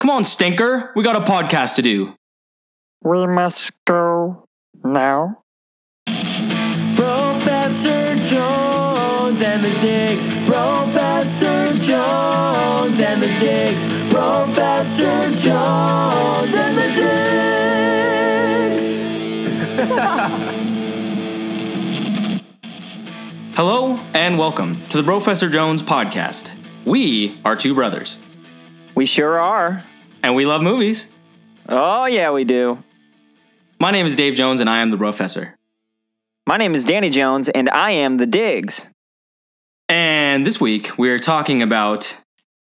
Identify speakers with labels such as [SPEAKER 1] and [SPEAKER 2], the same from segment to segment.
[SPEAKER 1] Come on, stinker. We got a podcast to do.
[SPEAKER 2] We must go now.
[SPEAKER 3] Professor Jones and the Digs. Professor Jones and the Digs. Professor Jones and the Digs.
[SPEAKER 1] Hello and welcome to the Professor Jones podcast. We are two brothers,
[SPEAKER 2] We sure are.
[SPEAKER 1] and we love movies.
[SPEAKER 2] Oh, yeah, we do.
[SPEAKER 1] My name is Dave Jones, and I am the Professor.
[SPEAKER 2] My name is Danny Jones, and I am the Diggs.
[SPEAKER 1] And this week we are talking about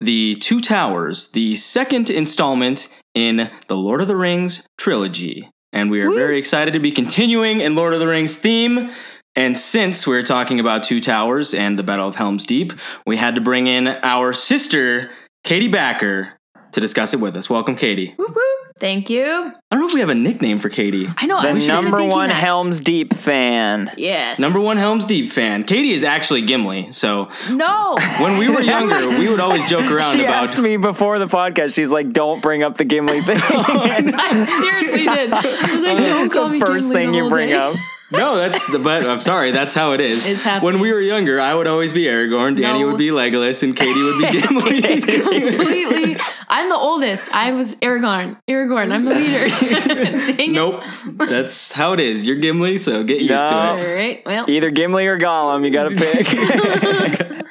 [SPEAKER 1] The Two Towers, the second installment in the Lord of the Rings trilogy. And we are very excited to be continuing in Lord of the Rings theme. And since we're talking about Two Towers and the Battle of Helm's Deep, we had to bring in our sister, Katie Backer, to discuss it with us. Welcome, Katie.
[SPEAKER 4] Whoop, whoop. Thank you.
[SPEAKER 1] I don't know if we have a nickname for Katie.
[SPEAKER 4] I know. I
[SPEAKER 2] The
[SPEAKER 4] was kinda
[SPEAKER 2] number
[SPEAKER 4] thinking
[SPEAKER 2] one
[SPEAKER 4] that.
[SPEAKER 2] Helm's Deep fan.
[SPEAKER 4] Yes.
[SPEAKER 1] Number one Helm's Deep fan. Katie is actually Gimli, so
[SPEAKER 4] No.
[SPEAKER 1] when we were younger, we would always joke around
[SPEAKER 2] She
[SPEAKER 1] about
[SPEAKER 2] asked me before the podcast, she's like, don't bring up the Gimli thing.
[SPEAKER 4] I seriously did. I was like, don't call
[SPEAKER 2] the
[SPEAKER 4] me
[SPEAKER 2] first
[SPEAKER 4] Gimli
[SPEAKER 2] thing
[SPEAKER 4] the
[SPEAKER 2] you
[SPEAKER 4] whole
[SPEAKER 2] bring
[SPEAKER 4] day.
[SPEAKER 2] up.
[SPEAKER 1] No, that's the but I'm sorry, that's how it is.
[SPEAKER 4] It's happening.
[SPEAKER 1] When we were younger, I would always be Aragorn, Danny
[SPEAKER 4] No.
[SPEAKER 1] would be Legolas, and Katie would be Gimli.
[SPEAKER 4] Completely. I'm the oldest. I was Aragorn. Aragorn. I'm the leader. Dang
[SPEAKER 1] nope. That's how it is. You're Gimli, so get used
[SPEAKER 4] it. All
[SPEAKER 1] to
[SPEAKER 2] No.
[SPEAKER 1] it.
[SPEAKER 4] right. Well,
[SPEAKER 2] Either Gimli or Gollum, you gotta pick.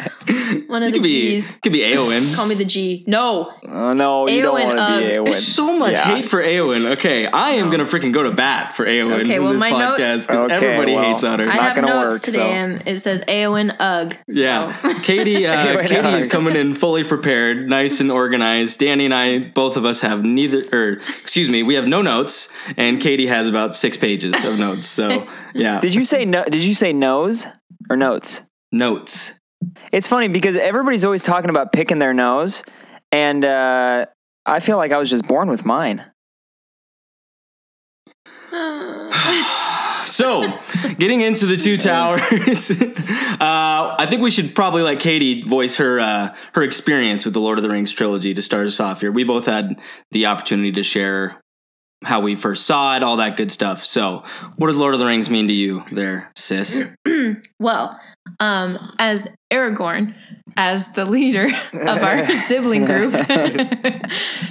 [SPEAKER 4] one of
[SPEAKER 1] You
[SPEAKER 4] the
[SPEAKER 1] could be
[SPEAKER 4] G's.
[SPEAKER 1] could be Aowen.
[SPEAKER 4] Call me the G. No.
[SPEAKER 2] oh, no, you don't
[SPEAKER 4] Eowyn,
[SPEAKER 2] want to be
[SPEAKER 4] um,
[SPEAKER 2] Eowyn.
[SPEAKER 1] So much
[SPEAKER 2] Yeah.
[SPEAKER 1] hate for Aowen. Okay, I am gonna freaking go to bat for Aowen
[SPEAKER 4] Okay,
[SPEAKER 1] in
[SPEAKER 4] well,
[SPEAKER 1] this
[SPEAKER 4] my notes-
[SPEAKER 1] podcast because
[SPEAKER 2] Okay,
[SPEAKER 1] everybody
[SPEAKER 2] well,
[SPEAKER 1] hates on her.
[SPEAKER 4] I
[SPEAKER 2] not
[SPEAKER 4] have
[SPEAKER 2] gonna
[SPEAKER 4] notes
[SPEAKER 2] work, so-
[SPEAKER 4] today. and It says Aowen Ugg.
[SPEAKER 1] Yeah,
[SPEAKER 4] So.
[SPEAKER 1] Katie. Uh,
[SPEAKER 2] Anyway,
[SPEAKER 1] Katie
[SPEAKER 2] no.
[SPEAKER 1] is coming in fully prepared, nice and organized. Danny and I, both of us, have neither, or excuse me, we have no notes, and Katie has about six pages of notes. So yeah,
[SPEAKER 2] Did you say no? Did you say nose or notes?
[SPEAKER 1] notes.
[SPEAKER 2] It's funny because everybody's always talking about picking their nose, and uh, I feel like I was just born with mine.
[SPEAKER 1] So, getting into the two towers, uh, I think we should probably let Katie voice her uh, her experience with the Lord of the Rings trilogy to start us off here. We both had the opportunity to share how we first saw it, all that good stuff. So, what does Lord of the Rings mean to you, there, sis?
[SPEAKER 4] Well, um, as Aragorn, as the leader of our sibling group,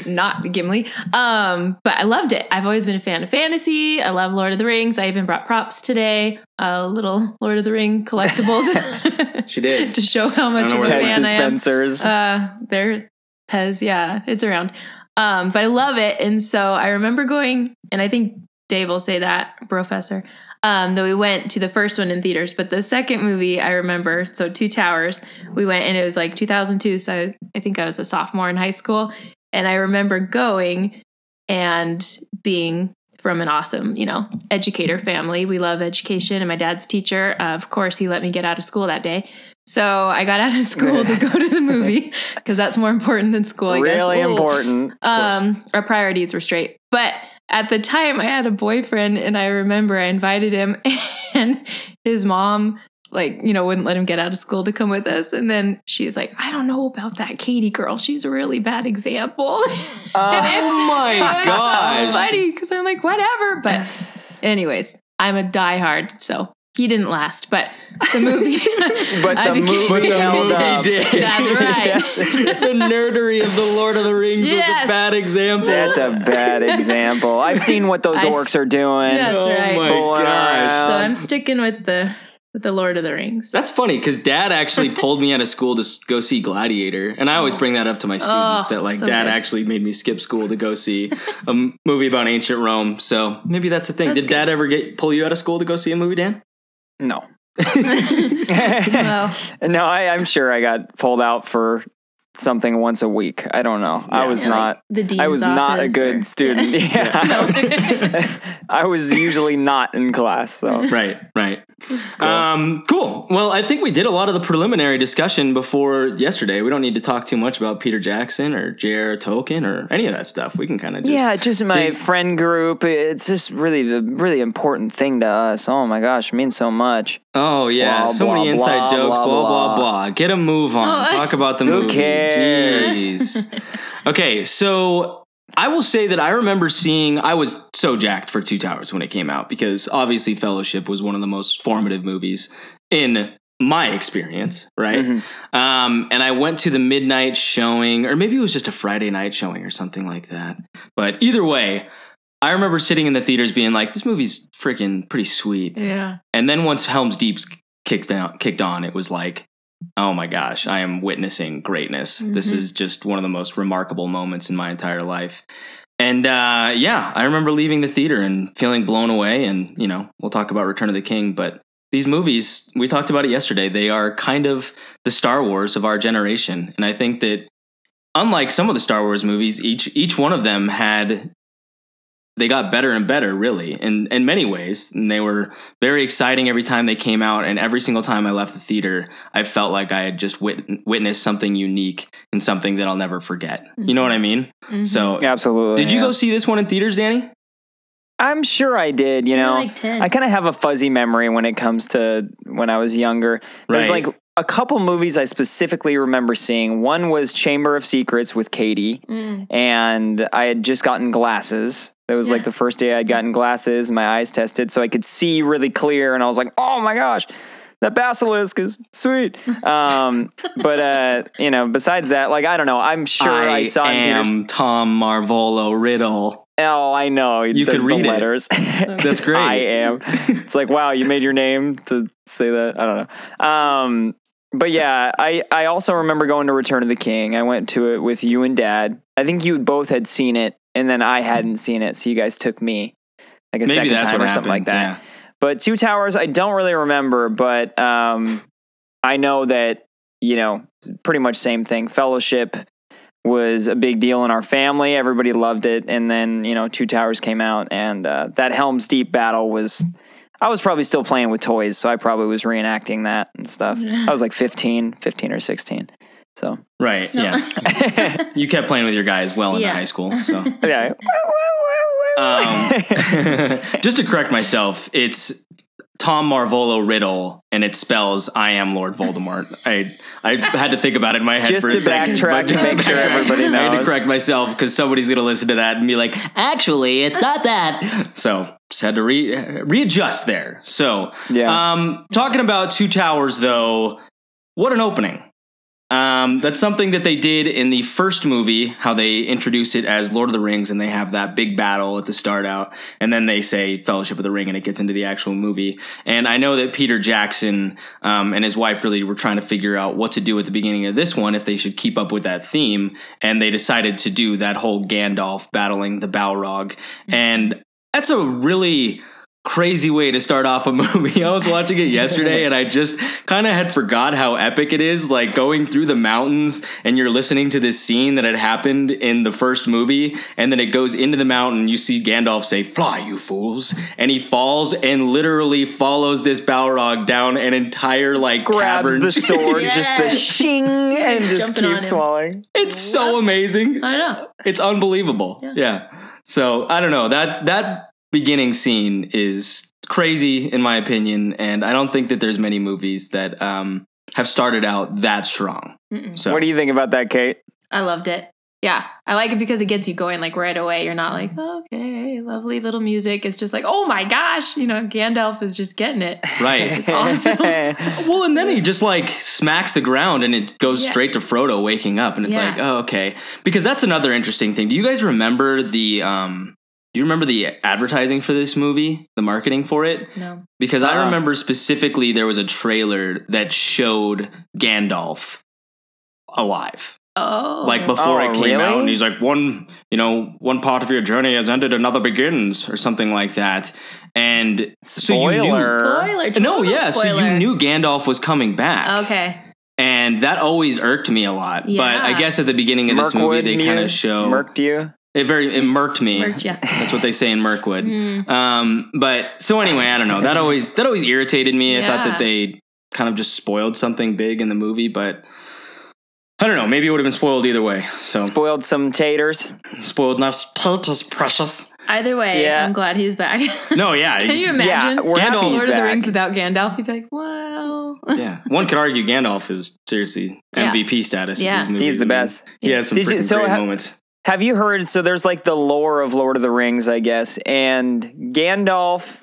[SPEAKER 4] not Gimli, um, but I loved it. I've always been a fan of fantasy. I love Lord of the Rings. I even brought props today, a little Lord of the Ring collectibles
[SPEAKER 1] She did.
[SPEAKER 4] to show how
[SPEAKER 1] I
[SPEAKER 4] much of
[SPEAKER 1] don't
[SPEAKER 4] a
[SPEAKER 1] know where
[SPEAKER 2] Pez
[SPEAKER 4] fan I am.
[SPEAKER 2] dispensers.
[SPEAKER 4] Uh, they're Pez. Yeah, it's around. Um, but I love it, and so I remember going, and I think Dave will say that professor. Um, that we went to the first one in theaters, but the second movie I remember, so Two Towers, we went and it was like 2002. So I think I was a sophomore in high school, and I remember going and being from an awesome, you know, educator family. We love education, and my dad's teacher. Uh, of course, he let me get out of school that day. So I got out of school to go to the movie because that's more important than school. I guess.
[SPEAKER 2] really
[SPEAKER 4] Ooh.
[SPEAKER 2] important.
[SPEAKER 4] Um, our priorities were straight. But at the time, I had a boyfriend, and I remember I invited him, and his mom, like, you know, wouldn't let him get out of school to come with us. And then she's like, I don't know about that Katie girl. She's a really bad example.
[SPEAKER 1] Oh my
[SPEAKER 4] It's so
[SPEAKER 1] gosh.
[SPEAKER 4] funny because I'm like, whatever. But, anyways, I'm a diehard, so he didn't last. But the movie,
[SPEAKER 2] But
[SPEAKER 4] I
[SPEAKER 2] the
[SPEAKER 4] became-
[SPEAKER 2] movie
[SPEAKER 1] But the
[SPEAKER 2] held
[SPEAKER 1] movie
[SPEAKER 2] up.
[SPEAKER 1] did.
[SPEAKER 4] That's right.
[SPEAKER 1] the nerdery of the Lord of the Rings was a
[SPEAKER 4] Yes.
[SPEAKER 1] bad example.
[SPEAKER 2] That's a bad example. I've seen what those
[SPEAKER 4] I s-
[SPEAKER 2] orcs are doing.
[SPEAKER 4] Yeah.
[SPEAKER 1] oh
[SPEAKER 4] right.
[SPEAKER 1] my
[SPEAKER 2] Fooling
[SPEAKER 1] gosh.
[SPEAKER 2] around.
[SPEAKER 4] So
[SPEAKER 1] Um,
[SPEAKER 4] I'm sticking with the with the Lord of the Rings.
[SPEAKER 1] That's funny because dad actually pulled me out of school to s- go see Gladiator. And I always bring that up to my students
[SPEAKER 4] Oh,
[SPEAKER 1] that, like,
[SPEAKER 4] so
[SPEAKER 1] dad
[SPEAKER 4] good.
[SPEAKER 1] actually made me skip school to go see a m- movie about ancient Rome. So maybe that's a thing.
[SPEAKER 4] That's
[SPEAKER 1] Did dad ever get pull you out of school to go see a movie, Dan?
[SPEAKER 2] No.
[SPEAKER 4] well,
[SPEAKER 2] no, I, I'm sure I got pulled out for something once a week. I don't know. I
[SPEAKER 1] Yeah.
[SPEAKER 2] was
[SPEAKER 4] yeah,
[SPEAKER 2] not.
[SPEAKER 4] like the dean's
[SPEAKER 2] I was not a
[SPEAKER 4] office
[SPEAKER 2] good
[SPEAKER 4] or-
[SPEAKER 2] student.
[SPEAKER 4] Yeah.
[SPEAKER 2] Yeah. I was usually not in class. So
[SPEAKER 1] Right, right. Um, cool. Well, I think we did a lot of the preliminary discussion before yesterday. We don't need to talk too much about Peter Jackson or J.R. Tolkien or any of that stuff. We can kind of just
[SPEAKER 2] yeah, just my
[SPEAKER 1] They-
[SPEAKER 2] friend group. It's just really a really important thing to us. Oh my gosh, it means so much.
[SPEAKER 1] Oh yeah,
[SPEAKER 2] Blah,
[SPEAKER 1] so
[SPEAKER 2] blah,
[SPEAKER 1] many inside
[SPEAKER 2] blah,
[SPEAKER 1] jokes.
[SPEAKER 2] blah,
[SPEAKER 1] Blah blah blah.
[SPEAKER 2] blah.
[SPEAKER 1] Get a move on.
[SPEAKER 4] Oh, I-
[SPEAKER 1] Talk about the
[SPEAKER 2] Who
[SPEAKER 1] movie.
[SPEAKER 2] cares?
[SPEAKER 1] Jeez. okay, so I will say that I remember seeing. I was so jacked for Two Towers when it came out because obviously Fellowship was one of the most formative movies in my experience, right?
[SPEAKER 2] Mhm.
[SPEAKER 1] Um, and I went to the midnight showing, or maybe it was just a Friday night showing or something like that. But either way, I remember sitting in the theaters being like, "This movie's freaking pretty sweet."
[SPEAKER 4] Yeah.
[SPEAKER 1] And then once Helm's Deep's kicked down, kicked on, it was like, oh my gosh, I am witnessing greatness. This
[SPEAKER 4] Mhm.
[SPEAKER 1] is just one of the most remarkable moments in my entire life. And uh, yeah, I remember leaving the theater and feeling blown away. And you know, we'll talk about Return of the King, but these movies, we talked about it yesterday. They are kind of the Star Wars of our generation, and I think that unlike some of the Star Wars movies, each each one of them had they got better and better, really, in in many ways. And they were very exciting every time they came out. And every single time I left the theater, I felt like I had just wit- witnessed something unique and something that I'll never forget. You know what I mean?
[SPEAKER 4] Mhm.
[SPEAKER 1] So,
[SPEAKER 2] Absolutely.
[SPEAKER 1] did you
[SPEAKER 2] yeah.
[SPEAKER 1] go see this one in theaters, Danny?
[SPEAKER 2] I'm sure I did. You
[SPEAKER 4] You're
[SPEAKER 2] know,
[SPEAKER 4] like 10.
[SPEAKER 2] I kind of have a fuzzy memory when it comes to when I was younger. There's
[SPEAKER 1] Right.
[SPEAKER 2] like a couple movies I specifically remember seeing. One was Chamber of Secrets with Katie,
[SPEAKER 4] Mm.
[SPEAKER 2] and I had just gotten glasses. That was like
[SPEAKER 4] Yeah.
[SPEAKER 2] the first day I'd gotten glasses, my eyes tested, so I could see really clear. And I was like, oh my gosh, that basilisk is sweet. Um, but, uh, you know, besides that, like, I don't know. I'm sure I, saw it in
[SPEAKER 1] am
[SPEAKER 2] theaters.
[SPEAKER 1] Tom Marvolo Riddle.
[SPEAKER 2] Oh, I know.
[SPEAKER 1] You
[SPEAKER 2] does
[SPEAKER 1] could
[SPEAKER 2] the
[SPEAKER 1] read it.
[SPEAKER 2] letters.
[SPEAKER 1] That's great.
[SPEAKER 2] I am. It's like, wow, you made your name to say that. I don't know. Um, but yeah, I, I also remember going to Return of the King. I went to it with you and dad. I think you both had seen it, and then I hadn't seen it, so you guys took me like a
[SPEAKER 1] Maybe
[SPEAKER 2] second
[SPEAKER 1] that's
[SPEAKER 2] time
[SPEAKER 1] what
[SPEAKER 2] or
[SPEAKER 1] happened.
[SPEAKER 2] something like that.
[SPEAKER 1] Yeah.
[SPEAKER 2] But Two Towers, I don't really remember, but um, I know that, you know, pretty much same thing. Fellowship was a big deal in our family. Everybody loved it. And then, you know, Two Towers came out, and uh, that Helm's Deep battle was. I was probably still playing with toys, so I probably was reenacting that and stuff. I was like 15, 15 or 16. So,
[SPEAKER 1] Right. Yeah. You kept playing with your guys well into
[SPEAKER 4] Yeah.
[SPEAKER 1] high school. So.
[SPEAKER 2] yeah.
[SPEAKER 1] Um, just to correct myself, it's Tom Marvolo Riddle, and it spells "I am Lord Voldemort." I I had to think about it in my head
[SPEAKER 2] Just
[SPEAKER 1] for a
[SPEAKER 2] to
[SPEAKER 1] second,
[SPEAKER 2] backtrack
[SPEAKER 1] but
[SPEAKER 2] to
[SPEAKER 1] just
[SPEAKER 2] make sure
[SPEAKER 1] backtrack,
[SPEAKER 2] everybody
[SPEAKER 1] I had to
[SPEAKER 2] knows.
[SPEAKER 1] correct myself because somebody's going to listen to that and be like, "Actually, it's not that." So just had to re- readjust there. So
[SPEAKER 2] yeah.
[SPEAKER 1] um, talking about Two Towers, though, what an opening. Um, that's something that they did in the first movie, how they introduce it as Lord of the Rings, and they have that big battle at the start out, and then they say Fellowship of the Ring, and it gets into the actual movie. And I know that Peter Jackson um, and his wife really were trying to figure out what to do at the beginning of this one if they should keep up with that theme, and they decided to do that whole Gandalf battling the Balrog, and that's a really crazy way to start off a movie. I was watching it yesterday and I just kind of had forgot how epic it is like going through the mountains and you're listening to this scene that had happened in the first movie and then it goes into the mountain you see Gandalf say fly you fools and he falls and literally follows this Balrog down an entire like
[SPEAKER 2] Grabs
[SPEAKER 1] cavern.
[SPEAKER 2] the sword, just the
[SPEAKER 4] Yes.
[SPEAKER 2] shing, and just
[SPEAKER 4] Jumping on
[SPEAKER 2] keeps
[SPEAKER 4] him.
[SPEAKER 2] falling.
[SPEAKER 1] it's so amazing.
[SPEAKER 4] I know.
[SPEAKER 1] It's unbelievable. Yeah.
[SPEAKER 4] Yeah.
[SPEAKER 1] So I don't know that that beginning scene is crazy in my opinion, and I don't think that there's many movies that um, have started out that strong.
[SPEAKER 4] Mm-mm.
[SPEAKER 1] So
[SPEAKER 2] What do you think about that, Kate?
[SPEAKER 4] I loved it. Yeah, I like it because it gets you going like right away. You're not like, okay, lovely little music. It's just like, oh my gosh, you know, Gandalf is just getting it.
[SPEAKER 1] right.
[SPEAKER 4] awesome.
[SPEAKER 1] Well, and then he just like smacks the ground and it goes
[SPEAKER 4] Yeah.
[SPEAKER 1] straight to Frodo waking up, and it's
[SPEAKER 4] Yeah.
[SPEAKER 1] like, oh, okay. Because that's another interesting thing. Do you guys remember the? Um, do you remember the advertising for this movie, the marketing for it?
[SPEAKER 4] no.
[SPEAKER 1] Because I
[SPEAKER 4] Ah.
[SPEAKER 2] Uh-uh.
[SPEAKER 1] remember specifically there was a trailer that showed Gandalf alive.
[SPEAKER 4] Oh.
[SPEAKER 1] Like before
[SPEAKER 2] Oh,
[SPEAKER 1] it came out,
[SPEAKER 2] really?
[SPEAKER 1] and he's like, one, you know, one part of your journey has ended, another begins, or something like that. And so you knew.
[SPEAKER 4] Spoiler.
[SPEAKER 1] No,
[SPEAKER 4] total
[SPEAKER 1] yeah, so
[SPEAKER 4] spoiler. Oh,
[SPEAKER 1] you knew Gandalf was coming back.
[SPEAKER 4] Okay.
[SPEAKER 1] And that always irked me a lot. But I
[SPEAKER 4] Yeah.
[SPEAKER 1] guess at the beginning of this movie,
[SPEAKER 2] Mirkwood
[SPEAKER 1] they kind
[SPEAKER 2] mu-
[SPEAKER 1] of show.
[SPEAKER 2] Murked you.
[SPEAKER 1] it very, it murked me.
[SPEAKER 4] Merch, yeah.
[SPEAKER 1] That's what they say in Mirkwood.
[SPEAKER 4] Mm.
[SPEAKER 1] Um, but so anyway, I don't know. That always that always irritated me. I thought that
[SPEAKER 4] Yeah.
[SPEAKER 1] they kind of just spoiled something big in the movie, but I don't know. Maybe it would have been spoiled either way. So
[SPEAKER 2] Spoiled some taters.
[SPEAKER 1] spoiled, not spoiled, just precious.
[SPEAKER 4] Either way,
[SPEAKER 2] Yeah.
[SPEAKER 4] I'm glad he's back.
[SPEAKER 1] No, yeah,
[SPEAKER 4] Can you
[SPEAKER 2] Yeah,
[SPEAKER 4] imagine?
[SPEAKER 2] we're happy
[SPEAKER 1] Gandalf-
[SPEAKER 2] he's
[SPEAKER 4] Lord of the
[SPEAKER 2] back.
[SPEAKER 4] Rings without Gandalf? You'd be like, well.
[SPEAKER 1] yeah. One could argue Gandalf is seriously
[SPEAKER 4] Yeah.
[SPEAKER 1] MVP status. in
[SPEAKER 4] Yeah.
[SPEAKER 1] these movies.
[SPEAKER 2] He's the best.
[SPEAKER 1] He has some
[SPEAKER 2] Did you-
[SPEAKER 1] freaking
[SPEAKER 2] so
[SPEAKER 1] great
[SPEAKER 2] ha-
[SPEAKER 1] moments.
[SPEAKER 2] Have you heard? So there's like the lore of Lord of the Rings, I guess, and Gandalf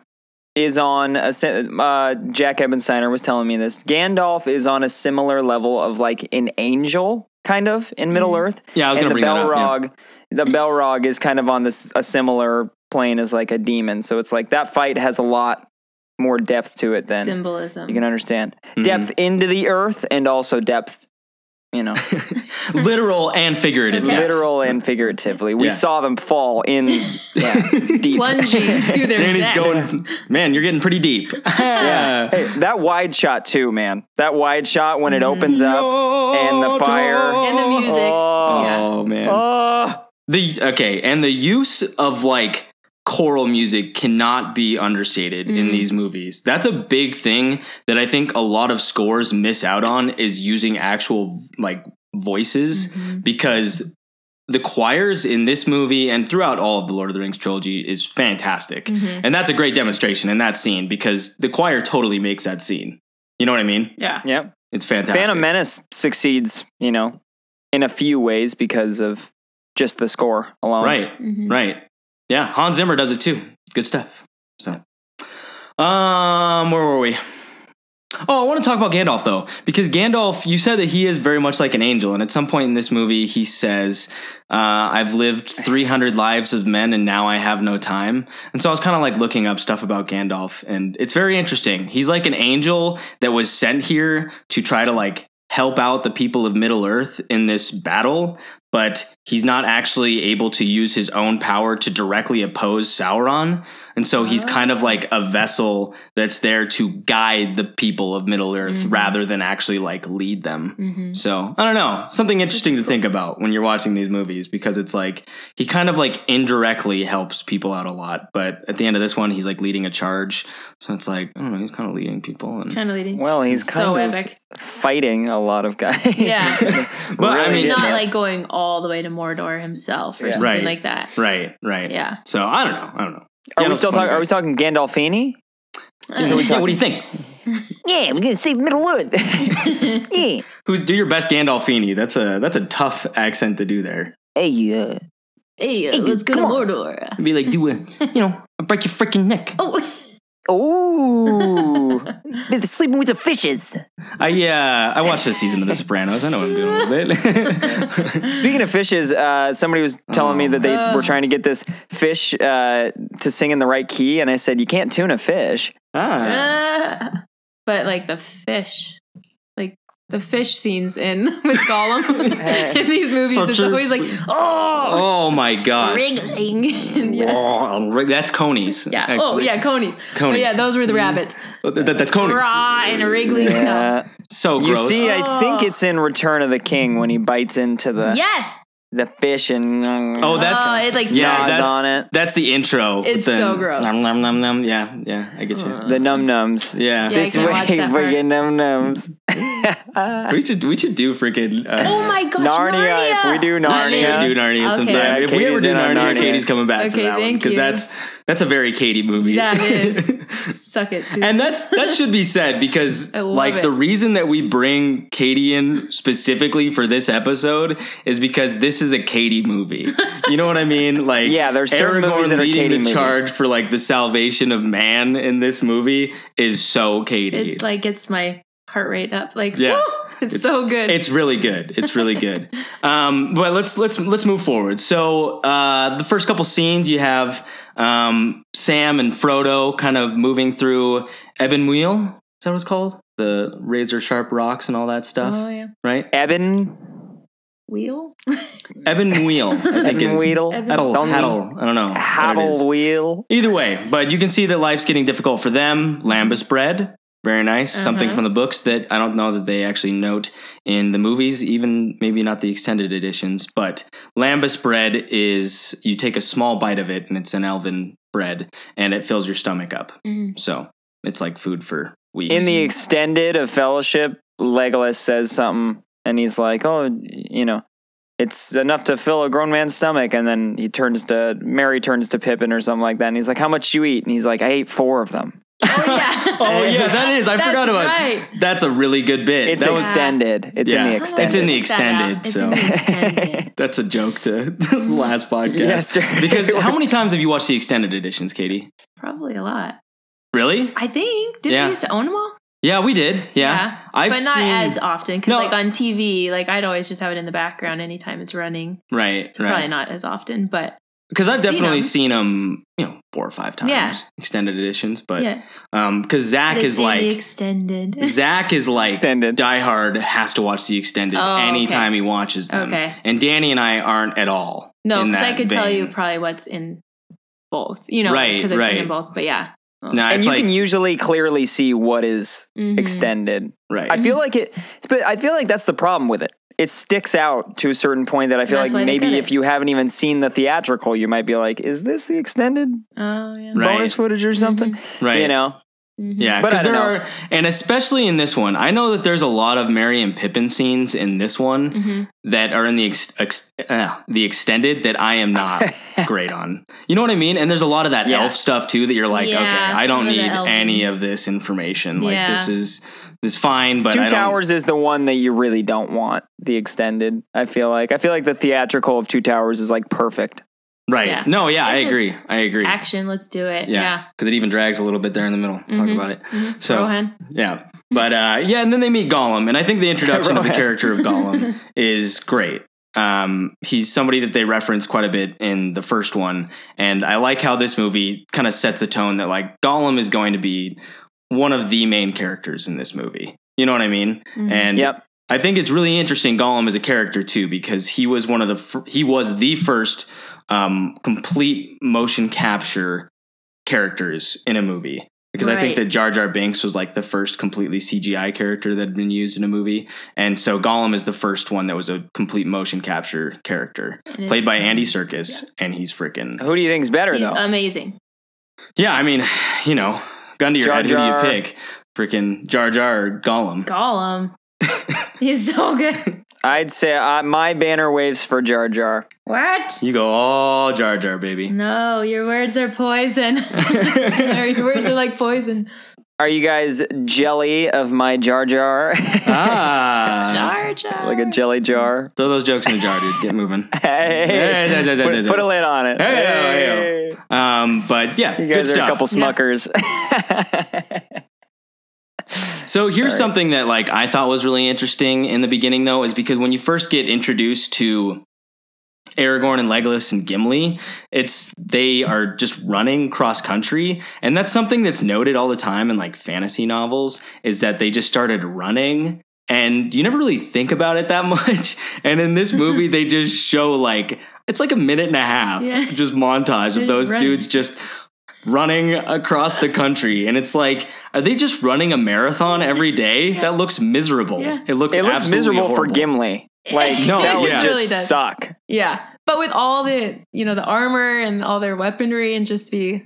[SPEAKER 2] is on a. si- Uh, Jack Ebensteiner was telling me this. Gandalf is on a similar level of like an angel, kind of in Middle
[SPEAKER 1] Mm.
[SPEAKER 2] Earth.
[SPEAKER 1] Yeah, I was gonna
[SPEAKER 2] and the
[SPEAKER 1] bring that up, yeah.
[SPEAKER 2] Balrog, the Belrog is kind of on this a similar plane as like a demon. So it's like that fight has a lot more depth to it than
[SPEAKER 4] Symbolism.
[SPEAKER 2] you can understand.
[SPEAKER 1] Mm-hmm.
[SPEAKER 2] Depth into the earth and also depth, you know,
[SPEAKER 1] Literal and figuratively.
[SPEAKER 4] Yeah.
[SPEAKER 2] literal and figuratively. We
[SPEAKER 1] Yeah.
[SPEAKER 2] saw them fall in. Yeah, it's deep.
[SPEAKER 4] plunging to their
[SPEAKER 1] And he's
[SPEAKER 4] death.
[SPEAKER 1] going, man, you're getting pretty deep. yeah.
[SPEAKER 2] Hey, that wide shot too, man. That wide shot when it opens up. and the fire.
[SPEAKER 4] and the music.
[SPEAKER 2] Oh,
[SPEAKER 4] yeah.
[SPEAKER 1] Oh man.
[SPEAKER 2] oh.
[SPEAKER 1] The okay, and the use of like choral music cannot be understated in these movies. That's a big thing that I think a lot of scores miss out on is using actual like
[SPEAKER 4] Mm.
[SPEAKER 1] voices
[SPEAKER 4] Mm-hmm.
[SPEAKER 1] because the choirs in this movie and throughout all of the Lord of the Rings trilogy is fantastic.
[SPEAKER 4] Mm-hmm.
[SPEAKER 1] And that's a great demonstration in that scene because the choir totally makes that scene. You know what I mean?
[SPEAKER 4] Yeah.
[SPEAKER 2] Yep.
[SPEAKER 1] It's fantastic.
[SPEAKER 2] Phantom Menace succeeds, you know, in a few ways because of just the score alone.
[SPEAKER 1] Right.
[SPEAKER 4] Mhm.
[SPEAKER 1] Right. Yeah, Hans Zimmer does it too. Good stuff. So, um, where were we? Oh, I want to talk about Gandalf though, because Gandalf, you said that he is very much like an angel, and at some point in this movie, he says, uh, "I've lived 300 lives of men, and now I have no time." And so I was kind of like looking up stuff about Gandalf, and it's very interesting. He's like an angel that was sent here to try to like help out the people of Middle Earth in this battle, but he's not actually able to use his own power to directly oppose Sauron. And so he's kind of like a vessel that's there to guide the people of Middle Earth rather than actually like lead them.
[SPEAKER 4] Mm-hmm.
[SPEAKER 1] So I don't know, something interesting to think about when you're watching these movies because it's like he kind of like indirectly helps people out a lot, but at the end of this one, he's like leading a charge. So it's like I don't know, he's kind of leading people. And,
[SPEAKER 4] Kind of leading.
[SPEAKER 2] Well, he's kind
[SPEAKER 4] So
[SPEAKER 2] of
[SPEAKER 4] epic.
[SPEAKER 2] fighting a lot of guys.
[SPEAKER 4] Yeah.
[SPEAKER 1] but I
[SPEAKER 2] Really
[SPEAKER 1] mean,
[SPEAKER 4] Not
[SPEAKER 2] Yeah.
[SPEAKER 4] like going all the way to Mordor himself or
[SPEAKER 2] Yeah.
[SPEAKER 4] something
[SPEAKER 1] Right.
[SPEAKER 4] like that.
[SPEAKER 1] right, right,
[SPEAKER 4] Yeah.
[SPEAKER 1] So I don't know, I don't know.
[SPEAKER 2] Are we
[SPEAKER 1] Gandalf's a
[SPEAKER 2] still
[SPEAKER 1] funny
[SPEAKER 2] talking? Are
[SPEAKER 1] guy.
[SPEAKER 2] we talking Gandolfini?
[SPEAKER 4] Uh,
[SPEAKER 1] Yeah, what do you think?
[SPEAKER 2] Yeah, we're gonna save Middle Earth. yeah.
[SPEAKER 1] Who do your best Gandolfini? That's a that's a tough accent to do there.
[SPEAKER 2] Hey, yeah.
[SPEAKER 4] Hey, uh, let's go to
[SPEAKER 2] come on.
[SPEAKER 4] Mordor.
[SPEAKER 1] Be like, do a you know, I'll break your freaking neck.
[SPEAKER 4] Oh,
[SPEAKER 2] uh, Ooh, they're sleeping with the fishes.
[SPEAKER 1] I yeah, I watched this season of The Sopranos. I know what I'm doing a little bit.
[SPEAKER 2] Speaking of fishes, uh, somebody was telling me that they
[SPEAKER 4] Oh.
[SPEAKER 2] were trying to get this fish uh, to sing in the right key, and I said, "You can't tune a fish."
[SPEAKER 1] ah,
[SPEAKER 4] Ah. but like the fish, like the fish scenes in with Gollum in these movies,
[SPEAKER 1] Such
[SPEAKER 4] it's
[SPEAKER 1] a-
[SPEAKER 4] always like oh,
[SPEAKER 1] oh my gosh.
[SPEAKER 4] wriggling. And yeah.
[SPEAKER 1] Oh, rig- that's Coney's.
[SPEAKER 4] Yeah. Oh,
[SPEAKER 1] actually.
[SPEAKER 4] yeah, conies. Oh,
[SPEAKER 1] Conies.
[SPEAKER 4] yeah, those were the rabbits.
[SPEAKER 1] Oh, that- that's Coney's.
[SPEAKER 4] Raw and wriggling.
[SPEAKER 2] Uh,
[SPEAKER 1] So
[SPEAKER 2] you
[SPEAKER 1] gross.
[SPEAKER 2] see, I think
[SPEAKER 4] Oh.
[SPEAKER 2] it's in Return of the King when he bites into the
[SPEAKER 4] Yes.
[SPEAKER 2] the fish and uh,
[SPEAKER 1] oh, that's
[SPEAKER 4] oh, it like
[SPEAKER 1] yeah,
[SPEAKER 2] smells.
[SPEAKER 1] that's
[SPEAKER 2] on it.
[SPEAKER 1] That's the intro.
[SPEAKER 4] It's
[SPEAKER 1] but then-
[SPEAKER 4] so gross. Uh,
[SPEAKER 1] Nom, nom, nom, nom. Yeah, yeah, I get you.
[SPEAKER 2] the num nums.
[SPEAKER 1] yeah.
[SPEAKER 4] Yeah. I
[SPEAKER 2] This
[SPEAKER 4] can't
[SPEAKER 2] way
[SPEAKER 4] watch that
[SPEAKER 2] we
[SPEAKER 4] part.
[SPEAKER 2] get num nums.
[SPEAKER 1] we should we should do freaking. Uh,
[SPEAKER 4] Oh my gosh,
[SPEAKER 2] Narnia,
[SPEAKER 4] Narnia.
[SPEAKER 2] if we do
[SPEAKER 1] We should
[SPEAKER 2] Narnia.
[SPEAKER 1] do Narnia
[SPEAKER 4] Okay.
[SPEAKER 1] sometime.
[SPEAKER 4] Yeah,
[SPEAKER 1] if we ever
[SPEAKER 2] Katie's
[SPEAKER 1] do
[SPEAKER 2] in on
[SPEAKER 1] Narnia,
[SPEAKER 2] Narnia.
[SPEAKER 1] Katie's coming back for
[SPEAKER 4] Okay,
[SPEAKER 1] that one
[SPEAKER 4] thank
[SPEAKER 1] because
[SPEAKER 4] you.
[SPEAKER 1] that's that's a very Katie movie.
[SPEAKER 4] That is. Suck it, Susan.
[SPEAKER 1] And that's that should be said because
[SPEAKER 4] I love
[SPEAKER 1] like
[SPEAKER 4] it.
[SPEAKER 1] the reason that we bring Katie in specifically for this episode is because this is a Katie movie. You know what I mean? Like
[SPEAKER 2] Yeah, there's certain
[SPEAKER 1] Aragorn
[SPEAKER 2] movies that are
[SPEAKER 1] leading
[SPEAKER 2] Katie
[SPEAKER 1] the
[SPEAKER 2] movies.
[SPEAKER 1] charge for like the salvation of man in this movie is so Katie.
[SPEAKER 4] It's like it's my heart rate up. Like,
[SPEAKER 1] Yeah.
[SPEAKER 4] woo, it's, so good.
[SPEAKER 1] It's really good. It's really good. um, but let's let's let's move forward. So uh, the first couple scenes, you have um, Sam and Frodo kind of moving through Ebonwheel. Is that what it's called? The razor sharp rocks and all that stuff,
[SPEAKER 4] oh yeah,
[SPEAKER 1] right?
[SPEAKER 2] Eben
[SPEAKER 4] wheel.
[SPEAKER 1] Ebonwheel. I think
[SPEAKER 2] Eben
[SPEAKER 1] it's
[SPEAKER 2] Weedle.
[SPEAKER 4] Eben-
[SPEAKER 1] Edel,
[SPEAKER 2] Don't-
[SPEAKER 1] Heddle. I don't know. what it is.
[SPEAKER 2] Haddle Wheel.
[SPEAKER 1] Either way, but you can see that life's getting difficult for them. Lambus bread, very nice. Something
[SPEAKER 4] Uh-huh.
[SPEAKER 1] from the books that I don't know that they actually note in the movies, even maybe not the extended editions. But Lambus bread is you take a small bite of it, and it's an elven bread, and it fills your stomach up.
[SPEAKER 4] Mm.
[SPEAKER 1] So it's like food for weeks.
[SPEAKER 2] In the extended of Fellowship, Legolas says something, and he's like, "Oh, you know, it's enough to fill a grown man's stomach." And then he turns to Mary, turns to Pippin or something like that, and he's like, "How much you eat?" And he's like, "I ate four of them."
[SPEAKER 4] Oh yeah.
[SPEAKER 1] Oh yeah, that is. I
[SPEAKER 4] That's
[SPEAKER 1] forgot about.
[SPEAKER 4] right.
[SPEAKER 1] That's a really good bit.
[SPEAKER 2] It's
[SPEAKER 1] that was,
[SPEAKER 2] extended. It's
[SPEAKER 1] Yeah.
[SPEAKER 2] in the
[SPEAKER 1] It's
[SPEAKER 2] extended.
[SPEAKER 1] in the
[SPEAKER 4] Check that out.
[SPEAKER 1] extended,
[SPEAKER 4] It's
[SPEAKER 1] so.
[SPEAKER 4] in the extended.
[SPEAKER 1] that's a joke to the last podcast.
[SPEAKER 2] Yesterday.
[SPEAKER 1] Because how many times have you watched the extended editions, Katie?
[SPEAKER 4] Probably a lot.
[SPEAKER 1] Really?
[SPEAKER 4] I think. Did
[SPEAKER 1] Yeah.
[SPEAKER 4] we used to own them all?
[SPEAKER 1] Yeah, we did. Yeah, I've
[SPEAKER 4] but not
[SPEAKER 1] seen-
[SPEAKER 4] as often because,
[SPEAKER 1] No.
[SPEAKER 4] like on TV, like I'd always just have it in the background anytime it's running.
[SPEAKER 1] right,
[SPEAKER 4] So probably
[SPEAKER 1] right.
[SPEAKER 4] not as often, but
[SPEAKER 1] Because I've
[SPEAKER 4] Seen
[SPEAKER 1] definitely
[SPEAKER 4] 'em.
[SPEAKER 1] seen them, you know, four or five times.
[SPEAKER 4] Yeah.
[SPEAKER 1] extended editions, but
[SPEAKER 4] yeah,
[SPEAKER 1] um, because Zach
[SPEAKER 4] But it's
[SPEAKER 1] is
[SPEAKER 4] in the
[SPEAKER 1] like
[SPEAKER 4] extended.
[SPEAKER 1] Zach is like
[SPEAKER 2] Extended.
[SPEAKER 1] Die Hard has to watch the extended
[SPEAKER 4] Oh, okay.
[SPEAKER 1] anytime he watches them.
[SPEAKER 4] Okay.
[SPEAKER 1] And Danny and I aren't at all.
[SPEAKER 4] no,
[SPEAKER 1] in
[SPEAKER 4] because I
[SPEAKER 1] that
[SPEAKER 4] could tell you
[SPEAKER 1] vein.
[SPEAKER 4] probably what's in both. You know,
[SPEAKER 1] Right,
[SPEAKER 4] Because I've
[SPEAKER 1] right.
[SPEAKER 4] seen in both. But yeah,
[SPEAKER 1] No,
[SPEAKER 2] and
[SPEAKER 1] it's
[SPEAKER 2] you
[SPEAKER 1] like
[SPEAKER 2] can usually clearly see what is
[SPEAKER 4] Mhm.
[SPEAKER 2] extended.
[SPEAKER 1] right.
[SPEAKER 2] I feel like it, it's- but I feel like that's the problem with it. It sticks out to a certain point that I feel
[SPEAKER 4] That's why
[SPEAKER 2] like
[SPEAKER 4] they cut
[SPEAKER 2] maybe
[SPEAKER 4] it.
[SPEAKER 2] if you haven't even seen the theatrical, you might be like, "Is this the extended
[SPEAKER 4] Oh yeah.
[SPEAKER 1] Right. Mm-hmm.
[SPEAKER 2] bonus footage or something?"
[SPEAKER 1] right.
[SPEAKER 2] You know,
[SPEAKER 4] Mhm.
[SPEAKER 1] Yeah,
[SPEAKER 2] But I
[SPEAKER 1] because there
[SPEAKER 2] don't know.
[SPEAKER 1] are, and especially in this one, I know that there's a lot of Mary and Pippin scenes in this one
[SPEAKER 4] Mhm.
[SPEAKER 1] that are in the ex, ex, uh, the extended that I am not great on. You know what I mean? And there's a lot of that
[SPEAKER 2] Yeah.
[SPEAKER 1] elf stuff too that you're like,
[SPEAKER 4] Yeah,
[SPEAKER 1] okay, I don't
[SPEAKER 4] some of the
[SPEAKER 1] need
[SPEAKER 4] elven.
[SPEAKER 1] any of this information.
[SPEAKER 4] Yeah.
[SPEAKER 1] Like this is this is fine, but I
[SPEAKER 2] Two
[SPEAKER 1] don't-
[SPEAKER 2] Towers is the one that you really don't want the extended. I feel like I feel like the theatrical of Two Towers is like perfect.
[SPEAKER 1] Right?
[SPEAKER 4] Yeah.
[SPEAKER 1] No, yeah,
[SPEAKER 4] It's
[SPEAKER 1] I
[SPEAKER 4] just
[SPEAKER 1] agree. I agree.
[SPEAKER 4] Action. Let's do it.
[SPEAKER 1] yeah,
[SPEAKER 4] Yeah.
[SPEAKER 1] because it even drags a little bit there in the middle. Talk
[SPEAKER 4] Mhm.
[SPEAKER 1] about it.
[SPEAKER 4] Mhm.
[SPEAKER 1] So-
[SPEAKER 4] Rohan.
[SPEAKER 1] Yeah. But uh, yeah, and then they meet Gollum, and I think the introduction of the
[SPEAKER 2] Rohan.
[SPEAKER 1] character of Gollum is great. Um, he's somebody that they reference quite a bit in the first one, and I like how this movie kind of sets the tone that like Gollum is going to be one of the main characters in this movie. You know what I mean?
[SPEAKER 4] Mhm.
[SPEAKER 1] And
[SPEAKER 2] Yep.
[SPEAKER 1] I think it's really interesting Gollum as a character too, because he was one of the fir- he was the first um, complete motion capture characters in a movie. Because I think
[SPEAKER 4] Right.
[SPEAKER 1] that Jar Jar Binks was like the first completely CGI character that had been used in a movie, and so Gollum is the first one that was a complete motion capture character,
[SPEAKER 4] And it's-
[SPEAKER 1] played by Andy Serkis, and he's freaking
[SPEAKER 2] Who do you think's better
[SPEAKER 4] He's
[SPEAKER 2] though?
[SPEAKER 4] amazing.
[SPEAKER 1] yeah. I mean, you know, gun to your
[SPEAKER 2] Jar
[SPEAKER 1] head,
[SPEAKER 2] Jar.
[SPEAKER 1] who do you pick? Freaking Jar Jar or Gollum?
[SPEAKER 4] Gollum. He's so good.
[SPEAKER 2] I'd say uh, my banner waves for Jar Jar.
[SPEAKER 4] What?
[SPEAKER 1] You go all Jar Jar, baby.
[SPEAKER 4] No, your words are poison. your words are like poison.
[SPEAKER 2] Are you guys jelly of my Jar Jar?
[SPEAKER 1] Ah.
[SPEAKER 4] Jar Jar.
[SPEAKER 2] like a jelly jar.
[SPEAKER 1] Throw those jokes in the jar, dude. Get moving.
[SPEAKER 2] Hey,
[SPEAKER 1] Hey, hey, hey,
[SPEAKER 2] put,
[SPEAKER 1] hey,
[SPEAKER 2] put
[SPEAKER 1] hey.
[SPEAKER 2] a lid on it.
[SPEAKER 1] Hey, hey, Um, but yeah,
[SPEAKER 2] You
[SPEAKER 1] good
[SPEAKER 2] guys are
[SPEAKER 1] stuff.
[SPEAKER 2] a couple
[SPEAKER 4] Yeah.
[SPEAKER 2] smuckers.
[SPEAKER 1] so here's
[SPEAKER 2] Sorry.
[SPEAKER 1] something that like I thought was really interesting in the beginning though, is because when you first get introduced to Aragorn and Legolas and Gimli, it's they are just running cross country, and that's something that's noted all the time in like fantasy novels is that they just started running and you never really think about it that much. And in this movie they just show like it's like a minute and a half
[SPEAKER 4] Yeah.
[SPEAKER 1] just montage
[SPEAKER 4] They're
[SPEAKER 1] of
[SPEAKER 4] just
[SPEAKER 1] those
[SPEAKER 4] running.
[SPEAKER 1] dudes just running across the country and it's like are they just running a marathon every day?
[SPEAKER 4] Yeah.
[SPEAKER 1] That looks miserable.
[SPEAKER 4] Yeah.
[SPEAKER 1] It looks
[SPEAKER 2] it looks
[SPEAKER 1] absolutely
[SPEAKER 2] miserable for
[SPEAKER 1] horrible.
[SPEAKER 2] Gimli. Like
[SPEAKER 1] No,
[SPEAKER 2] that would
[SPEAKER 1] yeah.
[SPEAKER 2] just
[SPEAKER 4] It really does.
[SPEAKER 2] suck.
[SPEAKER 4] Yeah, but with all the you know the armor and all their weaponry and just be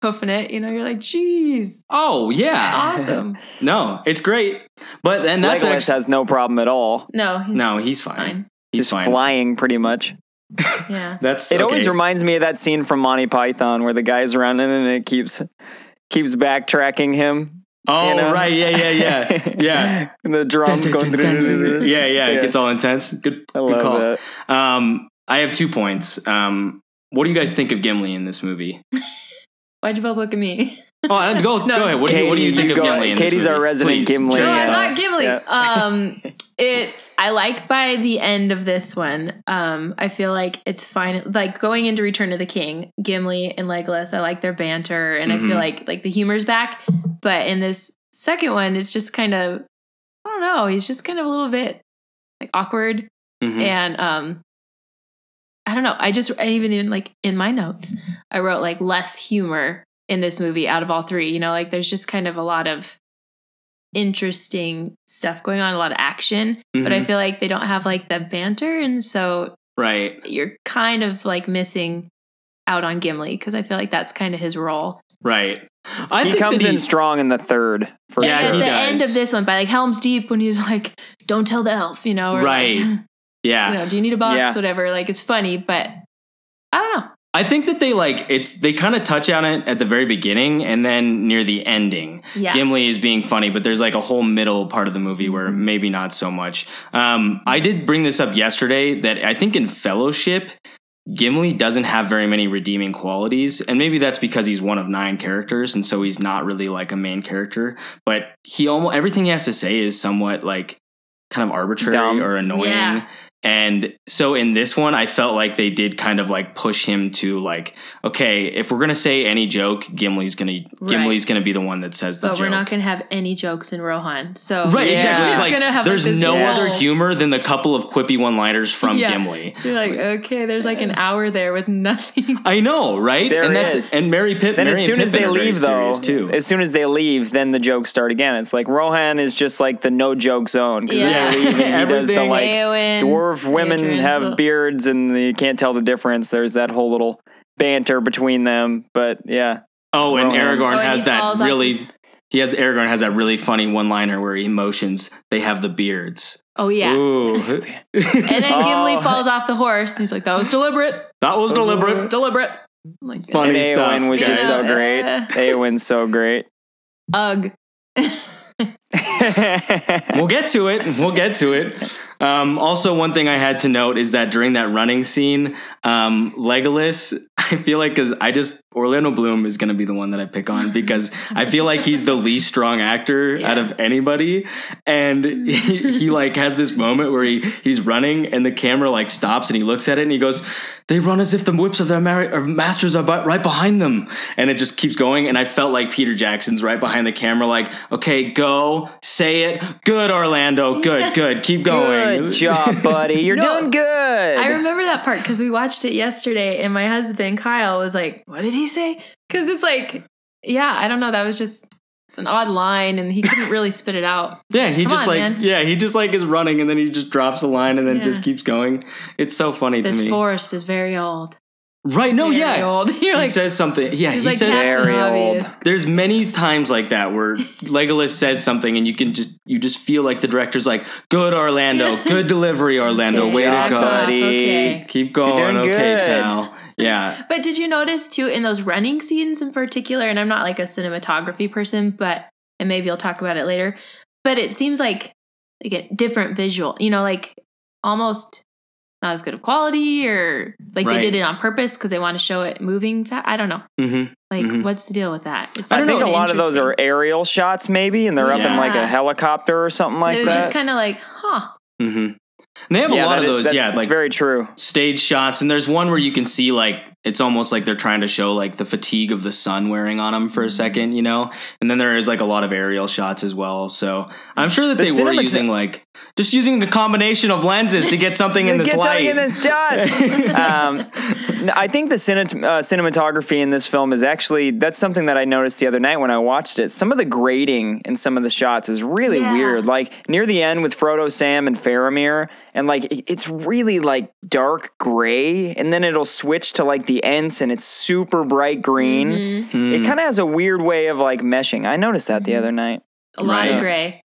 [SPEAKER 4] hoofing it, you know, you're like, geez,
[SPEAKER 1] Oh yeah.
[SPEAKER 4] awesome.
[SPEAKER 1] No, it's great. But and that's
[SPEAKER 2] Legolas
[SPEAKER 1] actually
[SPEAKER 2] has no problem at all.
[SPEAKER 4] No, he's
[SPEAKER 1] no, he's fine.
[SPEAKER 4] fine.
[SPEAKER 1] He's
[SPEAKER 2] Just
[SPEAKER 1] fine.
[SPEAKER 2] flying pretty much.
[SPEAKER 4] Yeah,
[SPEAKER 1] That's
[SPEAKER 2] It always
[SPEAKER 1] okay.
[SPEAKER 2] reminds me of that scene from Monty Python where the guy's running and it keeps keeps backtracking him.
[SPEAKER 1] Oh
[SPEAKER 2] you know?
[SPEAKER 1] right, yeah, yeah, yeah, yeah,
[SPEAKER 2] and the drums going.
[SPEAKER 1] yeah, yeah. It
[SPEAKER 2] Yeah.
[SPEAKER 1] gets all intense. Good,
[SPEAKER 2] I
[SPEAKER 1] good call.
[SPEAKER 2] love
[SPEAKER 1] Um, I have two points. Um, what do you guys think of Gimli in this movie?
[SPEAKER 4] why'd you both look at me?
[SPEAKER 1] Oh, I- go,
[SPEAKER 4] No,
[SPEAKER 1] go ahead. What do you, what do you
[SPEAKER 2] Katie,
[SPEAKER 1] think
[SPEAKER 2] you
[SPEAKER 1] of
[SPEAKER 2] go-
[SPEAKER 1] Gimli? In
[SPEAKER 2] Katie's
[SPEAKER 1] this movie?
[SPEAKER 2] our resident
[SPEAKER 1] Please,
[SPEAKER 2] Gimli.
[SPEAKER 1] share
[SPEAKER 4] No,
[SPEAKER 1] your
[SPEAKER 4] I'm
[SPEAKER 1] thoughts.
[SPEAKER 4] not Gimli.
[SPEAKER 2] Yeah.
[SPEAKER 4] Um, it. I like by the end of this one. Um, I feel like it's fine. Like going into Return of the King, Gimli and Legolas. I like their banter, and I
[SPEAKER 1] Mhm.
[SPEAKER 4] feel like like the humor's back. But in this second one, it's just kind of I don't know. He's just kind of a little bit like awkward,
[SPEAKER 1] Mhm.
[SPEAKER 4] and um, I don't know. I just I even even like in my notes, I wrote like less humor in this movie out of all three. You know, like there's just kind of a lot of interesting stuff going on, a lot of action, but I
[SPEAKER 1] Mhm.
[SPEAKER 4] feel like they don't have like the banter, and so
[SPEAKER 1] right,
[SPEAKER 4] you're kind of like missing out on Gimli because I feel like that's kind of his role.
[SPEAKER 1] right. I
[SPEAKER 2] it. He
[SPEAKER 1] think
[SPEAKER 2] comes
[SPEAKER 1] that
[SPEAKER 2] in
[SPEAKER 1] he-
[SPEAKER 2] strong in the third for
[SPEAKER 1] Yeah,
[SPEAKER 4] and
[SPEAKER 2] sure.
[SPEAKER 4] at the
[SPEAKER 1] does.
[SPEAKER 4] end of this one, by like Helm's Deep, when he's like, "Don't tell the elf," you know, or like,
[SPEAKER 1] Right. Yeah,
[SPEAKER 4] you know, do you need a box,
[SPEAKER 2] Yeah.
[SPEAKER 4] whatever. Like it's funny, but I don't know.
[SPEAKER 1] I think that they like it's they kind of touch on it at the very beginning and then near the ending.
[SPEAKER 4] Yeah.
[SPEAKER 1] Gimli is being funny, but there's like a whole middle part of the movie where
[SPEAKER 4] Mm-hmm.
[SPEAKER 1] maybe not so much. Um, I did bring this up yesterday that I think in Fellowship, Gimli doesn't have very many redeeming qualities, and maybe that's because he's one of nine characters, and so he's not really like a main character. But he almost everything he has to say is somewhat like kind of arbitrary
[SPEAKER 2] Dumb.
[SPEAKER 1] or annoying.
[SPEAKER 4] Yeah.
[SPEAKER 1] And so in this one, I felt like they did kind of like push him to like, okay, if we're gonna say any joke, Gimli's gonna Gimli's gonna be the one that says the
[SPEAKER 4] but
[SPEAKER 1] joke.
[SPEAKER 4] we're not going to have any jokes in Rohan. So
[SPEAKER 1] Right,
[SPEAKER 2] Yeah.
[SPEAKER 1] exactly.
[SPEAKER 2] He's
[SPEAKER 1] Like,
[SPEAKER 4] gonna have, like,
[SPEAKER 1] there's
[SPEAKER 4] this
[SPEAKER 1] no
[SPEAKER 2] whole-
[SPEAKER 1] other humor than the couple of quippy one-liners from
[SPEAKER 4] Yeah.
[SPEAKER 1] Gimli.
[SPEAKER 4] you're like, okay, there's like an hour there with nothing.
[SPEAKER 1] I know, right?
[SPEAKER 2] There
[SPEAKER 1] and that's
[SPEAKER 2] is.
[SPEAKER 1] and Mary Pitt.
[SPEAKER 2] Then
[SPEAKER 1] Mary
[SPEAKER 2] as
[SPEAKER 1] and
[SPEAKER 2] soon as
[SPEAKER 1] Pippin
[SPEAKER 2] they
[SPEAKER 1] are very
[SPEAKER 2] leave, though,
[SPEAKER 1] serious, too.
[SPEAKER 2] as soon as they leave, then the jokes start again. It's like Rohan is just like the no joke zone because
[SPEAKER 4] Yeah.
[SPEAKER 2] then they leave and he does the
[SPEAKER 1] Everything-
[SPEAKER 2] like
[SPEAKER 4] Eowyn,
[SPEAKER 2] dwarf women
[SPEAKER 4] Adrian,
[SPEAKER 2] have
[SPEAKER 4] ugh.
[SPEAKER 2] beards and you can't tell the difference. There's that whole little banter between them, but yeah,
[SPEAKER 1] oh, and
[SPEAKER 2] Rohan.
[SPEAKER 1] Aragorn
[SPEAKER 4] Oh, and
[SPEAKER 1] has
[SPEAKER 4] he
[SPEAKER 1] that
[SPEAKER 4] falls off
[SPEAKER 1] really.
[SPEAKER 4] his-
[SPEAKER 1] He has Aragorn has that really funny one-liner where he motions they have the beards.
[SPEAKER 4] Oh yeah.
[SPEAKER 1] Ooh,
[SPEAKER 4] And then
[SPEAKER 2] Oh.
[SPEAKER 4] Gimli falls off the horse. And he's like, that was deliberate,
[SPEAKER 1] that was deliberate.
[SPEAKER 4] deliberate. I'm like,
[SPEAKER 1] Funny
[SPEAKER 2] and
[SPEAKER 1] stuff,
[SPEAKER 2] Eowyn was just
[SPEAKER 1] guys.
[SPEAKER 2] so great.
[SPEAKER 4] Yeah.
[SPEAKER 2] Eowyn's so great.
[SPEAKER 4] ugh.
[SPEAKER 1] We'll get to it. We'll get to it. Um, also, one thing I had to note is that during that running scene, um, Legolas, I feel like because I just Orlando Bloom is going to be the one that I pick on because I feel like he's the least strong actor
[SPEAKER 4] Yeah.
[SPEAKER 1] out of anybody, and he, he like has this moment where he he's running and the camera like stops and he looks at it and he goes, "They run as if the whips of their mar- or masters are bu- right behind them," and it just keeps going. And I felt like Peter Jackson's right behind the camera, like, "Okay, go say it, good Orlando, good, good, keep going,
[SPEAKER 2] Good job, buddy. You're
[SPEAKER 4] No.
[SPEAKER 2] doing good.
[SPEAKER 4] I remember that part because we watched it yesterday, and my husband Kyle was like, "What did he say?" Because it's like, yeah, I don't know. That was just it's an odd line, and he couldn't really spit it out.
[SPEAKER 1] Yeah, he
[SPEAKER 4] Come
[SPEAKER 1] just
[SPEAKER 4] on,
[SPEAKER 1] like
[SPEAKER 4] man.
[SPEAKER 1] yeah, he just like is running and then he just drops a line and then
[SPEAKER 4] Yeah.
[SPEAKER 1] just keeps going. It's so funny
[SPEAKER 4] This
[SPEAKER 1] to me.
[SPEAKER 4] forest is very old.
[SPEAKER 1] right? No,
[SPEAKER 4] very
[SPEAKER 1] yeah.
[SPEAKER 4] old.
[SPEAKER 1] he
[SPEAKER 4] You're like,
[SPEAKER 1] says something. Yeah,
[SPEAKER 4] he's
[SPEAKER 1] he
[SPEAKER 4] like
[SPEAKER 1] says
[SPEAKER 4] Captain
[SPEAKER 2] Very
[SPEAKER 4] Obvious.
[SPEAKER 2] old.
[SPEAKER 1] there's many times like that where Legolas says something and you can just you just feel like the director's like, "Good Orlando, good delivery Orlando,
[SPEAKER 4] Okay,
[SPEAKER 1] way to
[SPEAKER 4] knock
[SPEAKER 1] go.
[SPEAKER 2] off,
[SPEAKER 4] buddy. okay.
[SPEAKER 1] Keep going,
[SPEAKER 2] doing
[SPEAKER 1] okay,
[SPEAKER 2] good."
[SPEAKER 1] pal." Yeah.
[SPEAKER 4] But did you notice too in those running scenes in particular? And I'm not like a cinematography person, but and maybe I'll talk about it later. But it seems like like a different visual, you know, like almost not as good of quality, or like
[SPEAKER 1] Right.
[SPEAKER 4] they did it on purpose because they want to show it moving. Fa- I don't know.
[SPEAKER 1] hmm
[SPEAKER 4] Like,
[SPEAKER 1] Mhm.
[SPEAKER 4] what's the deal with that? It's
[SPEAKER 2] I,
[SPEAKER 4] not
[SPEAKER 2] think a
[SPEAKER 4] really
[SPEAKER 2] lot of those are
[SPEAKER 4] interesting.
[SPEAKER 2] aerial shots, maybe, and they're up in like
[SPEAKER 4] Yeah.
[SPEAKER 2] a helicopter or something like
[SPEAKER 4] it was
[SPEAKER 2] that.
[SPEAKER 4] just kind of like, huh?
[SPEAKER 1] hmm And they have a lot
[SPEAKER 2] that
[SPEAKER 1] of
[SPEAKER 2] is-
[SPEAKER 1] those,
[SPEAKER 2] that's-
[SPEAKER 1] yeah,
[SPEAKER 2] it's
[SPEAKER 1] like
[SPEAKER 2] very true.
[SPEAKER 1] stage shots and there's one where you can see like it's almost like they're trying to show like the fatigue of the sun wearing on them
[SPEAKER 2] Mm-hmm.
[SPEAKER 1] for a second you know and then there is like a lot of aerial shots as well so i'm sure that
[SPEAKER 2] The
[SPEAKER 1] they were
[SPEAKER 2] cinemata-
[SPEAKER 1] using like just using a combination of lenses to get something in
[SPEAKER 2] It
[SPEAKER 1] this
[SPEAKER 2] gets
[SPEAKER 1] light
[SPEAKER 2] like in this dust. um, n- I think the cinet- uh, cinematography in this film is actually that's something that I noticed the other night when I watched it. Some of the grading in some of the shots is really
[SPEAKER 4] Yeah.
[SPEAKER 2] weird. Like near the end with Frodo, Sam, and Faramir, and like it- it's really like dark gray, and then it'll switch to like the Ents, and it's super bright green.
[SPEAKER 4] Mm-hmm.
[SPEAKER 2] It kind of has a weird way of like meshing. I noticed that
[SPEAKER 4] Mm-hmm.
[SPEAKER 2] the other night.
[SPEAKER 4] A lot
[SPEAKER 1] Right.
[SPEAKER 4] of gray.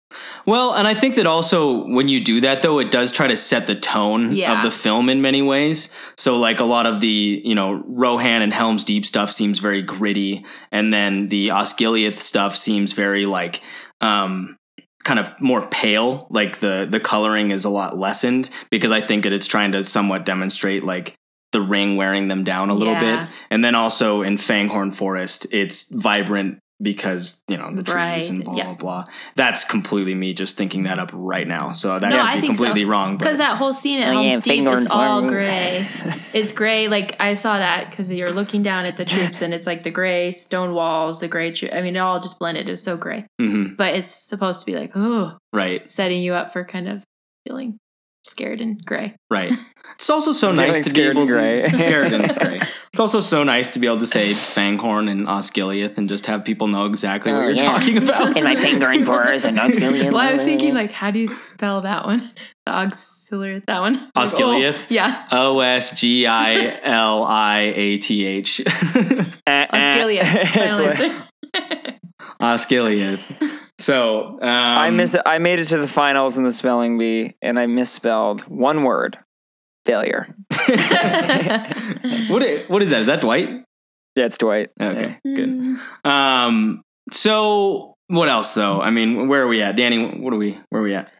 [SPEAKER 1] Well, and I think that also when you do that though, it does try to set the tone
[SPEAKER 4] Yeah.
[SPEAKER 1] of the film in many ways. So like a lot of the, you know, Rohan and Helm's Deep stuff seems very gritty and then the Osgiliath stuff seems very like um kind of more pale, like the the coloring is a lot lessened because I think that it's trying to somewhat demonstrate like the ring wearing them down a little
[SPEAKER 4] Yeah.
[SPEAKER 1] bit. And then also in Fanghorn Forest, it's vibrant because, you know, the trees
[SPEAKER 4] Right,
[SPEAKER 1] and blah
[SPEAKER 4] yeah.
[SPEAKER 1] blah blah that's completely me just thinking that up right now. So that
[SPEAKER 4] No,
[SPEAKER 1] could
[SPEAKER 4] I
[SPEAKER 1] be
[SPEAKER 4] think so.
[SPEAKER 1] completely wrong.
[SPEAKER 4] Because
[SPEAKER 1] But
[SPEAKER 4] that whole scene
[SPEAKER 5] Oh,
[SPEAKER 4] at
[SPEAKER 2] I
[SPEAKER 4] Home
[SPEAKER 2] am
[SPEAKER 4] Steep,
[SPEAKER 2] Oh, finger
[SPEAKER 4] it's all
[SPEAKER 2] informed.
[SPEAKER 4] gray. It's gray. Like I saw that because you're looking down at the troops, and it's like the gray stone walls, the gray. Tr- I mean, it all just blended. It was so gray,
[SPEAKER 1] Mhm,
[SPEAKER 4] but it's supposed to be like, oh,
[SPEAKER 1] right,
[SPEAKER 4] setting you up for kind of feeling scared and gray.
[SPEAKER 1] right. It's also so
[SPEAKER 2] Feeling
[SPEAKER 1] nice to be
[SPEAKER 2] scared
[SPEAKER 1] able
[SPEAKER 2] and gray.
[SPEAKER 1] To, scared and gray. It's also so nice to be able to say Fanghorn and Osgiliath and just have people know exactly what
[SPEAKER 5] Oh,
[SPEAKER 1] you're
[SPEAKER 5] yeah.
[SPEAKER 1] talking about.
[SPEAKER 5] And my fingering fours and auxiliary.
[SPEAKER 4] Well, I was thinking like, how do you spell that one? The auxiliary, that one. Like, oh,
[SPEAKER 1] Osgiliath?
[SPEAKER 4] yeah,
[SPEAKER 1] O S G I L I A T H.
[SPEAKER 2] Eh, eh.
[SPEAKER 4] Osgiliath.
[SPEAKER 2] It's
[SPEAKER 4] Final
[SPEAKER 2] like-
[SPEAKER 4] answer.
[SPEAKER 1] Osgiliath. So um,
[SPEAKER 2] I miss. I made it to the finals in the spelling bee, and I misspelled one word. failure.
[SPEAKER 1] What i- what is that? Is that Dwight?
[SPEAKER 2] Yeah, it's Dwight.
[SPEAKER 4] Uh,
[SPEAKER 1] Okay, good. Um, so what else though? I mean, where are we at, Danny? What are we? Where are we at?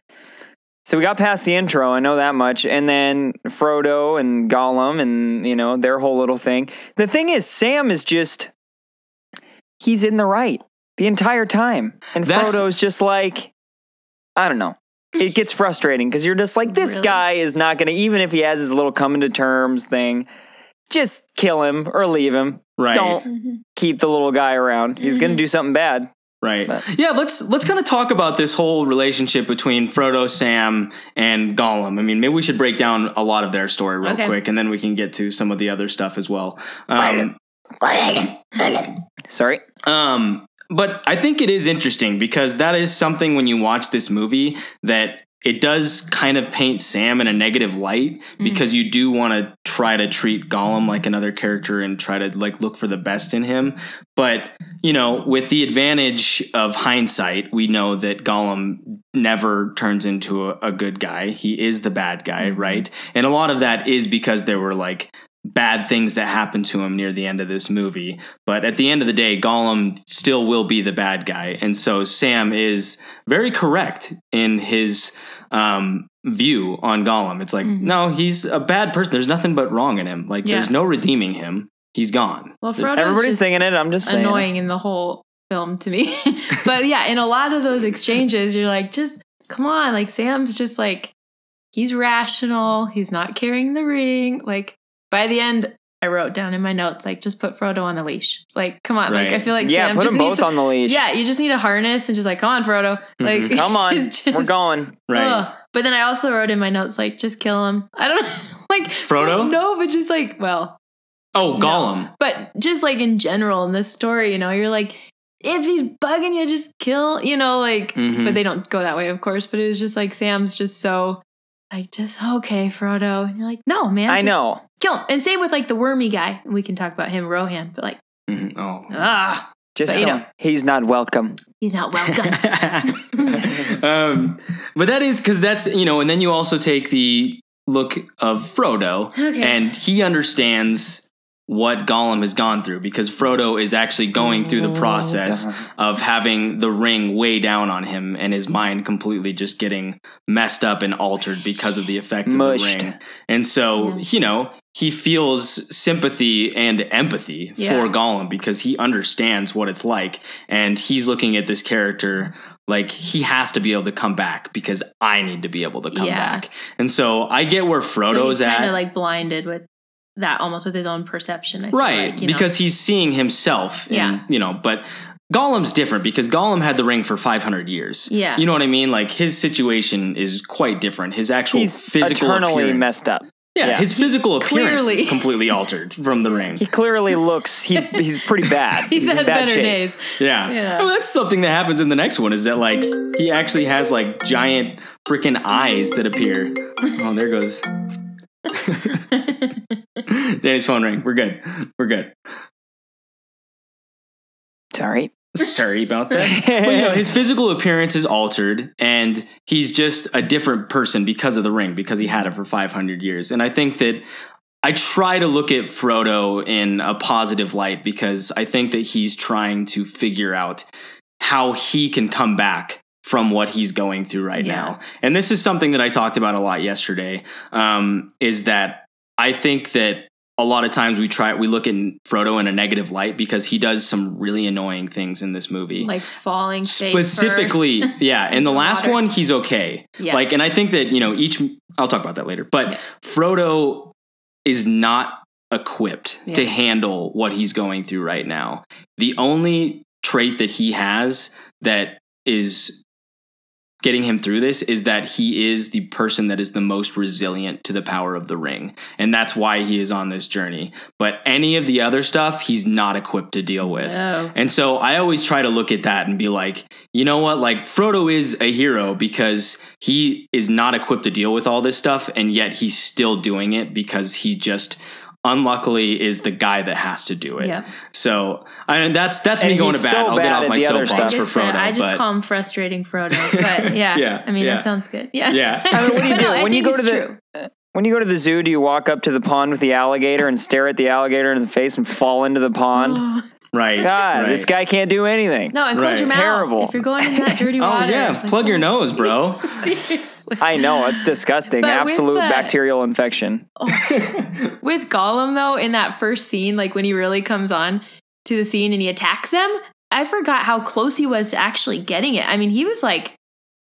[SPEAKER 2] So we got past the intro, I know that much. And then Frodo and Gollum and, you know, their whole little thing. The thing is, Sam is just, he's in the right the entire time. And
[SPEAKER 1] That's-
[SPEAKER 2] Frodo's just like, I don't know. It gets frustrating because you're just like, this
[SPEAKER 4] Really?
[SPEAKER 2] guy is not going to, even if he has his little coming to terms thing, just kill him or leave him.
[SPEAKER 1] Right.
[SPEAKER 2] Don't
[SPEAKER 4] Mhm.
[SPEAKER 2] keep the little guy around. He's going to
[SPEAKER 4] Mhm.
[SPEAKER 2] do something bad.
[SPEAKER 1] Right.
[SPEAKER 2] But-
[SPEAKER 1] yeah, let's let's kind of talk about this whole relationship between Frodo, Sam, and Gollum. I mean, maybe we should break down a lot of their story real
[SPEAKER 4] Okay.
[SPEAKER 1] quick, and then we can get to some of the other stuff as well. Um,
[SPEAKER 2] Sorry.
[SPEAKER 1] um, but I think it is interesting because that is something when you watch this movie that it does kind of paint Sam in a negative light because you do want to try to treat Gollum like another character and try to like look for the best in him. But, you know, with the advantage of hindsight, we know that Gollum never turns into a, a good guy. He is the bad guy, right? And a lot of that is because there were like bad things that happened to him near the end of this movie. But at the end of the day, Gollum still will be the bad guy. And so Sam is very correct in his um, view on Gollum. It's like,
[SPEAKER 4] Mhm.
[SPEAKER 1] no, he's a bad person. There's nothing but wrong in him. Like,
[SPEAKER 4] Yeah.
[SPEAKER 1] there's no redeeming him. He's gone.
[SPEAKER 4] Well, Frodo's
[SPEAKER 2] Everybody's
[SPEAKER 4] just
[SPEAKER 2] thinking it. I'm just saying. it.
[SPEAKER 4] annoying in the whole film to me. but yeah, in a lot of those exchanges, you're like, just come on. Like Sam's just like, he's rational. He's not carrying the ring. Like by the end, I wrote down in my notes, like, just put Frodo on the leash. Like, come on. Like,
[SPEAKER 1] Right.
[SPEAKER 4] I feel like
[SPEAKER 2] yeah,
[SPEAKER 4] Sam
[SPEAKER 2] put
[SPEAKER 4] just
[SPEAKER 2] them both
[SPEAKER 4] needs
[SPEAKER 2] on the leash. Mm-hmm.
[SPEAKER 4] Yeah, you just need a harness and just like, come on, Frodo. Like,
[SPEAKER 1] Mhm.
[SPEAKER 2] Come on,
[SPEAKER 4] it's just-
[SPEAKER 2] we're going.
[SPEAKER 1] Right.
[SPEAKER 4] Ugh. But then I also wrote in my notes like, just kill him. I don't like
[SPEAKER 1] Frodo?
[SPEAKER 4] No, but just like, well,
[SPEAKER 1] Oh,
[SPEAKER 4] No.
[SPEAKER 1] Gollum.
[SPEAKER 4] but just like in general in this story, you know, you're like, if he's bugging you, just kill, you know, like,
[SPEAKER 1] Mhm.
[SPEAKER 4] but they don't go that way, of course. But it was just like Sam's just so like, just okay, Frodo. And you're like, no, man.
[SPEAKER 2] I
[SPEAKER 4] just
[SPEAKER 2] know.
[SPEAKER 4] Kill him. And same with like the wormy guy. We can talk about him, Rohan, but like,
[SPEAKER 1] Mhm. Oh.
[SPEAKER 4] ah,
[SPEAKER 2] Just
[SPEAKER 4] But, you
[SPEAKER 2] don't.
[SPEAKER 4] know.
[SPEAKER 2] he's not welcome.
[SPEAKER 4] he's not welcome.
[SPEAKER 1] um, but that is because that's you know, and then you also take the look of Frodo,
[SPEAKER 4] Okay.
[SPEAKER 1] and he understands what Gollum has gone through because Frodo is actually going through the
[SPEAKER 4] Oh,
[SPEAKER 1] process of having the ring weigh down on him and his mind completely just getting messed up and altered because of the effect of
[SPEAKER 2] Mushed.
[SPEAKER 1] the ring. And so,
[SPEAKER 4] Yeah.
[SPEAKER 1] you know, he feels sympathy and empathy
[SPEAKER 4] Yeah.
[SPEAKER 1] for Gollum because he understands what it's like. And he's looking at this character like he has to be able to come back because I need to be able to come
[SPEAKER 4] Yeah.
[SPEAKER 1] back. And so I get where Frodo's
[SPEAKER 4] so he's
[SPEAKER 1] at.
[SPEAKER 4] of like blinded with that almost with his own perception. I feel
[SPEAKER 1] right.
[SPEAKER 4] like, you know?
[SPEAKER 1] because he's seeing himself. in-
[SPEAKER 4] Yeah.
[SPEAKER 1] You know, but Gollum's different because Gollum had the ring for 500 years.
[SPEAKER 4] Yeah.
[SPEAKER 1] You know what I mean? Like his situation is quite different. His actual
[SPEAKER 2] He's
[SPEAKER 1] physical
[SPEAKER 2] eternally
[SPEAKER 1] appearance.
[SPEAKER 2] messed up.
[SPEAKER 1] Yeah,
[SPEAKER 2] Yeah.
[SPEAKER 1] his physical appearance
[SPEAKER 4] clearly-
[SPEAKER 1] is completely altered from the ring.
[SPEAKER 2] He clearly looks. He he's pretty bad.
[SPEAKER 4] he's,
[SPEAKER 2] in
[SPEAKER 4] had
[SPEAKER 2] bad
[SPEAKER 4] better
[SPEAKER 2] shape.
[SPEAKER 4] days.
[SPEAKER 1] Yeah.
[SPEAKER 4] Yeah.
[SPEAKER 1] I mean, that's something that happens in the next one is that like he actually has like giant freaking eyes that appear. Oh, there goes Danny's phone ring. We're good. We're good.
[SPEAKER 2] Sorry.
[SPEAKER 1] Sorry about that. But you know, his physical appearance is altered and he's just a different person because of the ring, because he had it for 500 years. And I think that I try to look at Frodo in a positive light because I think that he's trying to figure out how he can come back from what he's going through right
[SPEAKER 4] Yeah.
[SPEAKER 1] now. And this is something that I talked about a lot yesterday um, is that I think that a lot of times we try we look at Frodo in a negative light because he does some really annoying things in this movie
[SPEAKER 4] Like falling face
[SPEAKER 1] specifically
[SPEAKER 4] first.
[SPEAKER 1] yeah in the
[SPEAKER 4] Into
[SPEAKER 1] last
[SPEAKER 4] water.
[SPEAKER 1] one he's okay
[SPEAKER 4] Yeah.
[SPEAKER 1] like and i think that you know each i'll talk about that later but
[SPEAKER 4] Yeah.
[SPEAKER 1] frodo is not equipped
[SPEAKER 4] Yeah.
[SPEAKER 1] to handle what he's going through right now the only trait that he has that is getting him through this is that he is the person that is the most resilient to the power of the ring and that's why he is on this journey but any of the other stuff he's not equipped to deal with
[SPEAKER 4] No.
[SPEAKER 1] and so I always try to look at that and be like, you know what? Like, Frodo is a hero because he is not equipped to deal with all this stuff, and yet he's still doing it because he just unluckily is the guy that has to do it.
[SPEAKER 4] Yeah.
[SPEAKER 1] So I mean, that's that's
[SPEAKER 2] And
[SPEAKER 1] me going to
[SPEAKER 2] he's
[SPEAKER 1] bat.
[SPEAKER 2] so
[SPEAKER 1] I'll
[SPEAKER 2] bad
[SPEAKER 1] get off
[SPEAKER 2] at
[SPEAKER 1] my
[SPEAKER 2] the other
[SPEAKER 1] soapbox
[SPEAKER 2] stuff.
[SPEAKER 1] for
[SPEAKER 4] Just, uh,
[SPEAKER 1] Frodo.
[SPEAKER 4] I just
[SPEAKER 1] but
[SPEAKER 4] call him frustrating Frodo, but yeah,
[SPEAKER 1] Yeah,
[SPEAKER 4] I mean
[SPEAKER 1] yeah.
[SPEAKER 4] that sounds good. Yeah,
[SPEAKER 1] Yeah.
[SPEAKER 2] I mean, what do you
[SPEAKER 4] But
[SPEAKER 2] do
[SPEAKER 4] no, I
[SPEAKER 2] when you
[SPEAKER 4] think
[SPEAKER 2] go to
[SPEAKER 4] it's
[SPEAKER 2] the
[SPEAKER 4] true.
[SPEAKER 2] When you go to the zoo, do you walk up to the pond with the alligator and stare at the alligator in the face and fall into the pond?
[SPEAKER 1] Right.
[SPEAKER 2] God,
[SPEAKER 1] right.
[SPEAKER 2] this guy can't do anything.
[SPEAKER 4] No, and close
[SPEAKER 1] Right.
[SPEAKER 4] your mouth.
[SPEAKER 2] Terrible.
[SPEAKER 4] If you're going into that dirty
[SPEAKER 1] Oh
[SPEAKER 4] water.
[SPEAKER 1] yeah,
[SPEAKER 4] it's like,
[SPEAKER 1] plug your
[SPEAKER 4] oh,
[SPEAKER 1] nose, bro.
[SPEAKER 4] Seriously.
[SPEAKER 2] I know it's disgusting.
[SPEAKER 4] But with
[SPEAKER 2] Absolute
[SPEAKER 4] the-
[SPEAKER 2] bacterial infection.
[SPEAKER 4] With Gollum though, in that first scene, like when he really comes on to the scene and he attacks them, I forgot how close he was to actually getting it. I mean, he was like,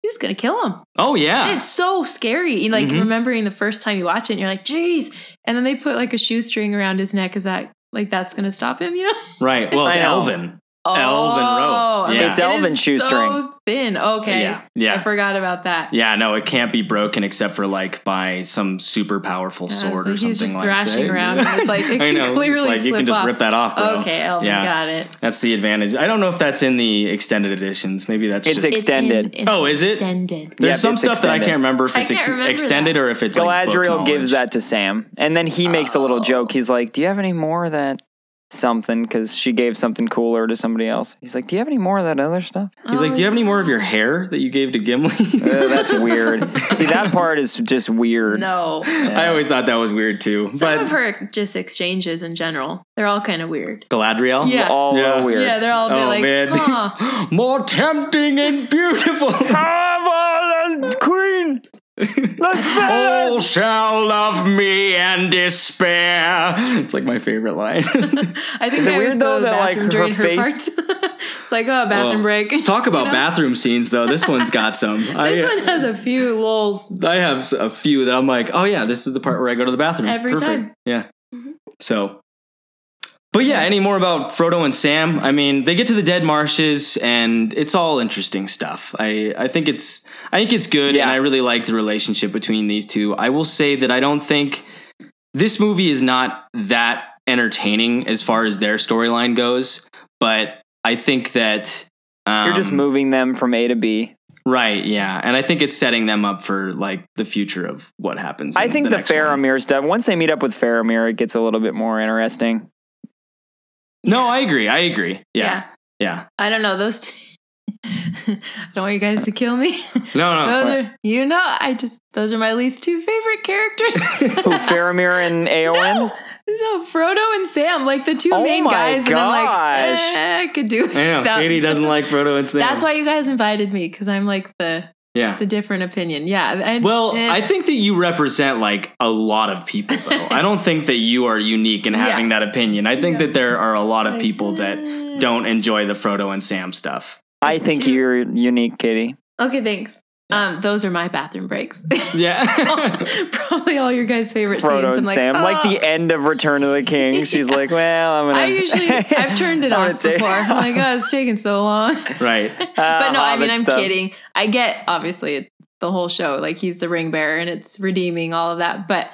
[SPEAKER 4] he was gonna kill him.
[SPEAKER 1] Oh
[SPEAKER 4] And
[SPEAKER 1] yeah.
[SPEAKER 4] It's so scary. You, like
[SPEAKER 2] Mm-hmm.
[SPEAKER 1] Mhm.
[SPEAKER 4] remembering the first time you watch it, and you're like, "Geez!" And then they put like a shoestring around his neck. Is that like that's gonna stop him? You know?
[SPEAKER 1] Right. Well, it's
[SPEAKER 2] I know.
[SPEAKER 1] Elvin. Elven rope.
[SPEAKER 4] I mean,
[SPEAKER 1] Yeah.
[SPEAKER 2] Oh, It's
[SPEAKER 4] it
[SPEAKER 2] elven
[SPEAKER 4] is
[SPEAKER 2] shoestring.
[SPEAKER 4] So thin. Okay.
[SPEAKER 1] Yeah.
[SPEAKER 4] I
[SPEAKER 1] Yeah.
[SPEAKER 4] forgot about that.
[SPEAKER 1] Yeah, no, it can't be broken except for like by some super powerful
[SPEAKER 4] Yeah,
[SPEAKER 1] sword
[SPEAKER 4] so
[SPEAKER 1] or something
[SPEAKER 4] he's just
[SPEAKER 1] like
[SPEAKER 4] thrashing
[SPEAKER 1] that.
[SPEAKER 4] around, and it's like, it
[SPEAKER 1] I
[SPEAKER 4] can
[SPEAKER 1] know, it's
[SPEAKER 4] clearly
[SPEAKER 1] like, you can
[SPEAKER 4] slip
[SPEAKER 1] just
[SPEAKER 4] off.
[SPEAKER 1] rip that off. Bro.
[SPEAKER 4] Okay, oh Elvin,
[SPEAKER 1] Yeah.
[SPEAKER 4] got it.
[SPEAKER 1] That's the advantage. I don't know if that's in the extended editions. Maybe that's
[SPEAKER 2] It's
[SPEAKER 1] just
[SPEAKER 2] ex- Extended.
[SPEAKER 4] It's in- it's
[SPEAKER 1] Oh, is it?
[SPEAKER 4] Extended.
[SPEAKER 1] There's
[SPEAKER 2] Yep,
[SPEAKER 1] some
[SPEAKER 2] it's
[SPEAKER 1] stuff that I
[SPEAKER 2] extended.
[SPEAKER 1] can't remember if
[SPEAKER 4] I
[SPEAKER 1] it's
[SPEAKER 4] can't
[SPEAKER 1] ex-
[SPEAKER 4] remember
[SPEAKER 1] extended
[SPEAKER 4] that.
[SPEAKER 1] or if it's like book
[SPEAKER 2] Galadriel
[SPEAKER 1] knowledge.
[SPEAKER 2] gives that to Sam, and then he makes a little
[SPEAKER 4] Oh.
[SPEAKER 2] joke. He's like, "Do you have any more of that something?" Because she gave something cooler to somebody else. He's like, "Do you have any more of that other stuff?"
[SPEAKER 4] Oh,
[SPEAKER 1] He's like, "Do you have any more of your hair that you gave to Gimli?"
[SPEAKER 2] Uh, that's weird. See, that part is just weird.
[SPEAKER 4] No. Some
[SPEAKER 1] I always thought that was weird too.
[SPEAKER 4] of
[SPEAKER 1] but
[SPEAKER 4] her just exchanges in general. They're all kind of weird.
[SPEAKER 1] Galadriel,
[SPEAKER 4] Yeah.
[SPEAKER 2] All
[SPEAKER 1] Yeah.
[SPEAKER 2] weird.
[SPEAKER 4] Yeah, they're all a bit
[SPEAKER 1] Oh,
[SPEAKER 4] like,
[SPEAKER 1] man.
[SPEAKER 4] huh.
[SPEAKER 1] more tempting and beautiful.
[SPEAKER 2] Have a queen. Let's
[SPEAKER 1] All shall love me and despair. It's like my favorite line.
[SPEAKER 4] I think
[SPEAKER 2] Is it
[SPEAKER 4] I always
[SPEAKER 2] weird, though,
[SPEAKER 4] go to the
[SPEAKER 2] that, like,
[SPEAKER 4] bathroom during
[SPEAKER 2] her
[SPEAKER 4] her,
[SPEAKER 2] face-
[SPEAKER 4] part. it's like, oh, bathroom
[SPEAKER 1] Oh,
[SPEAKER 4] break.
[SPEAKER 1] Talk about
[SPEAKER 4] You know?
[SPEAKER 1] bathroom scenes though. This one's got some.
[SPEAKER 4] This
[SPEAKER 1] I, uh,
[SPEAKER 4] one has a few lulls.
[SPEAKER 1] I have s- a few that I'm like, oh yeah, this is the part where I go to the bathroom
[SPEAKER 4] Every
[SPEAKER 1] Perfect.
[SPEAKER 4] time. Mm-hmm.
[SPEAKER 1] Yeah. So, but yeah, any more about Frodo and Sam? I mean, they get to the dead marshes, and it's all interesting stuff. I I think it's I think it's good,
[SPEAKER 2] Yeah.
[SPEAKER 1] and I really like the relationship between these two. I will say that I don't think this movie is not that entertaining as far as their storyline goes, but I think that. Um,
[SPEAKER 2] You're just moving them from A to B.
[SPEAKER 1] Right, yeah. And I think it's setting them up for like the future of what happens.
[SPEAKER 2] I
[SPEAKER 1] in
[SPEAKER 2] think the,
[SPEAKER 1] next one.
[SPEAKER 2] Faramir stuff. Once they meet up with Faramir, it gets a little bit more interesting.
[SPEAKER 1] No, I agree. I agree. Yeah. Yeah.
[SPEAKER 4] I don't know. Those two. I don't want you guys to kill me.
[SPEAKER 1] No, no.
[SPEAKER 4] Those are, you know, I just, those are my least two favorite characters.
[SPEAKER 2] Who Faramir and Aowen?
[SPEAKER 4] no, no, Frodo and Sam, like the two
[SPEAKER 2] Oh
[SPEAKER 4] main
[SPEAKER 2] my
[SPEAKER 4] guys. And I'm like,
[SPEAKER 2] gosh.
[SPEAKER 4] eh, I could do
[SPEAKER 1] I know.
[SPEAKER 4] without-
[SPEAKER 1] Katie doesn't like Frodo and Sam.
[SPEAKER 4] That's why you guys invited me because I'm like the
[SPEAKER 1] Yeah.
[SPEAKER 4] the different opinion. Yeah. I,
[SPEAKER 1] Well,
[SPEAKER 4] eh,
[SPEAKER 1] I think that you represent like a lot of people though. I don't think that you are unique in
[SPEAKER 4] Yeah.
[SPEAKER 1] having that opinion. I think
[SPEAKER 4] Yeah.
[SPEAKER 1] that there are a lot of
[SPEAKER 4] Like,
[SPEAKER 1] people that
[SPEAKER 4] eh.
[SPEAKER 1] don't enjoy the Frodo and Sam stuff.
[SPEAKER 2] I think
[SPEAKER 4] too-
[SPEAKER 2] you're unique, Katie.
[SPEAKER 4] Okay, thanks. Um, those are my bathroom breaks.
[SPEAKER 1] Yeah.
[SPEAKER 4] Probably all your guys' favorite scenes.
[SPEAKER 2] Frodo
[SPEAKER 4] I'm
[SPEAKER 2] and
[SPEAKER 4] like,
[SPEAKER 2] Sam, like
[SPEAKER 4] "Oh."
[SPEAKER 2] the end of Return of the King. She's like, well, I'm gonna.
[SPEAKER 4] I usually I've turned it
[SPEAKER 2] I'm gonna
[SPEAKER 4] off
[SPEAKER 2] take-
[SPEAKER 4] before. I'm like, oh, it's taking so long.
[SPEAKER 1] right.
[SPEAKER 4] but no, I
[SPEAKER 2] Hobbit
[SPEAKER 4] mean, I'm
[SPEAKER 2] stuff.
[SPEAKER 4] kidding. I get obviously it's the whole show. Like he's the ring bearer, and it's redeeming all of that. But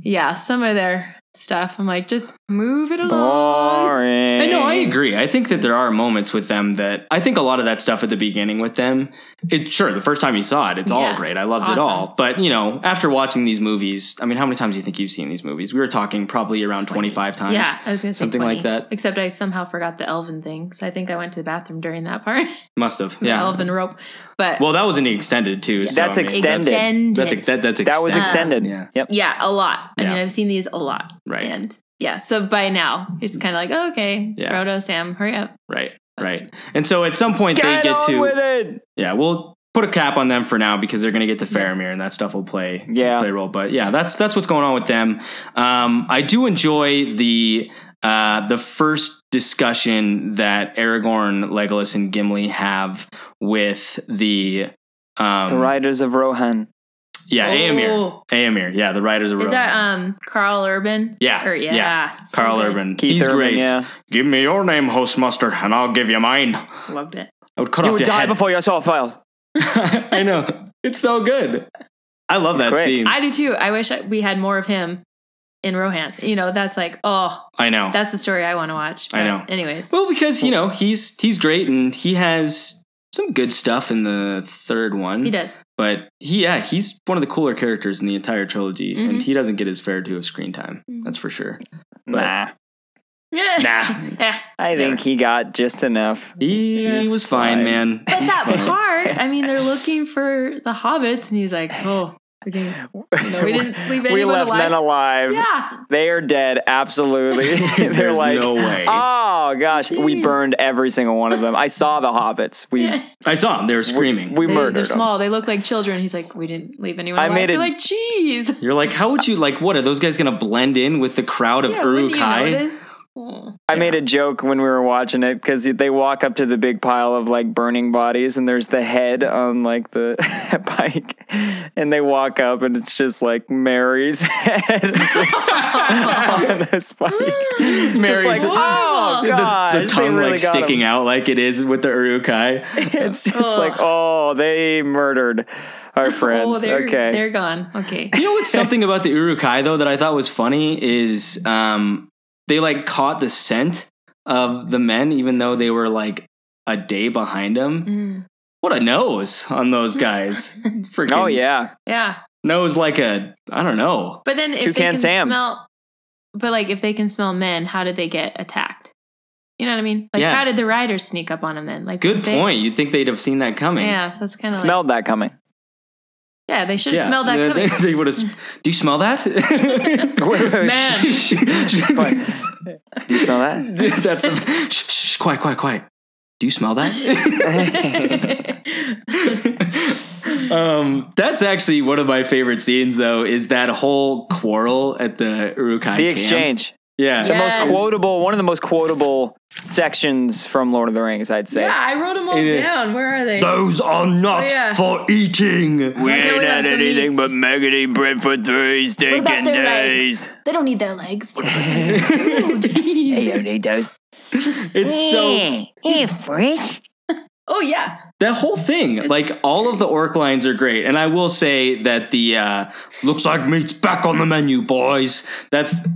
[SPEAKER 4] yeah, some of their stuff, I'm like, just move it along.
[SPEAKER 2] Boring.
[SPEAKER 1] I know, I agree. I think that there are moments with them that I think a lot of that stuff at the beginning with them. It sure the first time you saw it, it's all
[SPEAKER 4] Yeah.
[SPEAKER 1] great. I loved it
[SPEAKER 4] Awesome.
[SPEAKER 1] all, but you know, after watching these movies, I mean, how many times do you think you've seen these movies? We were talking probably around twenty five times.
[SPEAKER 4] Yeah, I was gonna say
[SPEAKER 1] Something like
[SPEAKER 4] 20,
[SPEAKER 1] that.
[SPEAKER 4] Except I somehow forgot the elven thing, so I think I went to the bathroom during that part.
[SPEAKER 1] must have.
[SPEAKER 4] the
[SPEAKER 1] Yeah,
[SPEAKER 4] elven rope. But
[SPEAKER 1] Well, that was in the extended too. so,
[SPEAKER 2] that's
[SPEAKER 1] I mean,
[SPEAKER 2] extended.
[SPEAKER 1] That's that's, that's extended.
[SPEAKER 2] That was extended.
[SPEAKER 1] Yeah.
[SPEAKER 2] Yep.
[SPEAKER 4] yeah, a lot. I
[SPEAKER 1] Yeah.
[SPEAKER 4] mean, I've seen these a lot.
[SPEAKER 1] Right.
[SPEAKER 4] And yeah, so by now it's kind of like, oh, okay,
[SPEAKER 1] Yeah.
[SPEAKER 4] Frodo, Sam, hurry up.
[SPEAKER 1] Right. Right. And so at some point they get
[SPEAKER 2] on
[SPEAKER 1] to
[SPEAKER 2] with it.
[SPEAKER 1] yeah, we'll put a cap on them for now because they're going to get to Faramir and that stuff will play
[SPEAKER 2] Yeah.
[SPEAKER 1] play a role. But yeah, that's that's what's going on with them. Um, I do enjoy the uh, the first discussion that Aragorn, Legolas, and Gimli have with the um,
[SPEAKER 2] The Riders of Rohan.
[SPEAKER 1] yeah Aemir
[SPEAKER 4] Oh.
[SPEAKER 1] Aemir yeah the writers of Rohan.
[SPEAKER 4] Is that uh, um Carl Urban?
[SPEAKER 1] Yeah,
[SPEAKER 4] Or,
[SPEAKER 1] yeah.
[SPEAKER 4] yeah.
[SPEAKER 1] Carl
[SPEAKER 4] so good.
[SPEAKER 1] Urban,
[SPEAKER 2] Keith
[SPEAKER 1] he's
[SPEAKER 2] Urban,
[SPEAKER 1] Grace.
[SPEAKER 2] yeah.
[SPEAKER 1] Give me your name, host master, and I'll give you mine. I
[SPEAKER 4] Loved it.
[SPEAKER 1] would cut
[SPEAKER 2] You
[SPEAKER 1] off
[SPEAKER 2] would
[SPEAKER 1] your
[SPEAKER 2] die
[SPEAKER 1] head.
[SPEAKER 2] before your soul fell.
[SPEAKER 1] I know it's so good. I love that
[SPEAKER 2] quick.
[SPEAKER 1] scene. I,
[SPEAKER 4] I do too. I wish I- we had more of him in Rohan. You know, that's like, oh,
[SPEAKER 1] know
[SPEAKER 4] that's the story I want to watch.
[SPEAKER 1] I know.
[SPEAKER 4] Anyways,
[SPEAKER 2] Hmm.
[SPEAKER 1] Well, because you know he's he's great and he has some good stuff in the third one.
[SPEAKER 4] he does.
[SPEAKER 1] but he yeah he's one of the cooler characters in the entire trilogy,
[SPEAKER 4] Mm-hmm.
[SPEAKER 1] and he doesn't get his fair due of screen time.
[SPEAKER 4] Mhm.
[SPEAKER 1] That's for sure. But-
[SPEAKER 2] Nah.
[SPEAKER 1] Nah.
[SPEAKER 4] Yeah.
[SPEAKER 2] I think he got just enough.
[SPEAKER 1] He,
[SPEAKER 2] He's
[SPEAKER 1] was fine,
[SPEAKER 2] fine.
[SPEAKER 1] man.
[SPEAKER 4] But
[SPEAKER 1] He's
[SPEAKER 4] that
[SPEAKER 1] fine.
[SPEAKER 4] part, I mean, they're looking for the hobbits, and he's like, oh, We didn't, no, we didn't leave anyone
[SPEAKER 2] left
[SPEAKER 4] alive.
[SPEAKER 2] men alive.
[SPEAKER 4] Yeah.
[SPEAKER 2] They are dead, absolutely. They're
[SPEAKER 1] There's
[SPEAKER 2] like,
[SPEAKER 1] no way.
[SPEAKER 2] oh gosh, we
[SPEAKER 4] Jeez.
[SPEAKER 2] burned every single one of them. I saw the hobbits. We
[SPEAKER 4] Yeah.
[SPEAKER 1] I saw him. They were screaming.
[SPEAKER 2] we
[SPEAKER 4] They,
[SPEAKER 2] murdered
[SPEAKER 4] they're
[SPEAKER 2] them.
[SPEAKER 4] small. They look like children. He's like, we didn't leave anyone
[SPEAKER 2] I
[SPEAKER 4] alive.
[SPEAKER 2] made
[SPEAKER 4] You're
[SPEAKER 2] it-
[SPEAKER 4] like, geez.
[SPEAKER 1] You're like, how would you like? What are those guys gonna blend in with the crowd of
[SPEAKER 4] Yeah, wouldn't you
[SPEAKER 1] Urukai?
[SPEAKER 4] notice? Oh.
[SPEAKER 2] I made a joke when we were watching it because they walk up to the big pile of like burning bodies, and there's the head on like the pike, and they walk up, and it's just like Mary's head just on the spike. Mary's like,
[SPEAKER 1] Mary's-
[SPEAKER 2] oh
[SPEAKER 4] The-
[SPEAKER 1] The-
[SPEAKER 2] gosh,
[SPEAKER 1] the, tongue
[SPEAKER 2] they really
[SPEAKER 1] like
[SPEAKER 2] got 'em."
[SPEAKER 1] sticking out like it is with the Urukai.
[SPEAKER 2] It's just
[SPEAKER 4] Ugh.
[SPEAKER 2] like, oh, they murdered our friends.
[SPEAKER 4] Oh, they're,
[SPEAKER 2] okay,
[SPEAKER 4] They're gone. Okay.
[SPEAKER 1] You know what's something about the Urukai though that I thought was funny is um they like caught the scent of the men even though they were like a day behind them.
[SPEAKER 4] Mm.
[SPEAKER 1] What a nose on those guys. Freaking
[SPEAKER 2] oh yeah,
[SPEAKER 4] Yeah.
[SPEAKER 1] Nose like a I don't know.
[SPEAKER 4] But then if they
[SPEAKER 2] Toucan
[SPEAKER 4] can
[SPEAKER 2] Sam.
[SPEAKER 4] smell, but like if they can smell men, how did they get attacked? You know what I mean? Like
[SPEAKER 1] Yeah.
[SPEAKER 4] how did the riders sneak up on them then? Like
[SPEAKER 1] Good
[SPEAKER 4] they-
[SPEAKER 1] point. You'd think they'd have seen that coming.
[SPEAKER 4] Yeah, so that's kind of
[SPEAKER 2] smelled that coming.
[SPEAKER 4] Like, yeah, they should have smelled that
[SPEAKER 1] they,
[SPEAKER 4] coming.
[SPEAKER 1] They, would have. Do you smell that?
[SPEAKER 4] Man.
[SPEAKER 2] What? Do you smell that?
[SPEAKER 1] That's the, shh, shh, shh, quiet, quiet, quiet. Do you smell that? um, that's actually one of my favorite scenes, though, is that whole quarrel at the Urukai. camp.
[SPEAKER 2] The exchange.
[SPEAKER 1] Yeah.
[SPEAKER 4] Yeah.
[SPEAKER 2] most
[SPEAKER 4] Yes.
[SPEAKER 2] quotable one of the most quotable sections from Lord of the Rings, I'd say.
[SPEAKER 4] yeah, I wrote them all
[SPEAKER 1] It is.
[SPEAKER 4] down. Where are they?
[SPEAKER 1] Those are not
[SPEAKER 4] Oh, yeah.
[SPEAKER 1] for eating.
[SPEAKER 4] Why can't we have some meats?
[SPEAKER 2] maggoty bread for three
[SPEAKER 5] What about their legs? They don't need their legs.
[SPEAKER 4] Oh, jeez.
[SPEAKER 2] uh,
[SPEAKER 5] don't need those.
[SPEAKER 1] It's
[SPEAKER 2] Mm.
[SPEAKER 1] so
[SPEAKER 5] hey, fresh.
[SPEAKER 4] Oh yeah.
[SPEAKER 1] that whole thing. like all of the orc lines are great, and I will say that the uh, looks like meat's back on the menu, boys. That's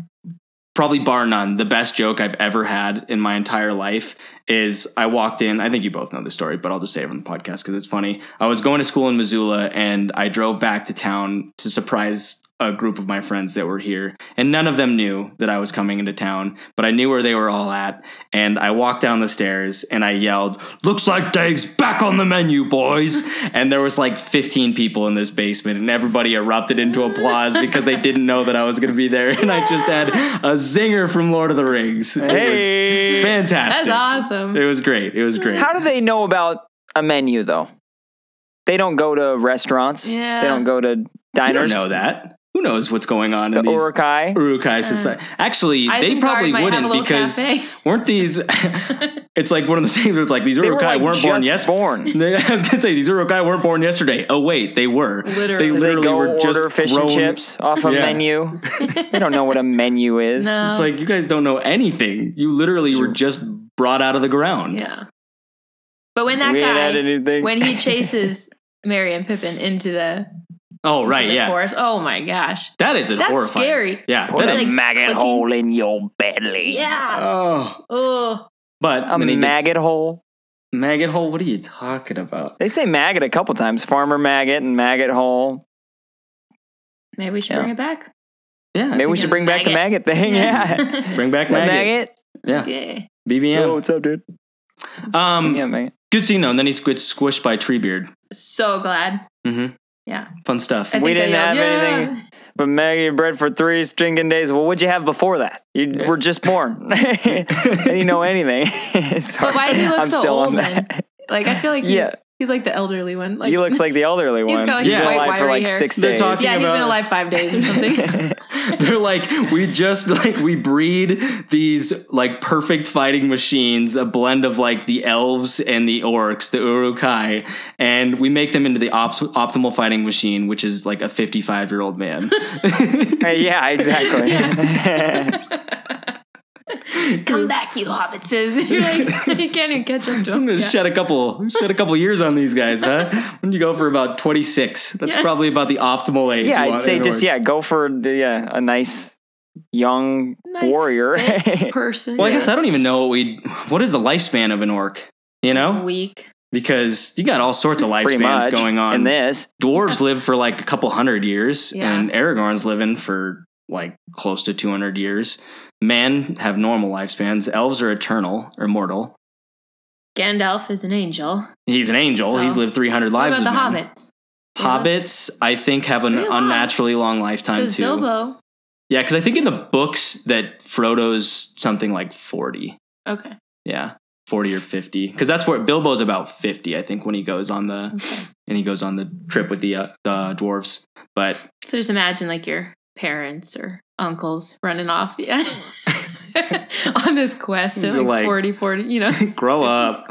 [SPEAKER 1] probably bar none the best joke I've ever had in my entire life. Is I walked in. I think you both know the story, but I'll just say it on the podcast because it's funny. I was going to school in Missoula, and I drove back to town to surprise a group of my friends that were here and none of them knew that I was coming into town but I knew where they were all at and I walked down the stairs and I yelled looks like Dave's back on the menu boys and there was like 15 people in this basement and everybody erupted into applause because they didn't know that I was going to be there and I just had a zinger from Lord of the Rings It was
[SPEAKER 2] Hey.
[SPEAKER 1] fantastic
[SPEAKER 4] That's awesome.
[SPEAKER 1] it was great it was great
[SPEAKER 2] How do they know about a menu though? They don't go to restaurants.
[SPEAKER 4] Yeah.
[SPEAKER 2] They don't go to
[SPEAKER 1] I don't
[SPEAKER 2] diners.
[SPEAKER 1] know that who knows what's going on
[SPEAKER 2] The
[SPEAKER 1] in these
[SPEAKER 2] Urukai.
[SPEAKER 1] Urukai society. Actually,
[SPEAKER 4] Uh, I
[SPEAKER 1] they
[SPEAKER 4] think Guard
[SPEAKER 1] probably
[SPEAKER 4] might have
[SPEAKER 1] wouldn't
[SPEAKER 4] a little
[SPEAKER 1] because
[SPEAKER 4] cafe.
[SPEAKER 1] weren't these? it's like one of those things where it's like these
[SPEAKER 2] They
[SPEAKER 1] Urukai
[SPEAKER 2] were like
[SPEAKER 1] weren't born
[SPEAKER 2] just
[SPEAKER 1] yesterday.
[SPEAKER 2] born.
[SPEAKER 1] I was gonna say these Urukai weren't born yesterday. Oh wait, they were.
[SPEAKER 4] Literally.
[SPEAKER 1] they
[SPEAKER 4] Did they
[SPEAKER 1] literally
[SPEAKER 2] they go
[SPEAKER 1] were just
[SPEAKER 2] order fish
[SPEAKER 1] grown-
[SPEAKER 2] and chips off a
[SPEAKER 1] Yeah.
[SPEAKER 2] menu. they don't know what a menu is.
[SPEAKER 4] No.
[SPEAKER 1] It's like you guys don't know anything. You literally were just brought out of the ground.
[SPEAKER 4] yeah. But when that
[SPEAKER 2] we ain't had
[SPEAKER 4] guy
[SPEAKER 2] anything.
[SPEAKER 4] when he chases Mary and Pippin into the,
[SPEAKER 1] Oh right,
[SPEAKER 4] the
[SPEAKER 1] yeah.
[SPEAKER 4] forest, oh my gosh.
[SPEAKER 1] That is a
[SPEAKER 4] That's
[SPEAKER 1] horrifying.
[SPEAKER 4] scary.
[SPEAKER 1] Yeah.
[SPEAKER 5] Put
[SPEAKER 1] that
[SPEAKER 5] a
[SPEAKER 1] is-
[SPEAKER 4] like-
[SPEAKER 5] maggot
[SPEAKER 4] clicking.
[SPEAKER 5] hole in your belly.
[SPEAKER 4] Yeah.
[SPEAKER 1] oh,
[SPEAKER 4] Oh.
[SPEAKER 1] but
[SPEAKER 2] a
[SPEAKER 1] then he gets-
[SPEAKER 2] maggot hole.
[SPEAKER 1] maggot hole. What are you talking about?
[SPEAKER 2] They say maggot a couple times. Farmer maggot and maggot hole.
[SPEAKER 4] Maybe we should
[SPEAKER 2] Yeah.
[SPEAKER 4] bring it back.
[SPEAKER 1] Yeah. I
[SPEAKER 2] Maybe we
[SPEAKER 1] think
[SPEAKER 2] should bring back the maggot thing. Yeah.
[SPEAKER 1] it- bring back
[SPEAKER 2] The
[SPEAKER 1] maggot. Yeah.
[SPEAKER 2] maggot.
[SPEAKER 4] yeah.
[SPEAKER 2] Oh,
[SPEAKER 1] BBM.
[SPEAKER 2] what's up, dude?
[SPEAKER 4] Mm.
[SPEAKER 1] Um,
[SPEAKER 2] yeah, maggot.
[SPEAKER 1] Good scene though. And then he gets squished by Treebeard.
[SPEAKER 4] So glad.
[SPEAKER 1] Mm-hmm.
[SPEAKER 4] Yeah.
[SPEAKER 1] Fun stuff.
[SPEAKER 4] I
[SPEAKER 2] We
[SPEAKER 4] think I
[SPEAKER 2] didn't have
[SPEAKER 4] yelled, "Yeah."
[SPEAKER 2] anything but maggot bread for three stinking days. Well, what'd you have before that? You were just born. I didn't know anything. Sorry.
[SPEAKER 4] But why does he look
[SPEAKER 2] I'm
[SPEAKER 4] so
[SPEAKER 2] still on
[SPEAKER 4] old then?
[SPEAKER 2] that.
[SPEAKER 4] Like I feel like he's
[SPEAKER 2] Yeah.
[SPEAKER 4] he's like the elderly one. Like
[SPEAKER 2] he looks like the elderly
[SPEAKER 4] He's
[SPEAKER 2] one.
[SPEAKER 4] got, like,
[SPEAKER 1] Yeah.
[SPEAKER 2] been
[SPEAKER 1] white,
[SPEAKER 2] alive for
[SPEAKER 4] wiry
[SPEAKER 2] like
[SPEAKER 4] hair.
[SPEAKER 2] six
[SPEAKER 1] They're
[SPEAKER 2] days.
[SPEAKER 1] talking-
[SPEAKER 4] Yeah, he's
[SPEAKER 1] about-
[SPEAKER 4] been alive five days or something.
[SPEAKER 1] They're like, we just like we breed these like perfect fighting machines, a blend of like the elves and the orcs, the urukai, and we make them into the op- optimal fighting machine, which is like a 55 year old man.
[SPEAKER 2] yeah, exactly.
[SPEAKER 5] Come back, you hobbits.
[SPEAKER 4] Says- You're like you can't even catch up to
[SPEAKER 1] I'm
[SPEAKER 4] him.
[SPEAKER 1] gonna
[SPEAKER 4] Yeah.
[SPEAKER 1] shed a couple shed a couple years on these guys, huh? When you go for about 26, that's
[SPEAKER 4] Yeah.
[SPEAKER 1] probably about the optimal age.
[SPEAKER 2] yeah,
[SPEAKER 1] you
[SPEAKER 2] I'd
[SPEAKER 1] want
[SPEAKER 2] say
[SPEAKER 1] an
[SPEAKER 2] just
[SPEAKER 1] orc.
[SPEAKER 2] yeah, go for the yeah, a nice young warrior.
[SPEAKER 4] fit person.
[SPEAKER 1] Well, I
[SPEAKER 4] yeah.
[SPEAKER 1] guess I don't even know what we what is the lifespan of an orc. You know,
[SPEAKER 4] weak.
[SPEAKER 1] because you got all sorts of
[SPEAKER 2] pretty
[SPEAKER 1] lifespans
[SPEAKER 2] much
[SPEAKER 1] going on.
[SPEAKER 2] in this.
[SPEAKER 1] Dwarves live for like a couple hundred years,
[SPEAKER 4] Yeah.
[SPEAKER 1] and Aragorn's living for like close to 200 years. Men have normal lifespans. Elves are eternal or mortal.
[SPEAKER 4] Gandalf is an angel.
[SPEAKER 1] He's an angel.
[SPEAKER 4] So-
[SPEAKER 1] He's lived 300
[SPEAKER 4] What
[SPEAKER 1] lives.
[SPEAKER 4] about the
[SPEAKER 1] with men.
[SPEAKER 4] hobbits?
[SPEAKER 1] Hobbits, I think, have an
[SPEAKER 4] Pretty long.
[SPEAKER 1] unnaturally long lifetime
[SPEAKER 4] Because
[SPEAKER 1] too.
[SPEAKER 4] Bilbo.
[SPEAKER 1] Yeah, because I think in the books that Frodo's something like forty.
[SPEAKER 4] Okay.
[SPEAKER 1] Yeah, forty or fifty. Because that's where Bilbo's about fifty, I think, when he goes on the
[SPEAKER 4] okay.
[SPEAKER 1] and he goes on the trip with the uh, the dwarves. But
[SPEAKER 4] So just imagine like your parents or uncles running off. Yeah. On this quest at
[SPEAKER 1] You're
[SPEAKER 4] like,
[SPEAKER 1] like-
[SPEAKER 4] 40, 40, you know.
[SPEAKER 1] grow up.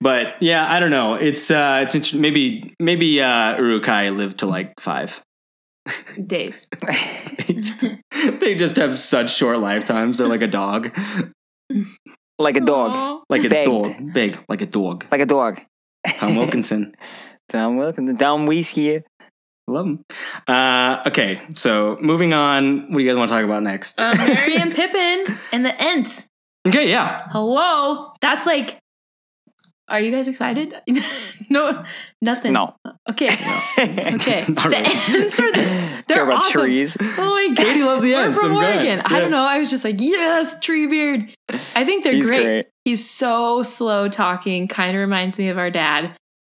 [SPEAKER 1] but yeah, I don't know. It's uh, it's int- maybe maybe uh, Urukai lived to like five.
[SPEAKER 4] Days.
[SPEAKER 1] they just have such short lifetimes. They're like a dog,
[SPEAKER 2] like a dog.
[SPEAKER 4] Aw.
[SPEAKER 1] like a
[SPEAKER 2] Begged.
[SPEAKER 1] dog, big like a dog.
[SPEAKER 2] Like a dog.
[SPEAKER 1] Tom Wilkinson,
[SPEAKER 2] Tom Wilkins. Tom Whiskey.
[SPEAKER 1] love him. Uh, okay, so moving on. What do you guys want to talk about next?
[SPEAKER 4] Uh, Mary and Pippin and the Ents.
[SPEAKER 1] Okay, yeah,
[SPEAKER 4] Hello. That's like, are you guys excited? no, nothing.
[SPEAKER 2] No.
[SPEAKER 4] Okay. Okay.
[SPEAKER 1] Not
[SPEAKER 4] the
[SPEAKER 1] really.
[SPEAKER 4] Ents are the. They're
[SPEAKER 2] Care about
[SPEAKER 4] awesome.
[SPEAKER 2] trees.
[SPEAKER 4] Oh my god.
[SPEAKER 1] Katie loves the
[SPEAKER 4] We're
[SPEAKER 1] Ents,
[SPEAKER 4] from
[SPEAKER 1] I'm glad.
[SPEAKER 4] Oregon. I
[SPEAKER 1] Yeah.
[SPEAKER 4] don't know. I was just like, yes, tree beard. I think they're
[SPEAKER 2] He's
[SPEAKER 4] great.
[SPEAKER 2] great.
[SPEAKER 4] He's so slow talking. Kind of reminds me of our dad.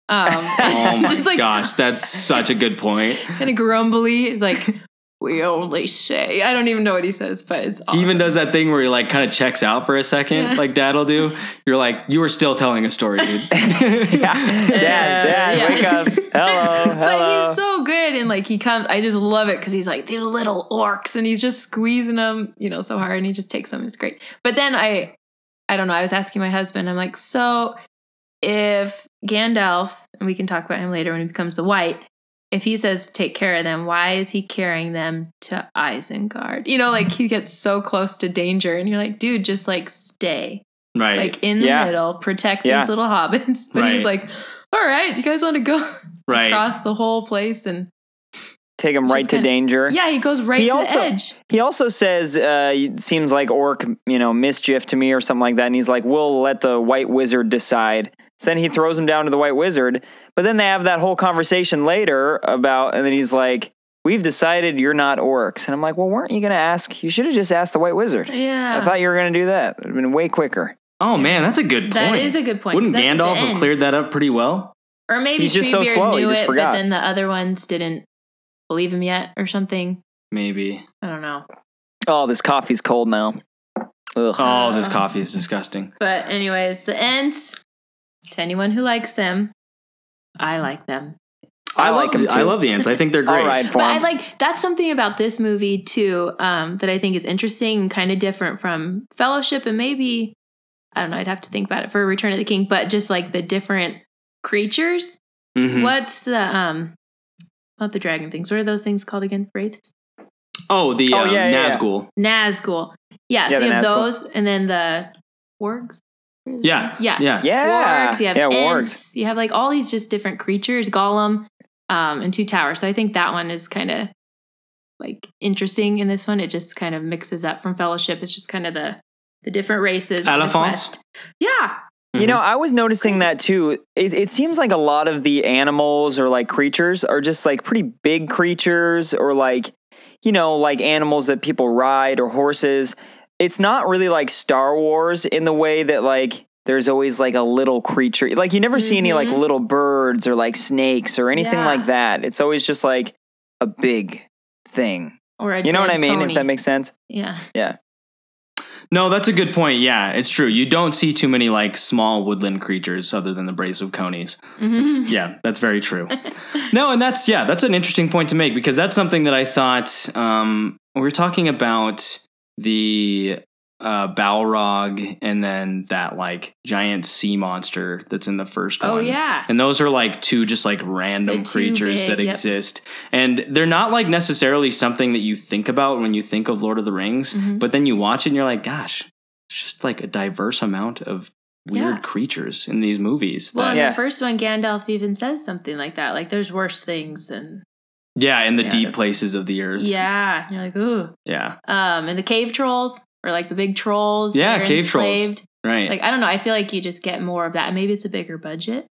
[SPEAKER 4] Um,
[SPEAKER 1] Oh my
[SPEAKER 4] just like
[SPEAKER 1] gosh, that's such a good point.
[SPEAKER 4] kind of grumbly, like we only say. I don't even know what he says, but it's awesome.
[SPEAKER 1] He even does that thing where he like kind of checks out for a second,
[SPEAKER 4] Yeah.
[SPEAKER 1] like Dad'll do. You're like, you were still telling a story, dude.
[SPEAKER 2] Yeah. Dad,
[SPEAKER 4] Uh, yeah.
[SPEAKER 2] dad, wake up. Hello,
[SPEAKER 4] But
[SPEAKER 2] hello.
[SPEAKER 4] he's so good, and like he comes. I just love it because he's like the little orcs, and he's just squeezing them, you know, so hard, and he just takes them. It's great. But then I, I don't know. I was asking my husband. I'm like, so if Gandalf, and we can talk about him later when he becomes the White. If he says to take care of them, why is he carrying them to Isengard? You know, like he gets so close to danger, and you're like, dude, just like stay
[SPEAKER 1] right.
[SPEAKER 4] like in the
[SPEAKER 2] Yeah.
[SPEAKER 4] middle, protect
[SPEAKER 2] Yeah.
[SPEAKER 4] these little hobbits. But he's
[SPEAKER 1] Right.
[SPEAKER 4] like, all right, you guys want to go
[SPEAKER 1] Right.
[SPEAKER 4] across the whole place? And
[SPEAKER 2] Take him
[SPEAKER 4] Just
[SPEAKER 2] right to
[SPEAKER 4] kinda-
[SPEAKER 2] danger.
[SPEAKER 4] yeah, he goes right
[SPEAKER 2] He
[SPEAKER 4] to
[SPEAKER 2] also-
[SPEAKER 4] the edge.
[SPEAKER 2] He also says, uh, it seems like orc, you know, mischief to me or something like that. And he's like, we'll let the white wizard decide. So then he throws him down to the white wizard. But then they have that whole conversation later about, and then he's like, we've decided you're not orcs. And I'm like, well, weren't you going to ask? You should have just asked the white wizard.
[SPEAKER 4] Yeah.
[SPEAKER 2] I thought you were going to do that. It would have been way quicker.
[SPEAKER 1] oh man, that's a good point.
[SPEAKER 4] that is a good point.
[SPEAKER 1] Wouldn't
[SPEAKER 4] 'cause that's at
[SPEAKER 1] Gandalf
[SPEAKER 4] the
[SPEAKER 1] have
[SPEAKER 4] end.
[SPEAKER 1] cleared that up pretty well?
[SPEAKER 4] Or maybe
[SPEAKER 2] He's just so
[SPEAKER 4] Treebeard
[SPEAKER 2] slow, he
[SPEAKER 4] knew
[SPEAKER 2] just
[SPEAKER 4] it,
[SPEAKER 2] forgot.
[SPEAKER 4] but then the other ones didn't believe him yet or something.
[SPEAKER 1] Maybe.
[SPEAKER 4] I don't know.
[SPEAKER 2] Oh, this coffee's cold now. Ugh.
[SPEAKER 1] Oh, this coffee is disgusting.
[SPEAKER 4] But anyways, the Ents. To anyone who likes them, I like them.
[SPEAKER 2] I,
[SPEAKER 1] love
[SPEAKER 2] like him
[SPEAKER 1] the-
[SPEAKER 2] too.
[SPEAKER 1] I love the ants. I think they're great.
[SPEAKER 2] I'll ride for
[SPEAKER 4] But I
[SPEAKER 2] him.
[SPEAKER 4] like that's something about this movie too um, that I think is interesting and kind of different from Fellowship and maybe I don't know. I'd have to think about it for Return of the King, but just like the different creatures.
[SPEAKER 2] Hmm.
[SPEAKER 1] Mhm.
[SPEAKER 4] What's the um, not the dragon things? What are those things called again? Wraiths,
[SPEAKER 1] Oh, the
[SPEAKER 2] Oh,
[SPEAKER 1] um,
[SPEAKER 2] yeah, yeah, yeah.
[SPEAKER 1] Nazgul.
[SPEAKER 4] Nazgul.
[SPEAKER 2] Yeah,
[SPEAKER 4] Yeah, so you
[SPEAKER 2] the
[SPEAKER 4] have
[SPEAKER 2] Nazgul.
[SPEAKER 4] those, and then the wargs.
[SPEAKER 1] Yeah.
[SPEAKER 4] yeah,
[SPEAKER 1] Yeah.
[SPEAKER 2] yeah.
[SPEAKER 4] Wargs, you have
[SPEAKER 2] yeah,
[SPEAKER 4] ants,
[SPEAKER 2] wargs.
[SPEAKER 4] you have like all these just different creatures, Gollum, um, and two towers. So I think that one is kind of like interesting. In this one, it just kind of mixes up from Fellowship. It's just kind of the the different races. on the
[SPEAKER 1] Elephants?
[SPEAKER 4] quest. yeah,
[SPEAKER 2] You
[SPEAKER 1] Mhm.
[SPEAKER 2] know, I was noticing
[SPEAKER 4] Mm-hmm. Crazy.
[SPEAKER 2] that too. It, it seems like a lot of the animals or like creatures are just like pretty big creatures or like, you know, like animals that people ride or horses. It's not really like Star Wars in the way that like there's always like a little creature. Like you never see any like
[SPEAKER 4] Mhm.
[SPEAKER 2] little birds or like snakes or anything
[SPEAKER 4] Yeah.
[SPEAKER 2] like that. It's always just like a big thing.
[SPEAKER 4] or a
[SPEAKER 2] You know what
[SPEAKER 4] dead
[SPEAKER 2] I mean?
[SPEAKER 4] pony.
[SPEAKER 2] If that makes sense.
[SPEAKER 4] yeah,
[SPEAKER 1] No, that's a good point. Yeah, it's true. You don't see too many like small woodland creatures other than the brace of conies.
[SPEAKER 4] Mhm.
[SPEAKER 1] Yeah, that's very true. no, and that's yeah, that's an interesting point to make because that's something that I thought um, we were talking about the uh, Balrog and then that like giant sea monster that's in the first one.
[SPEAKER 4] Oh yeah,
[SPEAKER 1] And those are like two just like random
[SPEAKER 4] They're too
[SPEAKER 1] creatures
[SPEAKER 4] big,
[SPEAKER 1] that
[SPEAKER 4] yep.
[SPEAKER 1] exist. And they're not like necessarily something that you think about when you think of Lord of the Rings,
[SPEAKER 4] Mhm.
[SPEAKER 1] but then you watch it and you're like, gosh, it's just like a diverse amount of weird
[SPEAKER 4] Yeah.
[SPEAKER 1] creatures in these movies.
[SPEAKER 4] Well,
[SPEAKER 1] that-
[SPEAKER 4] in
[SPEAKER 2] Yeah.
[SPEAKER 4] the first one, Gandalf even says something like that. Like, there's worse things, and
[SPEAKER 1] yeah, in the
[SPEAKER 4] Yeah,
[SPEAKER 1] deep
[SPEAKER 4] that's-
[SPEAKER 1] places of the earth.
[SPEAKER 4] yeah, you're like, ooh.
[SPEAKER 1] Yeah.
[SPEAKER 4] Um, and the cave trolls, or like the big trolls, that
[SPEAKER 1] Yeah,
[SPEAKER 4] are
[SPEAKER 1] cave trolls.
[SPEAKER 4] enslaved.
[SPEAKER 1] Right.
[SPEAKER 4] Like I don't know. I feel like you just get more of that. Maybe it's a bigger budget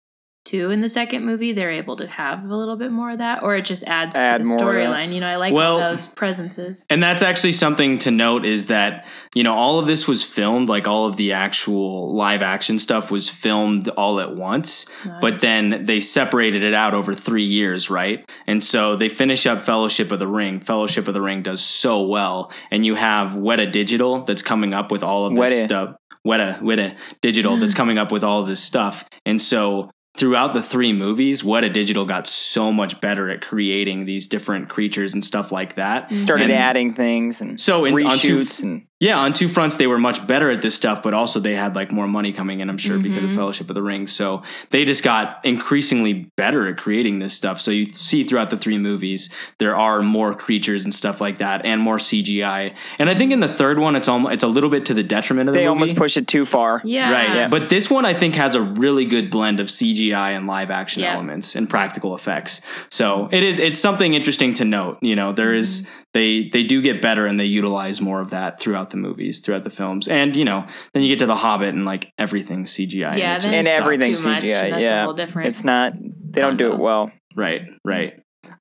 [SPEAKER 4] too in the second movie, they're able to have a little bit more of that, or it just adds
[SPEAKER 2] Add
[SPEAKER 4] to the
[SPEAKER 2] more of that.
[SPEAKER 4] storyline. You know, I like
[SPEAKER 1] Well-
[SPEAKER 4] those presences.
[SPEAKER 1] And that's actually something to note is that, you know, all of this was filmed, like all of the actual live action stuff was filmed all at once, but then they separated it out over three years, right? And so they finish up Fellowship of the Ring. Fellowship of the Ring does so well. And you have Weta Digital that's coming up with all of this
[SPEAKER 2] Weta.
[SPEAKER 1] stuff. Weta, Weta Digital that's coming up with all of this stuff. And so throughout the three movies, Weta Digital got so much better at creating these different creatures and stuff like that.
[SPEAKER 2] Started
[SPEAKER 4] Mm-hmm.
[SPEAKER 1] And-
[SPEAKER 2] adding things and
[SPEAKER 1] So in- on two-
[SPEAKER 2] reshoots and
[SPEAKER 1] yeah, on two fronts they were much better at this stuff, but also they had like more money coming in, I'm sure, because
[SPEAKER 2] Mm-hmm.
[SPEAKER 1] of Fellowship of the Ring. So they just got increasingly better at creating this stuff. So you see throughout the three movies, there are more creatures and stuff like that, and more CGI. And I think in the third one, it's almost it's a little bit to the detriment of the
[SPEAKER 2] they
[SPEAKER 1] movie.
[SPEAKER 2] almost pushed it too far.
[SPEAKER 4] Yeah.
[SPEAKER 1] Right, but this one I think has a really good blend of CGI and live action
[SPEAKER 4] Yeah.
[SPEAKER 1] elements and practical effects. So it is it's something interesting to note. You know, there is
[SPEAKER 4] Mm-hmm.
[SPEAKER 1] they they do get better and they utilize more of that throughout the movies, throughout the films, and you know then you get to the Hobbit and like everything's CGI.
[SPEAKER 4] Yeah,
[SPEAKER 1] it
[SPEAKER 4] then
[SPEAKER 1] just
[SPEAKER 2] And
[SPEAKER 4] Sucks.
[SPEAKER 1] sucks.
[SPEAKER 2] everything
[SPEAKER 4] Too much,
[SPEAKER 2] CGI.
[SPEAKER 4] and that's a
[SPEAKER 2] yeah.
[SPEAKER 4] whole different
[SPEAKER 2] It's not they don't do it
[SPEAKER 4] combo.
[SPEAKER 2] well.
[SPEAKER 1] Right, right.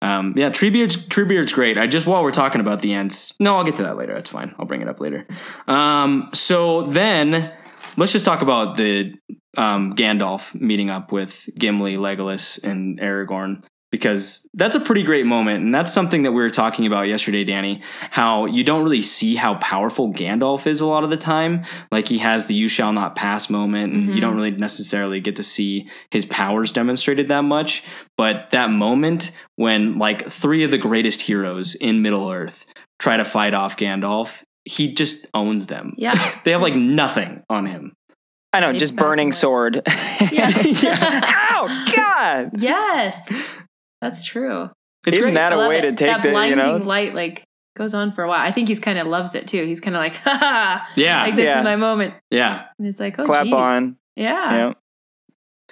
[SPEAKER 1] Um, yeah, Treebeard's Treebeard's great. I just while we're talking about the ants. No, I'll get to that later. That's fine. I'll bring it up later. Um, so then let's just talk about the um, Gandalf meeting up with Gimli, Legolas, and Aragorn because that's a pretty great moment, and that's something that we were talking about yesterday, Danny. How you don't really see how powerful Gandalf is a lot of the time. Like he has the "You shall not pass" moment, and you don't really necessarily get to see his powers demonstrated that much. But that moment when like three of the greatest heroes in Middle Earth try to fight off Gandalf, he just owns them.
[SPEAKER 4] Yeah.
[SPEAKER 1] They have like nothing on him.
[SPEAKER 2] I know,
[SPEAKER 4] Big
[SPEAKER 2] just
[SPEAKER 4] back
[SPEAKER 2] burning
[SPEAKER 4] leg.
[SPEAKER 2] sword.
[SPEAKER 4] Yeah.
[SPEAKER 2] Ow, God!
[SPEAKER 4] yes. That's true.
[SPEAKER 1] It's
[SPEAKER 2] Isn't
[SPEAKER 1] great.
[SPEAKER 2] that a
[SPEAKER 4] I love
[SPEAKER 2] way to
[SPEAKER 4] it.
[SPEAKER 2] take
[SPEAKER 4] that
[SPEAKER 2] the, you
[SPEAKER 4] blinding
[SPEAKER 2] know-
[SPEAKER 4] light like goes on for a while. I think he's kind of loves it too. He's kind of like, ha ha,
[SPEAKER 1] yeah,
[SPEAKER 4] like this
[SPEAKER 2] Yeah.
[SPEAKER 4] is my moment.
[SPEAKER 1] yeah.
[SPEAKER 4] And it's like, oh, Ah.
[SPEAKER 2] Clap
[SPEAKER 4] geez.
[SPEAKER 2] on.
[SPEAKER 4] Yeah.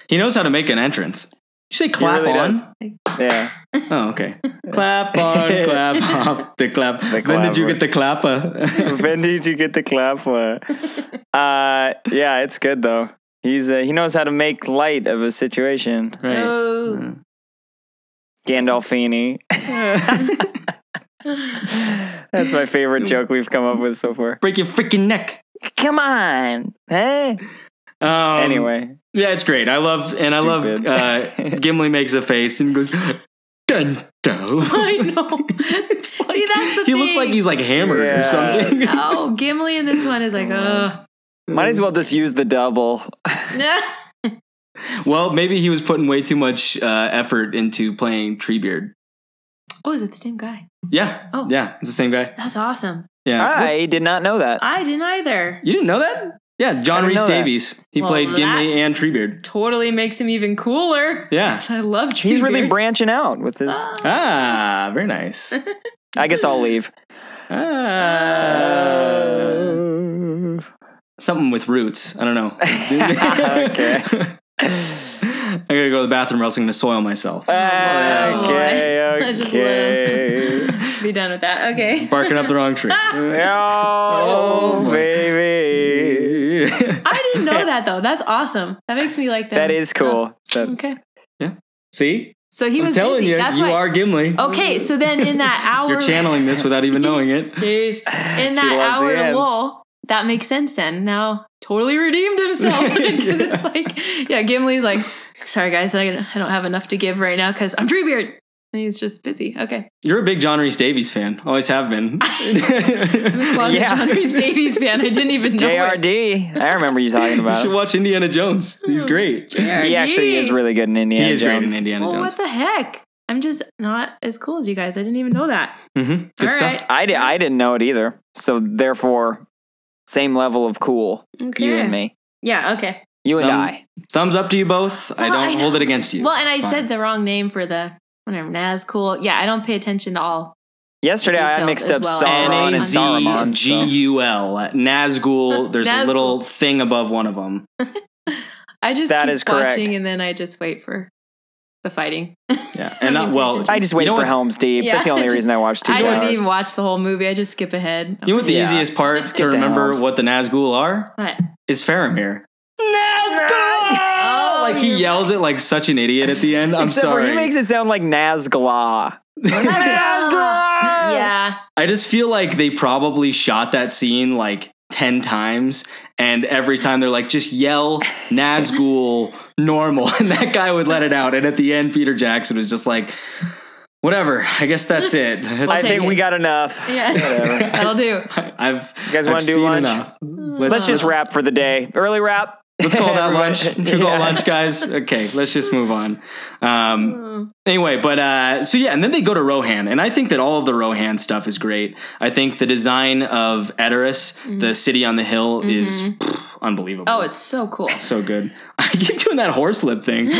[SPEAKER 1] He knows how to make an entrance. Did you say clap
[SPEAKER 2] really
[SPEAKER 1] on?
[SPEAKER 2] does. Yeah, yeah.
[SPEAKER 1] Oh, okay. clap on, clap off, the clap.
[SPEAKER 2] The
[SPEAKER 1] when did you
[SPEAKER 2] clapper.
[SPEAKER 1] get the clapper?
[SPEAKER 2] when did you get the clap for? Uh, yeah, it's good though. He's uh, he knows how to make light of a situation.
[SPEAKER 1] right. Mm.
[SPEAKER 4] Oh.
[SPEAKER 2] Gandolfini. That's my favorite joke we've come up with so far.
[SPEAKER 1] Break your freaking neck.
[SPEAKER 2] Come on, hey.
[SPEAKER 1] Um,
[SPEAKER 2] anyway,
[SPEAKER 1] Yeah, it's great. I love, and I love,
[SPEAKER 2] Stupid.
[SPEAKER 1] uh, Gimli makes a face and goes, Gandalf.
[SPEAKER 4] I know. See, that's the
[SPEAKER 1] he
[SPEAKER 4] thing.
[SPEAKER 1] looks like he's like hammered
[SPEAKER 2] Yeah.
[SPEAKER 1] or something.
[SPEAKER 4] Oh, Gimli in this one is like, oh.
[SPEAKER 2] might as well just use the double.
[SPEAKER 1] Well, maybe he was putting way too much uh, effort into playing Treebeard.
[SPEAKER 4] oh, is it the same guy?
[SPEAKER 1] Yeah.
[SPEAKER 4] Oh.
[SPEAKER 1] Yeah, it's the same guy.
[SPEAKER 4] That's awesome.
[SPEAKER 1] Yeah.
[SPEAKER 2] I did not know that.
[SPEAKER 4] I didn't either.
[SPEAKER 1] You didn't know that? Yeah, John
[SPEAKER 2] didn't
[SPEAKER 1] Reese
[SPEAKER 2] know that.
[SPEAKER 1] Davies. He
[SPEAKER 4] Well,
[SPEAKER 1] played Gimli
[SPEAKER 4] that-
[SPEAKER 1] and Treebeard.
[SPEAKER 4] Totally makes him even cooler.
[SPEAKER 1] Yeah.
[SPEAKER 4] I love Treebeard.
[SPEAKER 2] He's really branching out with his.
[SPEAKER 4] Ah.
[SPEAKER 1] Ah, very nice.
[SPEAKER 2] I guess I'll leave.
[SPEAKER 4] Uh,
[SPEAKER 1] Ah. Something with roots. I don't know.
[SPEAKER 2] Okay.
[SPEAKER 1] I'm gonna go to the bathroom or else I'm gonna soil myself.
[SPEAKER 4] Oh, boy.
[SPEAKER 2] Uh, okay,
[SPEAKER 4] Let's just
[SPEAKER 2] okay.
[SPEAKER 4] let Be done with that. Okay.
[SPEAKER 1] Barking up the wrong tree.
[SPEAKER 2] oh,
[SPEAKER 1] my-
[SPEAKER 2] baby.
[SPEAKER 4] I didn't know that though. That's awesome. That makes me like them.
[SPEAKER 2] That is cool.
[SPEAKER 4] Oh,
[SPEAKER 2] That-
[SPEAKER 4] okay.
[SPEAKER 1] See?
[SPEAKER 4] So he
[SPEAKER 1] I'm
[SPEAKER 4] was
[SPEAKER 1] telling
[SPEAKER 4] busy.
[SPEAKER 1] you,
[SPEAKER 4] That's
[SPEAKER 1] you
[SPEAKER 4] why.
[SPEAKER 1] are Gimli.
[SPEAKER 4] Okay, so then in that hour,
[SPEAKER 1] You're channeling this without even knowing it.
[SPEAKER 4] Jeez. in
[SPEAKER 2] She
[SPEAKER 4] that
[SPEAKER 2] loves the
[SPEAKER 4] hour
[SPEAKER 2] ends.
[SPEAKER 4] lull, that makes sense then. Now totally redeemed himself because it's like, yeah, Gimli's like, sorry guys, I I don't have enough to give right now because I'm Treebeard, and he's just busy. Okay,
[SPEAKER 1] You're a big John Reese Davies fan. Always have been.
[SPEAKER 4] I'm a closet
[SPEAKER 2] Yeah.
[SPEAKER 4] John Reese Davies fan. I didn't even know. it.
[SPEAKER 2] JRD. I remember you talking
[SPEAKER 1] You
[SPEAKER 2] about
[SPEAKER 1] should
[SPEAKER 2] him.
[SPEAKER 1] watch Indiana Jones. He's
[SPEAKER 4] Oh,
[SPEAKER 1] great.
[SPEAKER 4] JRD.
[SPEAKER 2] He actually is really good in Indiana
[SPEAKER 1] He is
[SPEAKER 2] Jones.
[SPEAKER 1] great in Indiana
[SPEAKER 4] Well,
[SPEAKER 1] Jones.
[SPEAKER 4] what the heck? I'm just not as cool as you guys. I didn't even know that.
[SPEAKER 1] mm-hmm. Good
[SPEAKER 4] All
[SPEAKER 1] stuff.
[SPEAKER 4] right.
[SPEAKER 2] I, di- I didn't know it either. So, therefore, same level of cool,
[SPEAKER 4] Okay.
[SPEAKER 2] you and me.
[SPEAKER 4] Yeah. Okay.
[SPEAKER 2] You and
[SPEAKER 1] Um,
[SPEAKER 2] I.
[SPEAKER 1] Thumbs up to you both. I
[SPEAKER 4] Well,
[SPEAKER 1] don't
[SPEAKER 4] I know.
[SPEAKER 1] hold it against you.
[SPEAKER 4] Well, and I
[SPEAKER 1] It's fine.
[SPEAKER 4] said the wrong name for the whatever Nazgul. Yeah, I don't pay attention to all.
[SPEAKER 2] Yesterday, I
[SPEAKER 4] details
[SPEAKER 2] mixed
[SPEAKER 4] as
[SPEAKER 2] up
[SPEAKER 4] well.
[SPEAKER 2] Sauron and Saruman.
[SPEAKER 1] G E
[SPEAKER 2] so-
[SPEAKER 1] U L Nazgul. There's a
[SPEAKER 4] Nazgul.
[SPEAKER 1] little thing above one of them.
[SPEAKER 4] I just
[SPEAKER 2] That
[SPEAKER 4] keep
[SPEAKER 2] is correct.
[SPEAKER 4] watching and then I just wait for the fighting.
[SPEAKER 1] Yeah,
[SPEAKER 4] I
[SPEAKER 1] and uh,
[SPEAKER 4] didn't pay
[SPEAKER 1] well,
[SPEAKER 4] attention.
[SPEAKER 2] I just wait
[SPEAKER 1] You know
[SPEAKER 2] for
[SPEAKER 1] what-
[SPEAKER 2] Helm's Deep.
[SPEAKER 4] Yeah,
[SPEAKER 2] That's the only
[SPEAKER 4] I just-
[SPEAKER 2] reason I watched two
[SPEAKER 4] I
[SPEAKER 2] hours.
[SPEAKER 4] don't even watch the whole movie. I just skip ahead.
[SPEAKER 1] you know what the
[SPEAKER 2] Yeah.
[SPEAKER 1] easiest part to
[SPEAKER 2] down.
[SPEAKER 1] remember what the Nazgul are
[SPEAKER 4] But-
[SPEAKER 1] is Faramir.
[SPEAKER 2] Nazgul!
[SPEAKER 4] Oh,
[SPEAKER 1] like he
[SPEAKER 5] you're
[SPEAKER 1] yells it like such an idiot at the end. I'm
[SPEAKER 2] Except
[SPEAKER 1] sorry.
[SPEAKER 2] For he makes it sound like Nazgla. Nazgla!
[SPEAKER 5] Yeah.
[SPEAKER 1] I just feel like they probably shot that scene like 10 times, and every time they're like, just yell Nazgul normal. And that guy would let it out. And at the end, Peter Jackson was just like, whatever, I guess that's it. That's-
[SPEAKER 2] I
[SPEAKER 4] take
[SPEAKER 2] think we
[SPEAKER 4] it.
[SPEAKER 2] got enough.
[SPEAKER 4] Yeah, that'll do.
[SPEAKER 1] I've,
[SPEAKER 2] You guys
[SPEAKER 1] I've
[SPEAKER 2] want to do
[SPEAKER 1] seen
[SPEAKER 2] lunch?
[SPEAKER 1] enough. Let's,
[SPEAKER 2] Let's just wrap for the day. Early wrap.
[SPEAKER 1] Let's call that lunch. We'll call
[SPEAKER 2] Yeah.
[SPEAKER 1] lunch, guys. Okay, let's just move on.
[SPEAKER 4] Hmm.
[SPEAKER 1] Um, anyway, but uh, so yeah, and then they go to Rohan, and I think that all of the Rohan stuff is great. I think the design of Edoras, the city on the hill, is pff, unbelievable.
[SPEAKER 4] Mm-hmm. Oh, it's so cool.
[SPEAKER 1] so good. I keep doing that horse lip thing.
[SPEAKER 4] Red.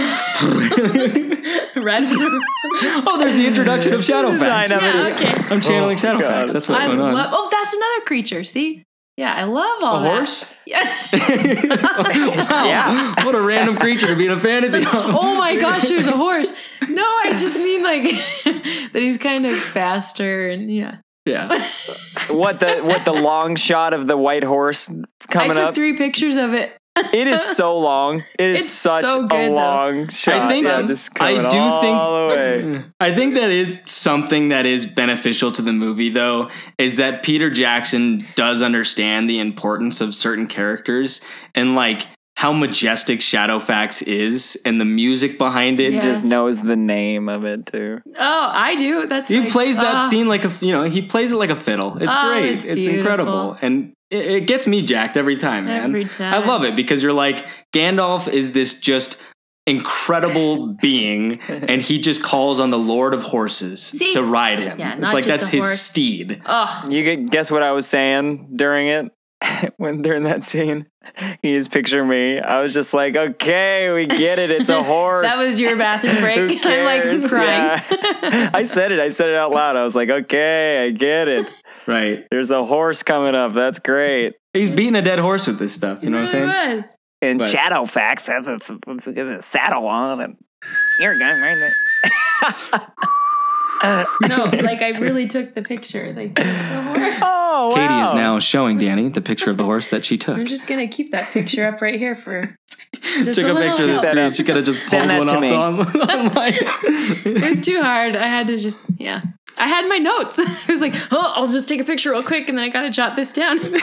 [SPEAKER 1] oh, there's the introduction of
[SPEAKER 2] Design of
[SPEAKER 1] Shadowfax.
[SPEAKER 2] it is-
[SPEAKER 4] yeah, okay.
[SPEAKER 1] I'm channeling
[SPEAKER 2] Oh,
[SPEAKER 1] Shadowfax.
[SPEAKER 2] God.
[SPEAKER 1] That's what's
[SPEAKER 4] I
[SPEAKER 1] going on.
[SPEAKER 4] love. Oh, that's another creature. See. Yeah, I love all
[SPEAKER 1] a
[SPEAKER 4] that.
[SPEAKER 1] horse?
[SPEAKER 4] Yeah.
[SPEAKER 1] wow.
[SPEAKER 2] Yeah.
[SPEAKER 1] What a random creature to be in a fantasy novel.
[SPEAKER 4] oh my gosh, there's a horse. No, I just mean like that he's kind of faster and yeah.
[SPEAKER 1] Yeah.
[SPEAKER 2] What the what the long shot of the white horse
[SPEAKER 4] I
[SPEAKER 2] coming
[SPEAKER 4] took
[SPEAKER 2] up?
[SPEAKER 4] three pictures of it.
[SPEAKER 2] It is so long. It is
[SPEAKER 4] It's
[SPEAKER 2] such
[SPEAKER 4] so good,
[SPEAKER 2] a
[SPEAKER 4] though.
[SPEAKER 2] long shot.
[SPEAKER 1] think-
[SPEAKER 2] yeah, just
[SPEAKER 1] I
[SPEAKER 2] coming
[SPEAKER 1] do
[SPEAKER 2] all
[SPEAKER 1] think-
[SPEAKER 2] the way.
[SPEAKER 1] I think that is something that is beneficial to the movie, though, is that Peter Jackson does understand the importance of certain characters and like how majestic Shadowfax is and the music behind it.
[SPEAKER 4] Yeah.
[SPEAKER 1] Just
[SPEAKER 2] Just knows the name of it too.
[SPEAKER 4] Oh, I do. That's
[SPEAKER 1] he
[SPEAKER 4] like,
[SPEAKER 1] plays that
[SPEAKER 4] ah,
[SPEAKER 1] scene like a you know he plays it like a fiddle. It's
[SPEAKER 4] Oh,
[SPEAKER 1] great.
[SPEAKER 4] it's
[SPEAKER 1] It's, incredible,
[SPEAKER 4] beautiful.
[SPEAKER 1] and it, it gets me jacked every time, man.
[SPEAKER 4] every time.
[SPEAKER 1] I love it because you're like Gandalf is this just incredible being, and he just calls on the Lord of Horses
[SPEAKER 5] See?
[SPEAKER 1] to ride him.
[SPEAKER 4] Yeah,
[SPEAKER 1] it's
[SPEAKER 4] not
[SPEAKER 1] like
[SPEAKER 4] just
[SPEAKER 1] that's
[SPEAKER 4] a
[SPEAKER 1] his
[SPEAKER 4] horse.
[SPEAKER 1] steed.
[SPEAKER 4] Oh,
[SPEAKER 2] You could guess what I was saying during it when during that scene. You just picture me. I was just like, okay, we get it. It's a horse.
[SPEAKER 4] that was your bathroom
[SPEAKER 2] Who
[SPEAKER 4] break. I'm like
[SPEAKER 2] cares?
[SPEAKER 4] crying.
[SPEAKER 2] Yeah. I said it. I said it out loud. I was like, okay, I get it.
[SPEAKER 1] Right.
[SPEAKER 2] There's a horse coming up. That's great.
[SPEAKER 1] He's beating a dead horse with this stuff. You know what I'm saying?
[SPEAKER 4] It was.
[SPEAKER 2] And
[SPEAKER 1] But-
[SPEAKER 2] Shadowfax has a, has a saddle on, and you're going right there.
[SPEAKER 4] No, like I really took the picture. Like there's the horse.
[SPEAKER 2] Oh,
[SPEAKER 1] Katie is
[SPEAKER 2] wow.
[SPEAKER 1] now showing Danny the picture of the horse that she took.
[SPEAKER 4] I'm just gonna keep that picture up right here for just
[SPEAKER 1] Took a
[SPEAKER 4] little
[SPEAKER 1] picture of the
[SPEAKER 4] help.
[SPEAKER 1] screen. She could have just pulled
[SPEAKER 2] Send
[SPEAKER 1] one
[SPEAKER 2] that
[SPEAKER 1] off on,
[SPEAKER 4] It
[SPEAKER 1] online.
[SPEAKER 4] was too hard. I had to just yeah. I had my notes. I was like, oh, I'll just take a picture real quick, and then I gotta jot this down. well,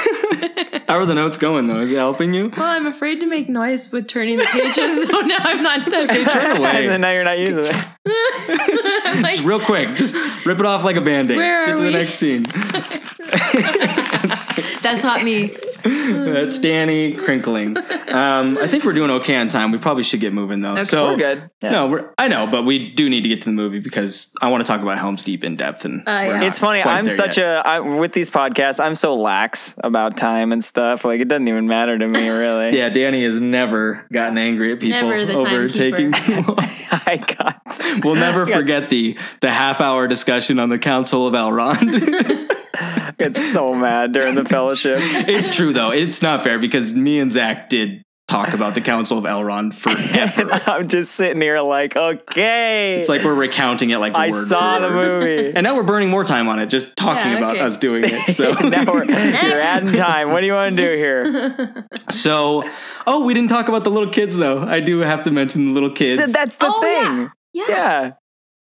[SPEAKER 1] How are the notes going though? Is it helping you?
[SPEAKER 4] I'm afraid to make noise with turning the pages, so now I'm not touching.
[SPEAKER 1] Turn
[SPEAKER 2] and then
[SPEAKER 1] away.
[SPEAKER 2] now you're not using it.
[SPEAKER 4] I'm like,
[SPEAKER 1] Just real quick, just rip it off like a band-aid.
[SPEAKER 4] Where
[SPEAKER 1] Get
[SPEAKER 4] are
[SPEAKER 1] to the
[SPEAKER 4] we?
[SPEAKER 1] next scene.
[SPEAKER 4] That's not me.
[SPEAKER 1] That's Danny crinkling. Um, I think we're doing okay on time. We probably should get moving though. so
[SPEAKER 2] We're good. Yeah.
[SPEAKER 1] Oh, No, we're, I know, but we do need to get to the movie because I want to talk about Helm's Deep in depth. And
[SPEAKER 4] Uh, yeah.
[SPEAKER 1] we're not
[SPEAKER 2] It's funny.
[SPEAKER 1] quite
[SPEAKER 2] I'm
[SPEAKER 1] there
[SPEAKER 2] such
[SPEAKER 1] yet.
[SPEAKER 2] a I, with these podcasts. I'm so lax about time and stuff. Like it doesn't even matter to me, really.
[SPEAKER 1] yeah. Danny has never gotten angry at people
[SPEAKER 4] Never the
[SPEAKER 1] over
[SPEAKER 4] timekeeper.
[SPEAKER 1] taking too long.
[SPEAKER 2] I got.
[SPEAKER 1] We'll never
[SPEAKER 2] Yes.
[SPEAKER 1] forget the the half hour discussion on the Council of Elrond.
[SPEAKER 2] I got so mad during the fellowship.
[SPEAKER 1] it's true though. It's not fair because me and Zach did talk about the Council of Elrond forever.
[SPEAKER 2] I'm just sitting here like, okay.
[SPEAKER 1] it's like we're recounting it like
[SPEAKER 2] I
[SPEAKER 1] word
[SPEAKER 2] saw
[SPEAKER 1] for
[SPEAKER 2] the
[SPEAKER 1] word.
[SPEAKER 2] movie.
[SPEAKER 1] And now we're burning more time on it, just talking
[SPEAKER 4] Yeah,
[SPEAKER 1] about
[SPEAKER 4] okay.
[SPEAKER 1] us doing it. So
[SPEAKER 2] now we're, you're adding time. What do you want to do here?
[SPEAKER 1] So, oh, we didn't talk about the little kids though. I do have to mention the little kids.
[SPEAKER 2] So that's the
[SPEAKER 5] Oh,
[SPEAKER 2] thing.
[SPEAKER 5] yeah. Yeah.
[SPEAKER 2] Yeah.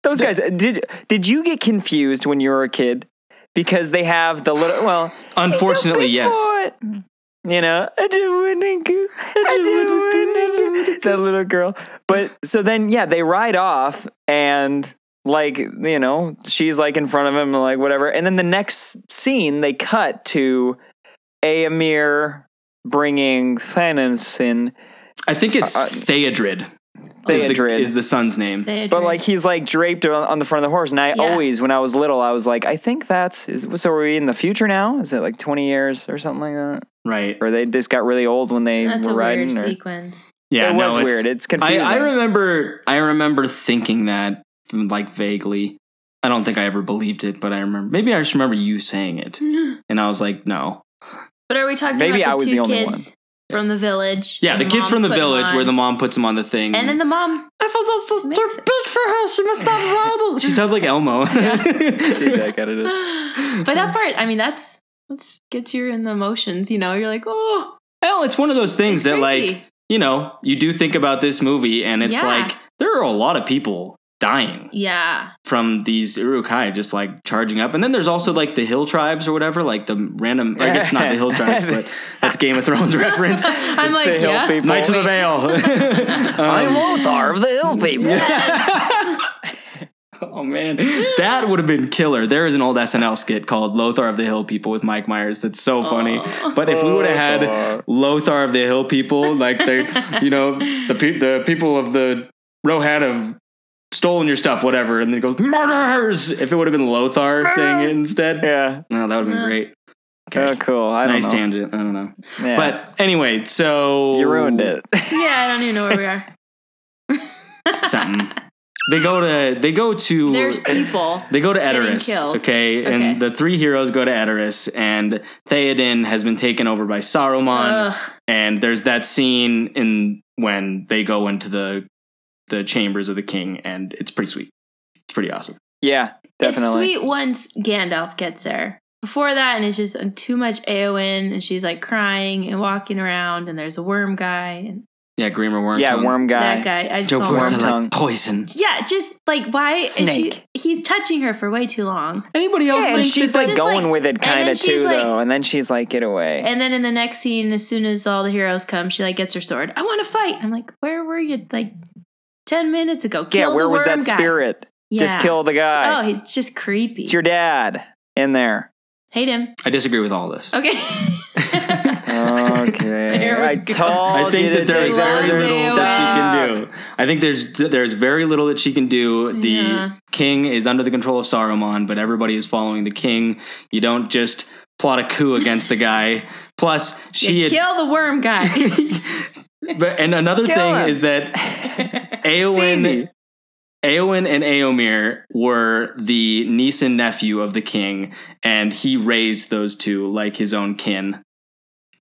[SPEAKER 2] Those guys did did you get confused when you were a kid? Because they have the little well
[SPEAKER 1] Unfortunately, yes.
[SPEAKER 2] yes. You know, I do wouldn't go- I do wouldn't go- that little girl. But so then yeah, they ride off and like, you know, she's like in front of him and like whatever. And then the next scene they cut to Aemir bringing Thanansin.
[SPEAKER 1] I think it's
[SPEAKER 2] Uh, uh,
[SPEAKER 1] Theodred. Is the,
[SPEAKER 2] Theodred.
[SPEAKER 1] is the son's name.
[SPEAKER 2] But like he's like draped on, on the front of the horse, and I
[SPEAKER 4] Yeah.
[SPEAKER 2] always, when I was little, I was like, I think that's is, so. Are we in the future now? Is it like twenty years or something like that?
[SPEAKER 1] Right.
[SPEAKER 2] Or they just got really old when they
[SPEAKER 4] that's
[SPEAKER 2] were
[SPEAKER 4] a weird
[SPEAKER 2] riding? or,
[SPEAKER 4] sequence.
[SPEAKER 1] Yeah,
[SPEAKER 2] it was
[SPEAKER 1] no,
[SPEAKER 2] weird. It's
[SPEAKER 1] I,
[SPEAKER 2] confusing.
[SPEAKER 1] I remember. I remember thinking that like vaguely. I don't think I ever believed it, but I remember. Maybe I just remember you saying it, and I was like, no.
[SPEAKER 4] But are we talking
[SPEAKER 2] Maybe I
[SPEAKER 4] about
[SPEAKER 2] was
[SPEAKER 4] the two
[SPEAKER 2] the only
[SPEAKER 4] kids from the village?
[SPEAKER 1] Yeah,
[SPEAKER 4] and
[SPEAKER 1] the kids
[SPEAKER 4] mom
[SPEAKER 1] from the
[SPEAKER 4] put 'em
[SPEAKER 1] village
[SPEAKER 4] on?
[SPEAKER 1] where the mom puts him on the thing.
[SPEAKER 4] and then the mom.
[SPEAKER 1] I thought that's so
[SPEAKER 4] Makes
[SPEAKER 1] too
[SPEAKER 4] it-
[SPEAKER 1] big for her. She must have rival. She sounds like Elmo.
[SPEAKER 2] She did, I got it.
[SPEAKER 4] but that part, I mean, that's that gets you in the emotions. You know, you're like, oh,
[SPEAKER 1] Well, it's one of those things
[SPEAKER 4] it's
[SPEAKER 1] that
[SPEAKER 4] crazy.
[SPEAKER 1] like you know, you do think about this movie, and it's
[SPEAKER 4] Yeah.
[SPEAKER 1] like there are a lot of people dying
[SPEAKER 4] Yeah.
[SPEAKER 1] from these Urukai just like charging up. And then there's also like the hill tribes or whatever, like the random. I guess not the hill tribes, but that's Game of Thrones reference.
[SPEAKER 4] I'm like,
[SPEAKER 2] hill
[SPEAKER 4] yeah.
[SPEAKER 2] people.
[SPEAKER 1] Knights of the Vale. Um,
[SPEAKER 2] Lothar of the Hill People.
[SPEAKER 1] oh man, that would have been killer. There is an old SNL skit called "Lothar of the Hill People" with Mike Myers. That's so funny.
[SPEAKER 4] Oh.
[SPEAKER 1] But if we would have
[SPEAKER 2] Oh.
[SPEAKER 1] had Lothar of the Hill People, like they, you know, the pe- the people of the Rohan have stolen your stuff, whatever, and then it goes murders. If it would have been Lothar saying it instead,
[SPEAKER 2] Yeah.
[SPEAKER 1] no, that would have been great.
[SPEAKER 2] Oh, cool. I don't
[SPEAKER 1] nice
[SPEAKER 2] know.
[SPEAKER 1] tangent. I don't know,
[SPEAKER 2] Yeah.
[SPEAKER 1] but Oh. anyway, so
[SPEAKER 2] you ruined it.
[SPEAKER 4] Yeah, I don't even know where we are.
[SPEAKER 1] Something. They go to they go to
[SPEAKER 4] There's people.
[SPEAKER 1] They go to
[SPEAKER 4] Getting
[SPEAKER 1] Edoras,
[SPEAKER 4] killed.
[SPEAKER 1] okay?
[SPEAKER 4] Okay.
[SPEAKER 1] And the three heroes go to Edoras, and Theoden has been taken over by Saruman.
[SPEAKER 4] Ugh.
[SPEAKER 1] And there's that scene in when they go into the the chambers of the king, and it's pretty sweet. It's pretty awesome.
[SPEAKER 2] yeah, definitely.
[SPEAKER 4] It's sweet once Gandalf gets there. Before that, and it's just uh, too much Aowen, and she's like crying and walking around, and there's a worm guy and
[SPEAKER 1] Yeah, Groomer Worm.
[SPEAKER 2] Yeah, worm guy.
[SPEAKER 4] that guy. I just
[SPEAKER 1] Joe
[SPEAKER 4] call him
[SPEAKER 1] words
[SPEAKER 2] worm
[SPEAKER 1] are
[SPEAKER 4] worm.
[SPEAKER 1] like
[SPEAKER 2] tongue.
[SPEAKER 1] poison.
[SPEAKER 4] Yeah, just like why
[SPEAKER 2] Snake.
[SPEAKER 4] is she? He's touching her for way too long.
[SPEAKER 1] Anybody else
[SPEAKER 2] Yeah, and
[SPEAKER 1] think
[SPEAKER 2] she's
[SPEAKER 1] that
[SPEAKER 2] like
[SPEAKER 1] they-
[SPEAKER 4] Just
[SPEAKER 2] going
[SPEAKER 4] like-
[SPEAKER 2] with it
[SPEAKER 4] then
[SPEAKER 2] kind of
[SPEAKER 4] she's
[SPEAKER 2] too,
[SPEAKER 4] like-
[SPEAKER 2] though. And then she's like, get away.
[SPEAKER 4] And then in the next scene, as soon as all the heroes come, she like gets her sword. I want to fight. I'm like, where were you like ten minutes ago?
[SPEAKER 2] yeah,
[SPEAKER 4] Kill
[SPEAKER 2] where
[SPEAKER 4] the
[SPEAKER 2] was that
[SPEAKER 4] worm guy.
[SPEAKER 2] spirit?
[SPEAKER 4] Yeah.
[SPEAKER 2] Just kill the guy.
[SPEAKER 4] Oh, it's just creepy.
[SPEAKER 2] It's your dad in there.
[SPEAKER 4] Hate him.
[SPEAKER 1] I disagree with all this.
[SPEAKER 4] Okay.
[SPEAKER 2] Okay.
[SPEAKER 4] There we
[SPEAKER 2] I
[SPEAKER 4] go.
[SPEAKER 2] told
[SPEAKER 1] I think
[SPEAKER 2] you to
[SPEAKER 1] that there
[SPEAKER 2] take
[SPEAKER 1] is
[SPEAKER 4] take that
[SPEAKER 1] very
[SPEAKER 4] as a
[SPEAKER 1] little that she can do. I think there's there's very little that she can do. The
[SPEAKER 4] Yeah.
[SPEAKER 1] king is under the control of Saruman, but everybody is following the king. You don't just plot a coup against the guy. Plus, she
[SPEAKER 4] Yeah,
[SPEAKER 1] had,
[SPEAKER 4] kill the worm guy.
[SPEAKER 1] but, and another
[SPEAKER 2] Kill
[SPEAKER 1] thing
[SPEAKER 2] him.
[SPEAKER 1] is that
[SPEAKER 2] easy.
[SPEAKER 1] Aowen, Aowen and Aomir were the niece and nephew of the king, and he raised those two like his own kin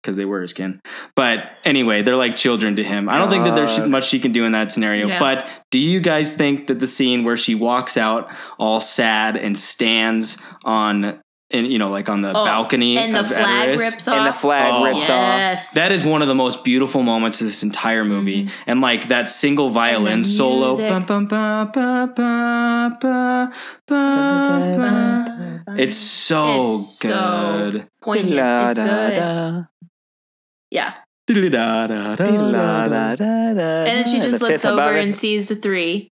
[SPEAKER 1] because they were his kin. But anyway, they're like children to him. I don't think that there's
[SPEAKER 2] God.
[SPEAKER 1] much she can do in that scenario.
[SPEAKER 4] No.
[SPEAKER 1] But do you guys think that the scene where she walks out all sad and stands on, and you know, like on the
[SPEAKER 4] Oh,
[SPEAKER 1] balcony
[SPEAKER 4] and the
[SPEAKER 1] of
[SPEAKER 4] flag
[SPEAKER 1] Edoras,
[SPEAKER 4] rips off.
[SPEAKER 2] And the flag
[SPEAKER 1] Oh.
[SPEAKER 2] rips off.
[SPEAKER 4] yes.
[SPEAKER 1] that is one of the most beautiful moments of this entire
[SPEAKER 4] Mm-hmm.
[SPEAKER 1] movie. And like that single violin solo.
[SPEAKER 4] music.
[SPEAKER 1] Bum, bum, ba, ba, ba, ba, ba, ba. It's so
[SPEAKER 4] It's so
[SPEAKER 1] good.
[SPEAKER 4] Mm-hmm. poignant. It's good.
[SPEAKER 2] Da-da-da-da.
[SPEAKER 4] Yeah.
[SPEAKER 1] Da-da-da-da-da-da.
[SPEAKER 2] Da-da-da-da-da.
[SPEAKER 4] And then she just
[SPEAKER 2] The
[SPEAKER 4] looks
[SPEAKER 2] fifth above
[SPEAKER 4] over
[SPEAKER 2] it.
[SPEAKER 4] and sees the three.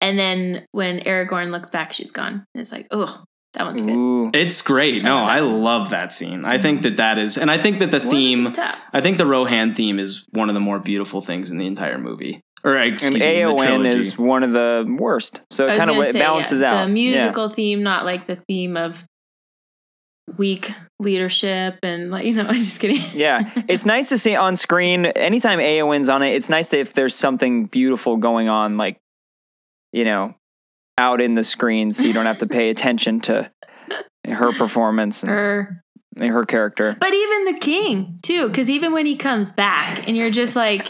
[SPEAKER 4] And then when Aragorn looks back, she's gone. It's like, oh, that one's good.
[SPEAKER 2] Ooh.
[SPEAKER 1] It's great. No, I love that scene. I think that that is, and I think that the theme,
[SPEAKER 4] Top.
[SPEAKER 1] I think the Rohan theme is one of the more beautiful things in the entire movie. Or excuse
[SPEAKER 2] And
[SPEAKER 1] me, the
[SPEAKER 2] AON
[SPEAKER 1] trilogy.
[SPEAKER 2] is one of the worst. So
[SPEAKER 4] I
[SPEAKER 2] it
[SPEAKER 4] was
[SPEAKER 2] kind of
[SPEAKER 4] gonna say, yeah,
[SPEAKER 2] balances out.
[SPEAKER 4] The
[SPEAKER 2] Yeah.
[SPEAKER 4] musical theme, not like the theme of weak leadership and like you know, I'm just kidding.
[SPEAKER 2] Yeah, it's nice to see on screen. Anytime AON's on it, it's nice if there's something beautiful going on, like you know, out in the screen, so you don't have to pay attention to her performance and her,
[SPEAKER 4] Her.
[SPEAKER 2] character.
[SPEAKER 4] But even the king too, because even when he comes back, and you're just like,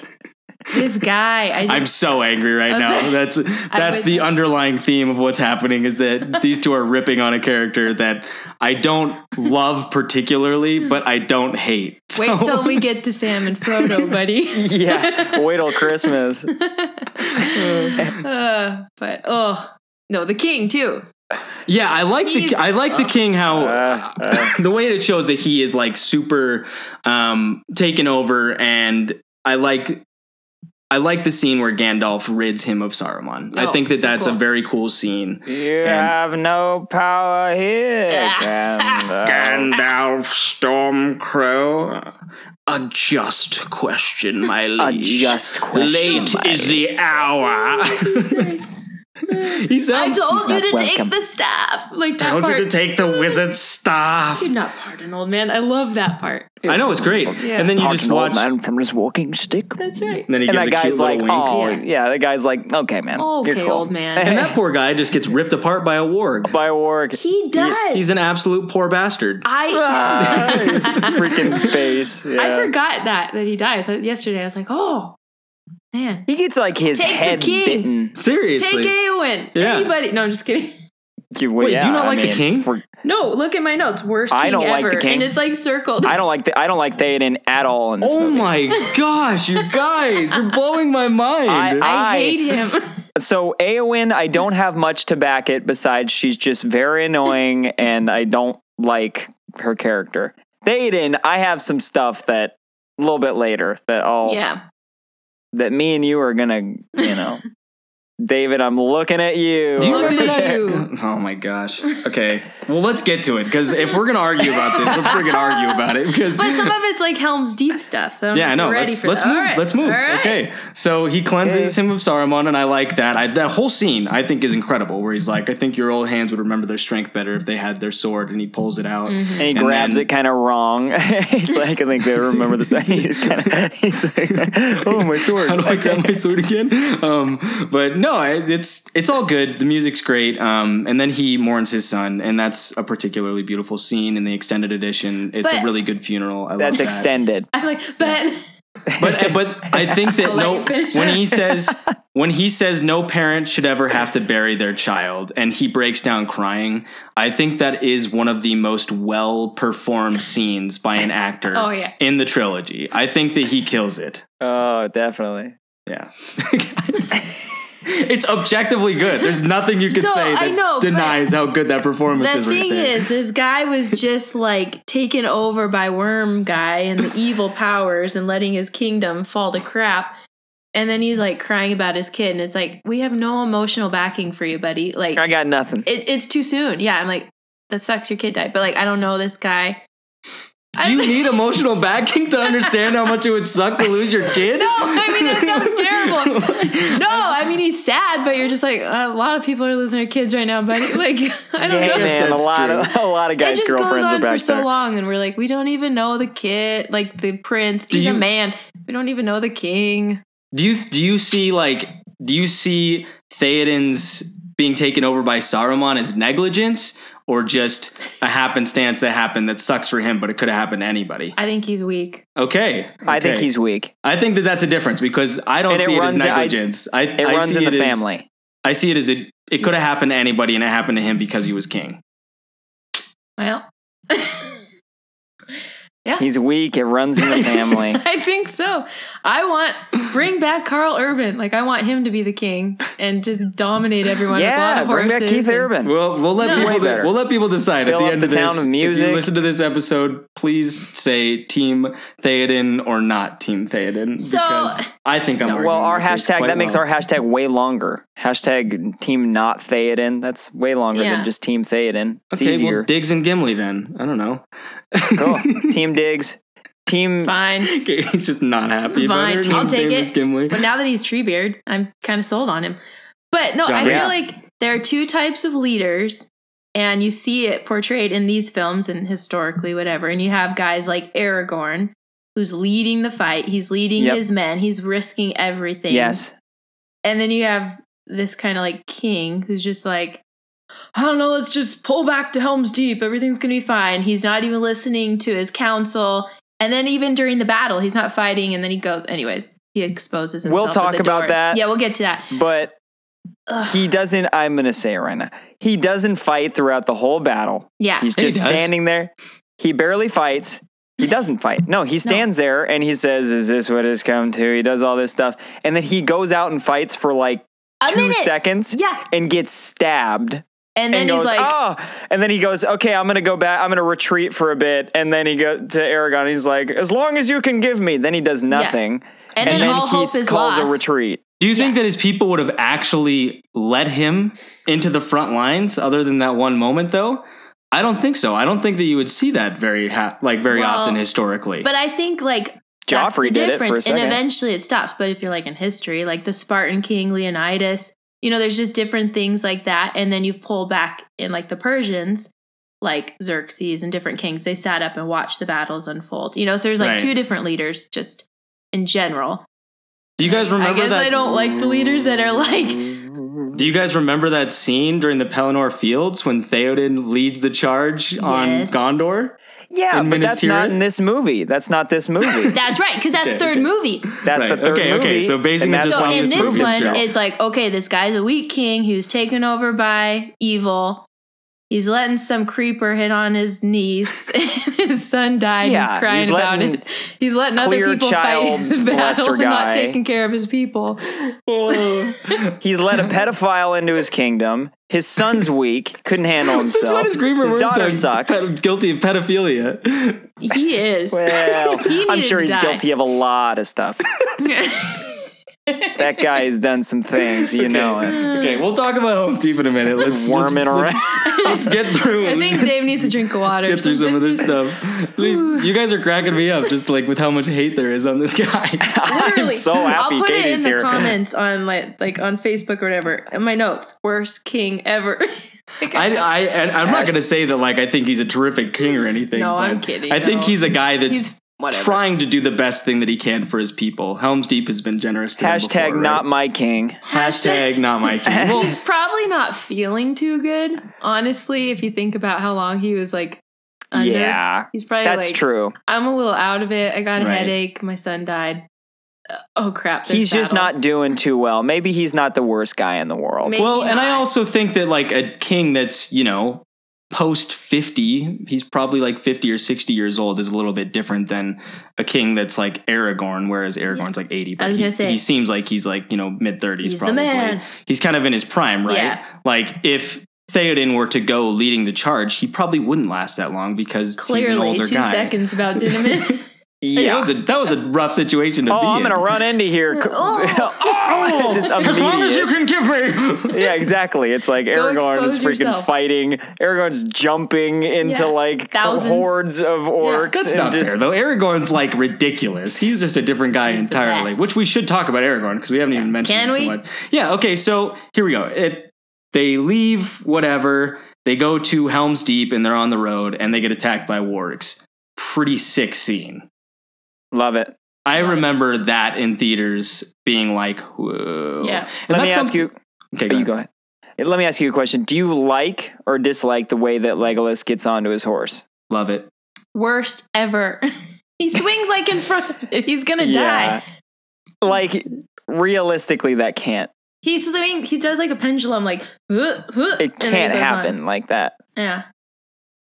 [SPEAKER 4] this guy. I
[SPEAKER 1] I'm
[SPEAKER 4] just
[SPEAKER 1] so angry right
[SPEAKER 4] I'm
[SPEAKER 1] now.
[SPEAKER 4] sorry.
[SPEAKER 1] That's that's
[SPEAKER 4] with
[SPEAKER 1] the
[SPEAKER 4] you.
[SPEAKER 1] underlying theme of what's happening is that these two are ripping on a character that I don't love particularly, but I don't hate.
[SPEAKER 4] Hmm. wait till we get to Sam and Frodo, buddy.
[SPEAKER 2] Yeah, wait till Christmas.
[SPEAKER 4] uh, but oh no, the king too.
[SPEAKER 1] yeah, I like
[SPEAKER 4] He's- Oh.
[SPEAKER 1] the I like the king how
[SPEAKER 2] Uh, uh.
[SPEAKER 1] the way it shows that he is like super um taken over and I like I like the scene where Gandalf rids him of Saruman. I
[SPEAKER 4] Oh,
[SPEAKER 1] think that
[SPEAKER 4] so
[SPEAKER 1] that's a
[SPEAKER 4] cool.
[SPEAKER 1] very cool scene.
[SPEAKER 2] You
[SPEAKER 1] And-
[SPEAKER 2] have no power here. uh,
[SPEAKER 4] Ah.
[SPEAKER 2] Gandalf.
[SPEAKER 1] Gandalf Stormcrow? A just question, my
[SPEAKER 2] A
[SPEAKER 1] liege.
[SPEAKER 2] just question.
[SPEAKER 1] Late is the hour. he said,
[SPEAKER 4] I told
[SPEAKER 2] not
[SPEAKER 4] you to
[SPEAKER 2] welcome.
[SPEAKER 4] take the staff. Like that
[SPEAKER 1] told
[SPEAKER 4] part.
[SPEAKER 1] you to take the wizard's staff.
[SPEAKER 4] You're not pardon, old man. I love that part.
[SPEAKER 1] I know, it's great.
[SPEAKER 4] Yeah.
[SPEAKER 1] And then you just
[SPEAKER 2] Pardon, old
[SPEAKER 1] watch.
[SPEAKER 2] man from his walking stick.
[SPEAKER 4] That's right.
[SPEAKER 1] And then he
[SPEAKER 2] And
[SPEAKER 1] gives
[SPEAKER 2] that
[SPEAKER 1] a cute
[SPEAKER 2] guy's
[SPEAKER 1] little
[SPEAKER 2] like,
[SPEAKER 1] wink.
[SPEAKER 2] oh,
[SPEAKER 4] Yeah.
[SPEAKER 2] yeah. The guy's like, okay, man,
[SPEAKER 4] Okay,
[SPEAKER 2] you're cool.
[SPEAKER 4] old man.
[SPEAKER 1] And that poor guy just gets ripped apart by a warg.
[SPEAKER 2] by work.
[SPEAKER 4] He does.
[SPEAKER 1] He's an absolute poor bastard.
[SPEAKER 4] I
[SPEAKER 2] Ah, his freaking face.
[SPEAKER 4] I
[SPEAKER 2] yeah.
[SPEAKER 4] forgot that that he dies. I- Yesterday I was like, oh man,
[SPEAKER 2] He gets like his
[SPEAKER 4] Take the
[SPEAKER 2] head
[SPEAKER 4] king.
[SPEAKER 2] bitten.
[SPEAKER 1] Seriously.
[SPEAKER 4] take Aowen.
[SPEAKER 1] Yeah.
[SPEAKER 4] Anybody? No, I'm just kidding.
[SPEAKER 2] you,
[SPEAKER 1] Wait,
[SPEAKER 2] well,
[SPEAKER 1] do you
[SPEAKER 2] yeah,
[SPEAKER 1] not
[SPEAKER 2] I
[SPEAKER 1] like The
[SPEAKER 2] mean,
[SPEAKER 1] King?
[SPEAKER 2] for-
[SPEAKER 4] No, look at my notes. Worst king
[SPEAKER 2] I don't like
[SPEAKER 4] ever,
[SPEAKER 2] the king.
[SPEAKER 4] and it's like circled.
[SPEAKER 2] I don't like the, I don't like Theoden at all in this
[SPEAKER 1] Oh
[SPEAKER 2] movie.
[SPEAKER 1] my gosh, you guys, you're blowing my mind.
[SPEAKER 2] I-
[SPEAKER 4] I hate him.
[SPEAKER 2] So Eowyn, I don't have much to back it besides she's just very annoying and I don't like her character. Thaden, I have some stuff that a little bit later that I'll
[SPEAKER 4] yeah,
[SPEAKER 2] that me and you are gonna, you know. David, I'm looking at you.
[SPEAKER 1] do you
[SPEAKER 4] Look
[SPEAKER 1] remember
[SPEAKER 4] at
[SPEAKER 1] that?
[SPEAKER 4] you.
[SPEAKER 1] Oh my gosh. Okay. Well, let's get to it because if we're gonna argue about this, let's freaking argue about it because
[SPEAKER 4] but some of it's like Helm's Deep stuff. So I don't
[SPEAKER 1] Yeah, I
[SPEAKER 4] if
[SPEAKER 1] know.
[SPEAKER 4] you're Ready
[SPEAKER 1] Let's
[SPEAKER 4] for
[SPEAKER 1] let's
[SPEAKER 4] that.
[SPEAKER 1] move.
[SPEAKER 4] All right.
[SPEAKER 1] Let's move.
[SPEAKER 4] All right.
[SPEAKER 1] Okay. So he cleanses him of Saruman, and I like that. I, that whole scene I think is incredible, where he's like, "I think your old hands would remember their strength better if they had their sword," and he pulls it out.
[SPEAKER 2] and he grabs
[SPEAKER 1] then-
[SPEAKER 2] it kind of wrong. he's like, I think they remember the second. He's kind of, he's like, oh my sword.
[SPEAKER 1] How do I grab my sword again? Um, but no, I- it's it's all good. The music's great. Um, and then he mourns his son, and that's a particularly beautiful scene in the extended edition. It's a
[SPEAKER 4] But-
[SPEAKER 1] really good funeral. I love
[SPEAKER 2] That's
[SPEAKER 1] that.
[SPEAKER 2] extended.
[SPEAKER 4] I'm like, but
[SPEAKER 1] But uh, but I think that
[SPEAKER 4] I'll let
[SPEAKER 1] no
[SPEAKER 4] you finish.
[SPEAKER 1] when he says when he says no parent should ever have to bury their child and he breaks down crying, I think that is one of the most well performed scenes by an actor
[SPEAKER 4] Oh, yeah.
[SPEAKER 1] in the trilogy. I think that he kills it.
[SPEAKER 2] Oh, definitely.
[SPEAKER 1] Yeah. it's objectively good. There's nothing you can
[SPEAKER 4] So,
[SPEAKER 1] say that
[SPEAKER 4] I know, but
[SPEAKER 1] denies how good that performance
[SPEAKER 4] the
[SPEAKER 1] is right
[SPEAKER 4] thing
[SPEAKER 1] there.
[SPEAKER 4] is, this guy was just like taken over by Worm Guy and the evil powers and letting his kingdom fall to crap. And then he's like crying about his kid, and it's like, we have no emotional backing for you, buddy. Like,
[SPEAKER 2] I got nothing.
[SPEAKER 4] it, it's too soon. Yeah, I'm like, that sucks. Your kid died, but like, I don't know this guy.
[SPEAKER 1] Do you need emotional backing to understand how much it would suck to lose your kid?
[SPEAKER 4] No, I mean that sounds terrible. No, I mean he's sad, but you're just like a lot of people are losing their kids right now, buddy. Like I don't
[SPEAKER 2] Hey,
[SPEAKER 4] know.
[SPEAKER 1] Yes,
[SPEAKER 2] man, a
[SPEAKER 1] that's
[SPEAKER 2] lot
[SPEAKER 1] true.
[SPEAKER 2] of a lot of
[SPEAKER 4] It
[SPEAKER 2] guys'
[SPEAKER 4] just goes
[SPEAKER 2] girlfriends are
[SPEAKER 4] on for
[SPEAKER 2] back
[SPEAKER 4] so
[SPEAKER 2] there.
[SPEAKER 4] long, and we're like, we don't even know the kid, like the prince.
[SPEAKER 1] Do
[SPEAKER 4] he's
[SPEAKER 1] you-
[SPEAKER 4] a man. We don't even know the king.
[SPEAKER 1] Do you do you see like do you see Theoden's being taken over by Saruman as negligence or just a happenstance that happened that sucks for him, but it could have happened to anybody?
[SPEAKER 4] I think he's weak.
[SPEAKER 1] Okay,
[SPEAKER 2] I think
[SPEAKER 1] okay.
[SPEAKER 2] he's weak.
[SPEAKER 1] I think that that's a difference because I don't
[SPEAKER 2] And it
[SPEAKER 1] see it, as
[SPEAKER 2] runs- I-
[SPEAKER 1] negligence. I,
[SPEAKER 2] It
[SPEAKER 1] I
[SPEAKER 2] runs
[SPEAKER 1] see
[SPEAKER 2] in the
[SPEAKER 1] it as-
[SPEAKER 2] family.
[SPEAKER 1] I see it as it. It could have happened to anybody, and it happened to him because he was king.
[SPEAKER 4] Well,
[SPEAKER 2] He's weak. It runs in the family.
[SPEAKER 4] I think so. I want bring back Carl Urban. Like I want him to be the king and just dominate everyone.
[SPEAKER 2] yeah,
[SPEAKER 4] with a lot
[SPEAKER 2] bring
[SPEAKER 4] of horses
[SPEAKER 2] back Keith
[SPEAKER 4] and-
[SPEAKER 2] Urban.
[SPEAKER 1] We'll we'll let
[SPEAKER 4] No.
[SPEAKER 1] people
[SPEAKER 2] Way better.
[SPEAKER 1] we'll let people decide
[SPEAKER 2] Fill
[SPEAKER 1] at the
[SPEAKER 2] up
[SPEAKER 1] end
[SPEAKER 2] the
[SPEAKER 1] of this.
[SPEAKER 2] town with
[SPEAKER 1] If
[SPEAKER 2] music.
[SPEAKER 1] you listen to this episode, please say Team Theoden or not Team Theoden.
[SPEAKER 4] So-
[SPEAKER 1] because I think I'm
[SPEAKER 2] Well, our hashtag that makes our hashtag way longer. Hashtag Team Not Theoden. That's way longer
[SPEAKER 4] Yeah.
[SPEAKER 2] than just Team Theoden. It's
[SPEAKER 1] okay. Well,
[SPEAKER 2] easier.
[SPEAKER 1] Diggs and Gimli. Then I don't know.
[SPEAKER 2] cool. Team Diggs. Team.
[SPEAKER 4] Fine.
[SPEAKER 1] Okay, he's just not happy. about
[SPEAKER 4] Fine,
[SPEAKER 1] her
[SPEAKER 4] I'll
[SPEAKER 1] name
[SPEAKER 4] take
[SPEAKER 1] is
[SPEAKER 4] it.
[SPEAKER 1] Gimli.
[SPEAKER 4] But now that he's Treebeard, I'm kind of sold on him. But no, I
[SPEAKER 1] John
[SPEAKER 4] feel
[SPEAKER 2] Reese.
[SPEAKER 4] like there are two types of leaders, and you see it portrayed in these films and historically, whatever. And you have guys like Aragorn, who's leading the fight. He's leading
[SPEAKER 2] Yep.
[SPEAKER 4] his men. He's risking everything.
[SPEAKER 2] Yes.
[SPEAKER 4] And then you have this kind of like king who's just like, I don't know, let's just pull back to Helm's Deep. Everything's going to be fine. He's not even listening to his counsel. And then even during the battle, he's not fighting. And then he goes, anyways, he exposes himself.
[SPEAKER 2] We'll
[SPEAKER 4] at
[SPEAKER 2] talk
[SPEAKER 4] the
[SPEAKER 2] about
[SPEAKER 4] door.
[SPEAKER 2] that.
[SPEAKER 4] Yeah, we'll get to that.
[SPEAKER 2] But
[SPEAKER 4] Ugh.
[SPEAKER 2] he doesn't. I'm gonna say it right now. He doesn't fight throughout the whole battle.
[SPEAKER 4] yeah.
[SPEAKER 2] He's
[SPEAKER 1] He
[SPEAKER 2] just
[SPEAKER 1] does.
[SPEAKER 2] standing there. He barely fights. He doesn't fight. No, he stands there and he says, Is this what it's come to? He does all this stuff. And then he goes out and fights for like
[SPEAKER 4] A
[SPEAKER 2] two
[SPEAKER 4] minute.
[SPEAKER 2] seconds
[SPEAKER 4] Yeah.
[SPEAKER 2] and gets stabbed.
[SPEAKER 4] And then
[SPEAKER 2] And,
[SPEAKER 4] he's
[SPEAKER 2] goes,
[SPEAKER 4] like,
[SPEAKER 2] Oh. And then he goes, Okay, I'm going to go back. I'm going to retreat for a bit. And then he goes to Aragon. He's like, As long as you can give me. Then he does nothing.
[SPEAKER 4] and, then, all
[SPEAKER 2] he
[SPEAKER 4] hope
[SPEAKER 2] s-
[SPEAKER 4] is
[SPEAKER 2] calls
[SPEAKER 4] lost.
[SPEAKER 2] a retreat.
[SPEAKER 1] Do you think that his people would have actually led him into the front lines, other than that one moment, though? I don't think so. I don't think that you would see that very ha- like very
[SPEAKER 4] Well,
[SPEAKER 1] often historically.
[SPEAKER 4] But I think like that's
[SPEAKER 2] Joffrey
[SPEAKER 4] the
[SPEAKER 2] did it for a
[SPEAKER 4] difference.
[SPEAKER 2] second.
[SPEAKER 4] and eventually it stops. But if you're like in history, like the Spartan king Leonidas, you know, there's just different things like that. And then you pull back in like the Persians, like Xerxes and different kings, they sat up and watched the battles unfold. You know, so there's like
[SPEAKER 1] Right.
[SPEAKER 4] two different leaders just in general.
[SPEAKER 1] Do you guys remember
[SPEAKER 4] I guess
[SPEAKER 1] that?
[SPEAKER 4] I don't like the leaders that are like
[SPEAKER 1] Do you guys remember that scene during the Pelennor Fields when Theoden leads the charge on
[SPEAKER 4] Yes.
[SPEAKER 1] Gondor?
[SPEAKER 2] Yeah,
[SPEAKER 1] in
[SPEAKER 2] but
[SPEAKER 1] Minas
[SPEAKER 2] that's not
[SPEAKER 1] Tirith?
[SPEAKER 2] in this movie. That's not this movie.
[SPEAKER 4] that's right, because that's
[SPEAKER 1] Okay,
[SPEAKER 4] third
[SPEAKER 1] okay.
[SPEAKER 4] movie.
[SPEAKER 2] That's
[SPEAKER 1] Right.
[SPEAKER 2] the third
[SPEAKER 1] Okay,
[SPEAKER 2] movie.
[SPEAKER 1] okay, so basing
[SPEAKER 2] and
[SPEAKER 1] it
[SPEAKER 2] that's
[SPEAKER 1] just
[SPEAKER 4] So
[SPEAKER 2] why
[SPEAKER 1] on
[SPEAKER 4] in
[SPEAKER 1] this
[SPEAKER 4] this
[SPEAKER 1] movie
[SPEAKER 4] one,
[SPEAKER 1] itself.
[SPEAKER 4] it's like, okay, this guy's a weak king. He was taken over by evil. He's letting some creeper hit on his niece. his son died.
[SPEAKER 2] Yeah,
[SPEAKER 4] he's crying
[SPEAKER 2] he's
[SPEAKER 4] about
[SPEAKER 2] letting
[SPEAKER 4] it. He's letting other
[SPEAKER 2] clear
[SPEAKER 4] people
[SPEAKER 2] child
[SPEAKER 4] fight his
[SPEAKER 2] molester
[SPEAKER 4] battle, and
[SPEAKER 2] guy.
[SPEAKER 4] not taking care of his people.
[SPEAKER 2] He's let a pedophile into his kingdom. His son's weak, couldn't handle
[SPEAKER 1] Since
[SPEAKER 2] himself.
[SPEAKER 1] when is Green
[SPEAKER 2] his
[SPEAKER 1] Roberto
[SPEAKER 2] daughter sucks.
[SPEAKER 1] ped- guilty of pedophilia?
[SPEAKER 4] He is.
[SPEAKER 2] Well,
[SPEAKER 4] He
[SPEAKER 2] I'm
[SPEAKER 4] needed
[SPEAKER 2] sure
[SPEAKER 4] to
[SPEAKER 2] he's
[SPEAKER 4] die.
[SPEAKER 2] guilty of a lot of stuff. That guy has done some things, you know. it.
[SPEAKER 4] Uh,
[SPEAKER 1] Okay, we'll talk about Home Steve in a minute. Let's
[SPEAKER 2] Worming
[SPEAKER 1] let's,
[SPEAKER 2] around.
[SPEAKER 1] let's get through.
[SPEAKER 4] I
[SPEAKER 1] and
[SPEAKER 4] think Dave needs a drink of water.
[SPEAKER 1] Get through some of this stuff. you guys are cracking me up just like with how much hate there is on this guy.
[SPEAKER 4] Literally,
[SPEAKER 2] so happy
[SPEAKER 4] I'll put it in
[SPEAKER 2] Katie's
[SPEAKER 4] the
[SPEAKER 2] here.
[SPEAKER 4] comments on like like on Facebook or whatever. In my notes, worst king ever. Like,
[SPEAKER 1] I, I and I'm not gonna say that like I think he's a terrific king or anything.
[SPEAKER 4] No, I'm
[SPEAKER 1] but
[SPEAKER 4] kidding,
[SPEAKER 1] I think
[SPEAKER 4] no.
[SPEAKER 1] he's a guy that's
[SPEAKER 4] he's whatever.
[SPEAKER 1] trying to do the best thing that he can for his people. Helm's Deep has been generous to him
[SPEAKER 2] Hashtag
[SPEAKER 1] before,
[SPEAKER 2] not
[SPEAKER 1] right?
[SPEAKER 2] my king.
[SPEAKER 1] Hashtag not my king. Well,
[SPEAKER 4] He's probably not feeling too good, honestly. If you think about how long he was like under,
[SPEAKER 2] Yeah.
[SPEAKER 4] he's probably
[SPEAKER 2] That's
[SPEAKER 4] like,
[SPEAKER 2] true.
[SPEAKER 4] I'm a little out of it. I got a
[SPEAKER 1] Right.
[SPEAKER 4] headache. My son died. Uh, oh crap! there's
[SPEAKER 2] He's just
[SPEAKER 4] battle.
[SPEAKER 2] not doing too well. Maybe he's not the worst guy in the world.
[SPEAKER 4] Maybe
[SPEAKER 1] well, and I
[SPEAKER 4] not.
[SPEAKER 1] also think that like a king that's you know post 50 he's probably like 50 or 60 years old is a little bit different than a king that's like aragorn whereas aragorn's like 80 but
[SPEAKER 4] I was
[SPEAKER 1] he,
[SPEAKER 4] gonna say-
[SPEAKER 1] he seems like he's like you know mid 30s
[SPEAKER 4] He's the
[SPEAKER 1] probably
[SPEAKER 4] man.
[SPEAKER 1] he's kind of in his prime right
[SPEAKER 4] Yeah.
[SPEAKER 1] like if theoden were to go leading the charge he probably wouldn't last that long because he's an
[SPEAKER 4] clearly
[SPEAKER 1] older
[SPEAKER 4] two
[SPEAKER 1] guy
[SPEAKER 4] seconds about Dinamit.
[SPEAKER 1] Hey, that,
[SPEAKER 2] yeah.
[SPEAKER 1] was a, that was a rough situation to
[SPEAKER 2] Oh,
[SPEAKER 1] be
[SPEAKER 2] I'm
[SPEAKER 1] in
[SPEAKER 2] gonna run into here.
[SPEAKER 4] Oh.
[SPEAKER 2] Oh, just
[SPEAKER 1] as long as you
[SPEAKER 2] immediate.
[SPEAKER 1] can give me
[SPEAKER 2] Yeah, exactly. It's like Aragorn is
[SPEAKER 4] expose
[SPEAKER 2] freaking
[SPEAKER 4] yourself.
[SPEAKER 2] fighting. Aragorn's jumping into
[SPEAKER 4] Yeah,
[SPEAKER 2] like
[SPEAKER 4] thousands.
[SPEAKER 2] hordes of orcs.
[SPEAKER 1] That's
[SPEAKER 2] and
[SPEAKER 1] not
[SPEAKER 2] just,
[SPEAKER 1] fair though. Aragorn's like ridiculous. He's just a different guy
[SPEAKER 4] He's the
[SPEAKER 1] entirely.
[SPEAKER 4] best.
[SPEAKER 1] Which we should talk about Aragorn because we haven't even mentioned
[SPEAKER 4] Can
[SPEAKER 1] him
[SPEAKER 4] we?
[SPEAKER 1] too much. Yeah. Okay. So here we go. It. They leave whatever. They go to Helm's Deep and they're on the road and they get attacked by wargs. Pretty sick scene.
[SPEAKER 2] Love it.
[SPEAKER 1] I remember that in theaters being like, whoa.
[SPEAKER 4] Yeah.
[SPEAKER 1] And
[SPEAKER 2] Let me
[SPEAKER 1] that's
[SPEAKER 2] ask
[SPEAKER 1] something-
[SPEAKER 2] you.
[SPEAKER 1] Okay,
[SPEAKER 2] You
[SPEAKER 1] ahead.
[SPEAKER 2] go ahead. Let me ask you a question. Do you like or dislike the way that Legolas gets onto his horse?
[SPEAKER 1] Love it.
[SPEAKER 4] Worst ever. he swings like in front. Of it. He's gonna die.
[SPEAKER 2] Yeah. Like realistically, that can't.
[SPEAKER 4] He swing. He does like a pendulum. Like huh, huh,
[SPEAKER 2] It
[SPEAKER 4] and then
[SPEAKER 2] can't
[SPEAKER 4] goes on.
[SPEAKER 2] happen like that.
[SPEAKER 4] Yeah.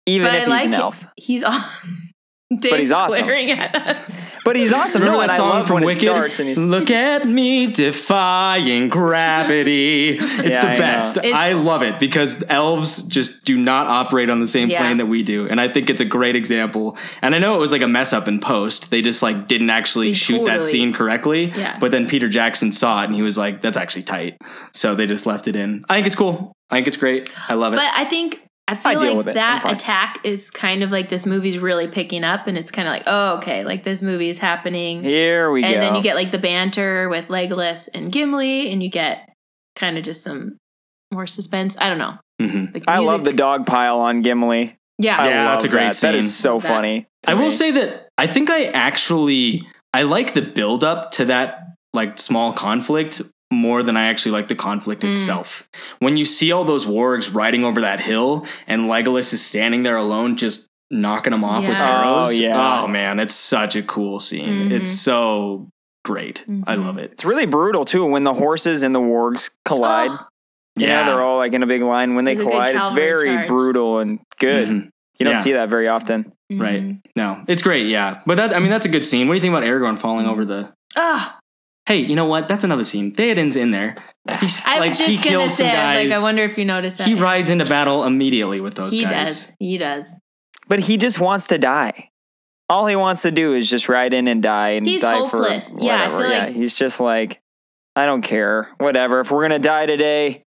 [SPEAKER 2] Even
[SPEAKER 4] But
[SPEAKER 2] if
[SPEAKER 4] I
[SPEAKER 2] he's
[SPEAKER 4] like
[SPEAKER 2] an
[SPEAKER 4] it.
[SPEAKER 2] elf.
[SPEAKER 4] He's all. Dave's
[SPEAKER 2] he's awesome.
[SPEAKER 4] glaring at us.
[SPEAKER 2] But he's awesome.
[SPEAKER 1] Remember
[SPEAKER 2] no, and
[SPEAKER 1] that
[SPEAKER 2] I
[SPEAKER 1] song
[SPEAKER 2] love
[SPEAKER 1] from
[SPEAKER 2] when
[SPEAKER 1] Wicked?
[SPEAKER 2] it starts and he's
[SPEAKER 4] Mm-hmm.
[SPEAKER 1] Look at me defying gravity. It's
[SPEAKER 2] Yeah,
[SPEAKER 1] the
[SPEAKER 2] I know.
[SPEAKER 1] best.
[SPEAKER 4] It's-
[SPEAKER 1] I love it because elves just do not operate on the same
[SPEAKER 4] Yeah.
[SPEAKER 1] plane that we do. And I think it's a great example. And I know it was like a mess up in post. They just like didn't actually
[SPEAKER 4] They
[SPEAKER 1] shoot that
[SPEAKER 4] totally-
[SPEAKER 1] scene correctly.
[SPEAKER 4] Yeah.
[SPEAKER 1] But then Peter Jackson saw it and he was like, that's actually tight. So they just left it in. I think it's cool. I think it's great. I love it.
[SPEAKER 4] But I think I feel
[SPEAKER 2] deal
[SPEAKER 4] like
[SPEAKER 2] with it. I'm
[SPEAKER 4] that
[SPEAKER 2] fine.
[SPEAKER 4] attack is kind of like this movie's really picking up, and it's kind of like, oh, okay, like this movie is happening.
[SPEAKER 2] here we
[SPEAKER 4] and
[SPEAKER 2] go.
[SPEAKER 4] then you get like the banter with Legolas and Gimli, and you get kind of just some more suspense. I don't know.
[SPEAKER 1] Mhm.
[SPEAKER 4] Like
[SPEAKER 2] I love the
[SPEAKER 4] music-
[SPEAKER 2] dog pile on Gimli. I
[SPEAKER 4] yeah.
[SPEAKER 1] Yeah,
[SPEAKER 2] love
[SPEAKER 1] that's a great
[SPEAKER 2] that. That
[SPEAKER 1] scene.
[SPEAKER 2] is so
[SPEAKER 4] That-
[SPEAKER 2] funny. to
[SPEAKER 1] I
[SPEAKER 2] me.
[SPEAKER 1] will say that I think I actually I like the build up to that like small conflict more than I actually like the conflict
[SPEAKER 4] Mm.
[SPEAKER 1] itself. When you see all those wargs riding over that hill and Legolas is standing there alone just knocking them off with
[SPEAKER 4] Yeah.
[SPEAKER 1] arrows.
[SPEAKER 2] Oh, yeah.
[SPEAKER 1] Oh man, it's such a cool scene. It's
[SPEAKER 4] Mhm.
[SPEAKER 1] so great. I love it.
[SPEAKER 2] it's really brutal too when the horses and the wargs collide.
[SPEAKER 4] Oh,
[SPEAKER 2] You know, they're all like in a big line. When they
[SPEAKER 4] It's a good
[SPEAKER 2] collide, it's
[SPEAKER 4] cavalry
[SPEAKER 2] very
[SPEAKER 4] charge.
[SPEAKER 2] brutal and good.
[SPEAKER 1] Mhm.
[SPEAKER 2] You don't
[SPEAKER 1] Yeah.
[SPEAKER 2] see that very often.
[SPEAKER 1] Right.
[SPEAKER 4] mhm.
[SPEAKER 1] No, it's great. Yeah. But that I mean that's a good scene. What do you think about Aragorn
[SPEAKER 4] Mm-hmm.
[SPEAKER 1] falling over the
[SPEAKER 4] Ah,
[SPEAKER 1] Hey, you know what? That's another scene. Theoden's in there. He's
[SPEAKER 4] I
[SPEAKER 1] like
[SPEAKER 4] was
[SPEAKER 1] he
[SPEAKER 4] just gonna
[SPEAKER 1] kills some
[SPEAKER 4] say, I was
[SPEAKER 1] guys.
[SPEAKER 4] like, I wonder if you noticed that.
[SPEAKER 1] he rides into battle immediately with those
[SPEAKER 4] He
[SPEAKER 1] guys.
[SPEAKER 4] does. He does.
[SPEAKER 2] But he just wants to die. All he wants to do is just ride in and die and
[SPEAKER 4] He's
[SPEAKER 2] die
[SPEAKER 4] hopeless.
[SPEAKER 2] for whatever.
[SPEAKER 4] Yeah, I feel
[SPEAKER 2] yeah,
[SPEAKER 4] like-
[SPEAKER 2] he's just like, I don't care. Whatever. If we're gonna die today,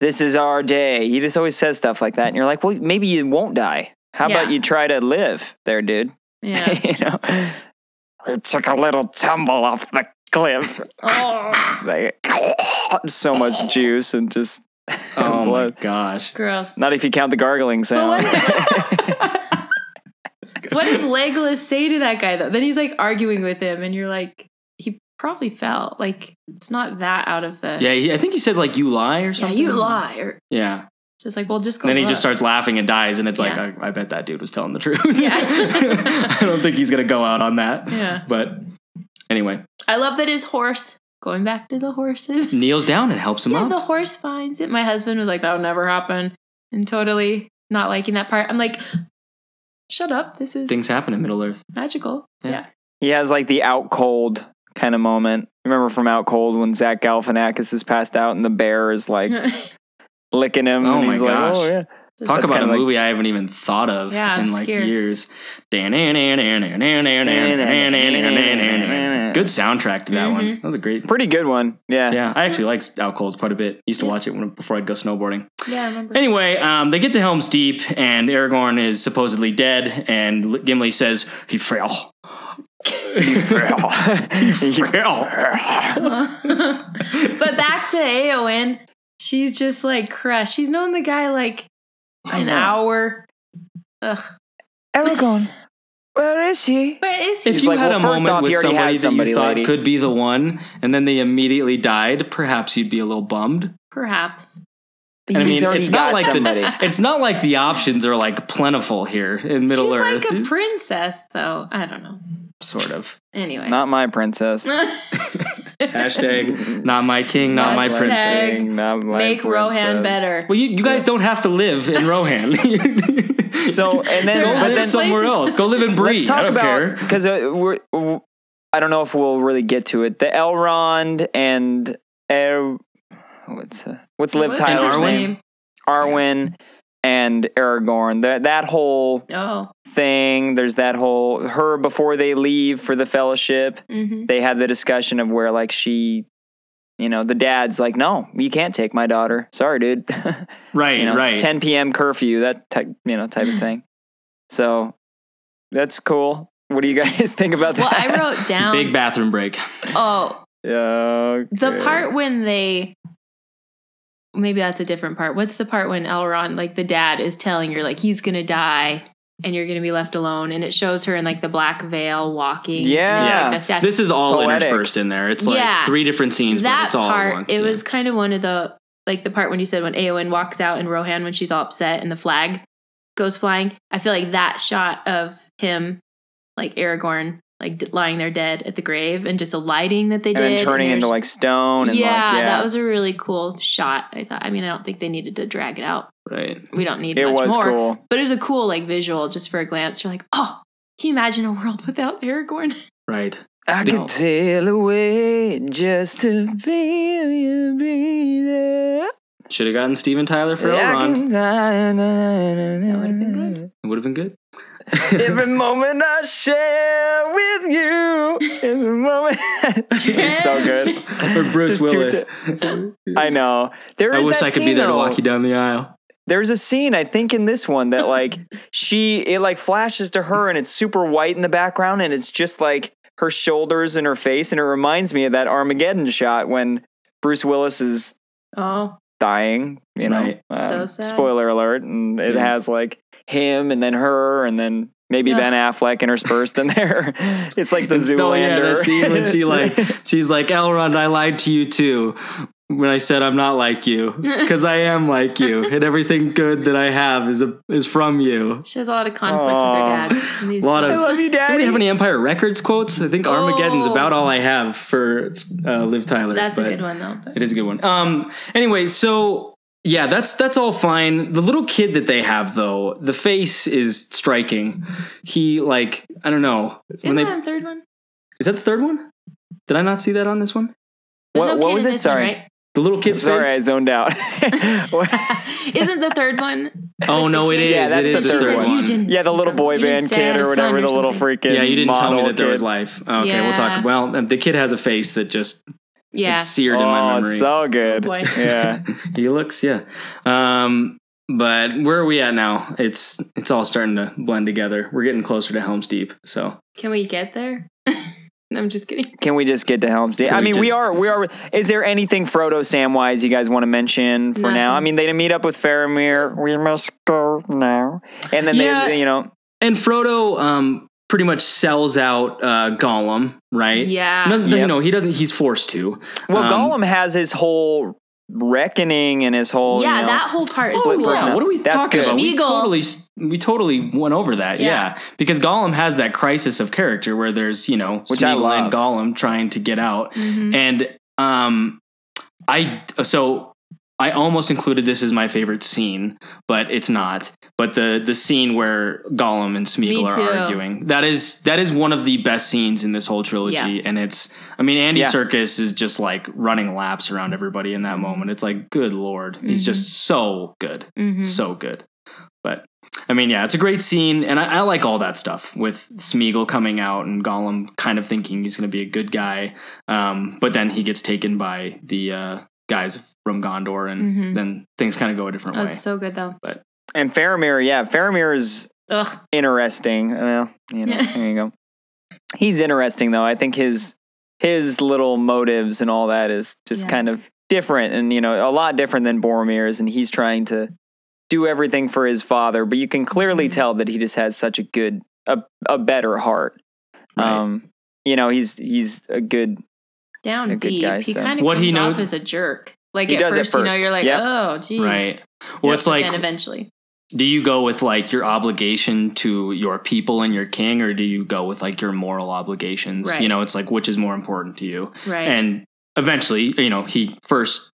[SPEAKER 2] this is our day. He just always says stuff like that, and you're like, well, maybe you won't die. How about
[SPEAKER 4] Yeah.
[SPEAKER 2] you try to live there, dude?
[SPEAKER 4] Yeah.
[SPEAKER 2] you know, I took a little tumble off the cliff.
[SPEAKER 4] oh,
[SPEAKER 2] Like, so much juice and just
[SPEAKER 1] Oh my
[SPEAKER 2] blood.
[SPEAKER 1] gosh.
[SPEAKER 4] gross.
[SPEAKER 2] Not if you count the gargling sound.
[SPEAKER 4] What does Legolas say to that guy though? Then he's like arguing with him, and you're like, he probably fell. Like it's not that out of the.
[SPEAKER 1] Yeah, he, I think he says like you lie or
[SPEAKER 4] Yeah,
[SPEAKER 1] something.
[SPEAKER 4] you lie. Or
[SPEAKER 1] Yeah.
[SPEAKER 4] just like, well, just go.
[SPEAKER 1] And then he just
[SPEAKER 4] look.
[SPEAKER 1] starts laughing and dies, and it's
[SPEAKER 4] Yeah.
[SPEAKER 1] like I, I bet that dude was telling the truth.
[SPEAKER 4] Yeah.
[SPEAKER 1] I don't think he's gonna go out on that.
[SPEAKER 4] Yeah.
[SPEAKER 1] But anyway,
[SPEAKER 4] I love that his horse. Going back to the horses.
[SPEAKER 1] kneels down and helps him
[SPEAKER 4] Yeah, the
[SPEAKER 1] up.
[SPEAKER 4] horse finds it. My husband was like, that would never happen, and totally not liking that part. I'm like, shut up. This is
[SPEAKER 1] Things happen in Middle Earth.
[SPEAKER 4] magical.
[SPEAKER 1] Yeah.
[SPEAKER 4] Yeah.
[SPEAKER 2] He has like the out cold kind of moment. Remember from Out Cold when Zach Galifianakis is passed out and the bear is like licking him.
[SPEAKER 1] Oh
[SPEAKER 2] and
[SPEAKER 1] my
[SPEAKER 2] he's
[SPEAKER 1] gosh.
[SPEAKER 2] Like, oh yeah.
[SPEAKER 1] Talk
[SPEAKER 2] That's
[SPEAKER 1] about a
[SPEAKER 2] kinda like-
[SPEAKER 1] movie I haven't even thought of
[SPEAKER 4] Yeah,
[SPEAKER 1] in like
[SPEAKER 4] obscure.
[SPEAKER 1] years. Good soundtrack to that one.
[SPEAKER 4] Mhm.
[SPEAKER 1] That was a great.
[SPEAKER 2] Pretty good one. Yeah.
[SPEAKER 1] Yeah, I actually liked Out Cold quite a bit. Used to watch it when, before I'd go snowboarding.
[SPEAKER 4] Yeah, I remember.
[SPEAKER 1] Anyway, um, they get to Helm's Deep, and Aragorn is supposedly dead, and L- Gimli says he fell.
[SPEAKER 4] but back to Aowen, she's just like crushed. She's known the guy like an hour. Ugh.
[SPEAKER 2] Aragorn, where is he?
[SPEAKER 4] Where is he?
[SPEAKER 1] If
[SPEAKER 2] He's
[SPEAKER 1] you
[SPEAKER 2] like,
[SPEAKER 1] had
[SPEAKER 2] "Well,
[SPEAKER 1] a
[SPEAKER 2] first
[SPEAKER 1] moment
[SPEAKER 2] off,
[SPEAKER 1] with
[SPEAKER 2] he already
[SPEAKER 1] somebody,
[SPEAKER 2] has somebody,
[SPEAKER 1] that you
[SPEAKER 2] lady."
[SPEAKER 1] thought could be the one, and then they immediately died, perhaps you'd be a little bummed.
[SPEAKER 4] Perhaps.
[SPEAKER 1] And I mean, it's not like
[SPEAKER 2] somebody.
[SPEAKER 1] the it's not like the options are like plentiful here in Middle
[SPEAKER 4] she's
[SPEAKER 1] Earth,
[SPEAKER 4] like a princess, though. I don't know.
[SPEAKER 1] sort of.
[SPEAKER 4] Anyway.
[SPEAKER 2] not my princess.
[SPEAKER 1] Hashtag not my king, not my
[SPEAKER 4] Hashtag
[SPEAKER 1] princess.
[SPEAKER 2] Not my
[SPEAKER 4] Make Rohan
[SPEAKER 2] princess.
[SPEAKER 4] better.
[SPEAKER 1] Well, you, you guys don't have to live in Rohan.
[SPEAKER 2] So and then,
[SPEAKER 1] go
[SPEAKER 4] There are
[SPEAKER 2] but
[SPEAKER 1] live
[SPEAKER 2] then
[SPEAKER 4] some-
[SPEAKER 1] somewhere
[SPEAKER 4] places-
[SPEAKER 1] else. Go live in Bree.
[SPEAKER 2] let's talk
[SPEAKER 1] I don't
[SPEAKER 2] about
[SPEAKER 1] care.
[SPEAKER 2] because uh, we're. w- I don't know if we'll really get to it. The Elrond and Er, what's uh, what's Liv
[SPEAKER 4] What's
[SPEAKER 2] Tyler's
[SPEAKER 4] her
[SPEAKER 1] Arwen?
[SPEAKER 2] name? Arwen and Aragorn. That that whole
[SPEAKER 4] Oh.
[SPEAKER 2] thing. There's that whole her before they leave for the Fellowship.
[SPEAKER 4] hmm
[SPEAKER 2] They had the discussion of where like she, you know, the dad's like, no, you can't take my daughter. Sorry, dude.
[SPEAKER 1] Right,
[SPEAKER 2] you know,
[SPEAKER 1] right.
[SPEAKER 2] 10 p.m. curfew. That type, you know, type of thing. So that's cool. What do you guys think about
[SPEAKER 4] Well,
[SPEAKER 2] that?
[SPEAKER 4] I wrote down.
[SPEAKER 1] Big bathroom break.
[SPEAKER 4] Oh,
[SPEAKER 2] Yeah,
[SPEAKER 4] The
[SPEAKER 2] okay.
[SPEAKER 4] part when they maybe that's a different part. What's the part when Elrond, like the dad, is telling her like he's gonna die and you're gonna be left alone, and it shows her in like the black veil walking. and it's,
[SPEAKER 2] Yeah.
[SPEAKER 4] like, the statue.
[SPEAKER 1] This is all
[SPEAKER 2] Poetic.
[SPEAKER 1] interspersed in there. It's like
[SPEAKER 4] Yeah.
[SPEAKER 1] three different scenes, but
[SPEAKER 4] that
[SPEAKER 1] it's all at
[SPEAKER 4] part.
[SPEAKER 1] once,
[SPEAKER 4] it
[SPEAKER 1] yeah.
[SPEAKER 4] was kind of one of the like the part when you said when Aowen walks out and Rohan when she's all upset and the flag goes flying. I feel like that shot of him, like Aragorn. Like d- lying there dead at the grave, and just the lighting that they
[SPEAKER 2] and
[SPEAKER 4] did,
[SPEAKER 2] then turning
[SPEAKER 4] there's-
[SPEAKER 2] into like stone and
[SPEAKER 4] yeah,
[SPEAKER 2] like, yeah,
[SPEAKER 4] that was a really cool shot. I thought. I mean, I don't think they needed to drag it out.
[SPEAKER 1] right.
[SPEAKER 4] We don't need
[SPEAKER 2] it
[SPEAKER 4] much
[SPEAKER 2] was
[SPEAKER 4] more.
[SPEAKER 2] cool.
[SPEAKER 4] But it was a cool like visual just for a glance. You're like, oh, can you imagine a world without Aragorn?
[SPEAKER 1] Right.
[SPEAKER 2] I
[SPEAKER 1] Did-
[SPEAKER 2] could sail away just to feel you be there.
[SPEAKER 1] Should have gotten Steven Tyler for Elrond.
[SPEAKER 2] That
[SPEAKER 4] would've been good.
[SPEAKER 1] It would have been good.
[SPEAKER 2] Every moment I share with you is a moment. it's so good.
[SPEAKER 1] or Bruce
[SPEAKER 2] Just too
[SPEAKER 1] Willis.
[SPEAKER 2] I know. There
[SPEAKER 1] I
[SPEAKER 2] is
[SPEAKER 1] wish
[SPEAKER 2] that
[SPEAKER 1] I could
[SPEAKER 2] scene,
[SPEAKER 1] be there to
[SPEAKER 2] though.
[SPEAKER 1] walk you down the aisle.
[SPEAKER 2] There's a scene I think in this one that like she it like flashes to her and it's super white in the background and it's just like her shoulders and her face and it reminds me of that Armageddon shot when Bruce Willis is
[SPEAKER 4] Oh,
[SPEAKER 2] dying. You know, Um,
[SPEAKER 1] Right.
[SPEAKER 4] So sad.
[SPEAKER 2] spoiler alert, and it
[SPEAKER 1] Yeah.
[SPEAKER 2] has like him and then her and then maybe
[SPEAKER 4] Ugh.
[SPEAKER 2] Ben Affleck interspersed in there. it's like the
[SPEAKER 1] And still, yeah,
[SPEAKER 2] Zoolander
[SPEAKER 1] that scene when she like she's like Elrond, I lied to you too when I said I'm not like you because I am like you, and everything good that I have is a, is from you.
[SPEAKER 4] she has a lot of conflict
[SPEAKER 2] Aw.
[SPEAKER 4] with her dad. in these
[SPEAKER 1] A lot
[SPEAKER 2] I
[SPEAKER 1] of-
[SPEAKER 4] films.
[SPEAKER 2] love you,
[SPEAKER 1] Anybody
[SPEAKER 2] Daddy.
[SPEAKER 1] have any Empire Records quotes? I think Armageddon's
[SPEAKER 4] Oh.
[SPEAKER 1] about all I have for uh, Liv Tyler.
[SPEAKER 4] That's a
[SPEAKER 1] but-
[SPEAKER 4] good one though. But.
[SPEAKER 1] It is a good one. Um. Anyway, so yeah, that's that's all fine. The little kid that they have though, the face is striking. He like I don't know when
[SPEAKER 4] Isn't
[SPEAKER 1] they
[SPEAKER 4] that the third one?
[SPEAKER 1] is that the third one? Did I not see that on this one?
[SPEAKER 4] There's
[SPEAKER 2] What-
[SPEAKER 4] no
[SPEAKER 2] what
[SPEAKER 4] kid
[SPEAKER 2] was
[SPEAKER 4] in
[SPEAKER 2] it?
[SPEAKER 4] this one,
[SPEAKER 2] Sorry.
[SPEAKER 4] right?
[SPEAKER 1] The little kid's
[SPEAKER 2] Sorry, I
[SPEAKER 1] face.
[SPEAKER 2] zoned out. What-
[SPEAKER 4] Isn't the third one?
[SPEAKER 1] Oh no, it is.
[SPEAKER 2] Yeah, that's
[SPEAKER 1] it
[SPEAKER 2] the
[SPEAKER 1] is the
[SPEAKER 2] third
[SPEAKER 1] third
[SPEAKER 2] one.
[SPEAKER 1] one.
[SPEAKER 4] You didn't
[SPEAKER 2] yeah, the
[SPEAKER 4] speak
[SPEAKER 2] little
[SPEAKER 4] of-
[SPEAKER 2] boy
[SPEAKER 4] you just
[SPEAKER 2] band
[SPEAKER 4] said
[SPEAKER 2] kid
[SPEAKER 4] a
[SPEAKER 2] or
[SPEAKER 4] son
[SPEAKER 2] whatever, the little
[SPEAKER 4] something.
[SPEAKER 2] freaking
[SPEAKER 1] Yeah, you didn't tell me
[SPEAKER 2] model
[SPEAKER 1] that there was
[SPEAKER 2] kid.
[SPEAKER 1] life. Okay, we'll talk.
[SPEAKER 4] Yeah.
[SPEAKER 1] Well, the kid has a face that just
[SPEAKER 4] Yeah,
[SPEAKER 1] it's seared in my
[SPEAKER 2] Oh,
[SPEAKER 1] memory.
[SPEAKER 2] it's so good.
[SPEAKER 4] Oh, boy.
[SPEAKER 2] yeah.
[SPEAKER 1] he looks, yeah. Um, but where are we at now? It's it's all starting to blend together. We're getting closer to Helm's Deep, so
[SPEAKER 4] can we get there? I'm just kidding.
[SPEAKER 2] Can we just get to Helm's Deep?
[SPEAKER 1] Can
[SPEAKER 2] I
[SPEAKER 1] we
[SPEAKER 2] mean, we
[SPEAKER 1] just-
[SPEAKER 2] are we are. Is there anything Frodo, Samwise, you guys want to mention for now?
[SPEAKER 4] Nothing.
[SPEAKER 2] I mean, they meet up with Faramir. We must go now, and then
[SPEAKER 1] Yeah.
[SPEAKER 2] they, you know,
[SPEAKER 1] and Frodo um pretty much sells out uh Gollum, right?
[SPEAKER 4] Yeah,
[SPEAKER 1] No, no,
[SPEAKER 2] Yep.
[SPEAKER 1] no, he doesn't. He's forced to.
[SPEAKER 2] well,
[SPEAKER 1] Um,
[SPEAKER 2] Gollum has his whole reckoning and his whole,
[SPEAKER 4] yeah,
[SPEAKER 2] you know,
[SPEAKER 4] that whole part is
[SPEAKER 2] split
[SPEAKER 4] cool.
[SPEAKER 2] personality.
[SPEAKER 1] Yeah, what are we
[SPEAKER 2] That's
[SPEAKER 1] talking
[SPEAKER 2] good.
[SPEAKER 1] about? We
[SPEAKER 4] Smeagol.
[SPEAKER 1] totally, we totally went over that. Yeah.
[SPEAKER 4] Yeah.
[SPEAKER 1] because Gollum has that crisis of character where there's you know
[SPEAKER 2] Which
[SPEAKER 1] Smeagol
[SPEAKER 2] I
[SPEAKER 1] and
[SPEAKER 2] love.
[SPEAKER 1] Mm-hmm.
[SPEAKER 4] Mm-hmm.
[SPEAKER 1] Gollum trying to get out,
[SPEAKER 4] Mhm.
[SPEAKER 1] and um, I so I almost included this as my favorite scene, but it's not. But the the scene where Gollum and Smeagol
[SPEAKER 4] too.
[SPEAKER 1] are arguing that is that is one of the best scenes in this whole trilogy,
[SPEAKER 4] Yeah.
[SPEAKER 1] and it's I mean Andy
[SPEAKER 2] Yeah.
[SPEAKER 1] Circus is just like running laps around everybody in that
[SPEAKER 4] Mm-hmm.
[SPEAKER 1] moment. It's like good lord, he's just so good,
[SPEAKER 4] Mhm.
[SPEAKER 1] so good. But I mean, yeah, it's a great scene, and I, I like all that stuff with Smeagol coming out and Gollum kind of thinking he's going to be a good guy, um, but then he gets taken by the uh, guys from Gondor, and
[SPEAKER 4] Mhm.
[SPEAKER 1] then things kind of go a different
[SPEAKER 4] That
[SPEAKER 1] way.
[SPEAKER 4] was so good though.
[SPEAKER 2] And Faramir, yeah, Faramir is
[SPEAKER 4] Ugh.
[SPEAKER 2] interesting. Well, you know,
[SPEAKER 4] Yeah.
[SPEAKER 2] there you go. He's interesting though. I think his his little motives and all that is just
[SPEAKER 4] Yeah.
[SPEAKER 2] kind of different and you know, a lot different than Boromir's and he's trying to do everything for his father, but you can clearly
[SPEAKER 4] Mhm.
[SPEAKER 2] tell that he just has such a good a, a better heart.
[SPEAKER 1] Right.
[SPEAKER 2] Um you know, he's he's a good
[SPEAKER 4] Down
[SPEAKER 2] A good
[SPEAKER 4] deep.
[SPEAKER 2] guy,
[SPEAKER 4] he
[SPEAKER 2] so-
[SPEAKER 4] kind of
[SPEAKER 1] What
[SPEAKER 4] comes
[SPEAKER 1] he
[SPEAKER 4] off
[SPEAKER 1] knows-
[SPEAKER 4] as a jerk. Like
[SPEAKER 2] He
[SPEAKER 4] at,
[SPEAKER 2] does at
[SPEAKER 4] first, you know,
[SPEAKER 2] first.
[SPEAKER 4] you're like,
[SPEAKER 2] Yep.
[SPEAKER 4] oh, geez.
[SPEAKER 1] right. Well, it's like,
[SPEAKER 4] then eventually,
[SPEAKER 1] do you go with like your obligation to your people and your king, or do you go with like your moral obligations?
[SPEAKER 4] Right.
[SPEAKER 1] You know, it's like which is more important to you.
[SPEAKER 4] right?
[SPEAKER 1] And eventually, you know, he first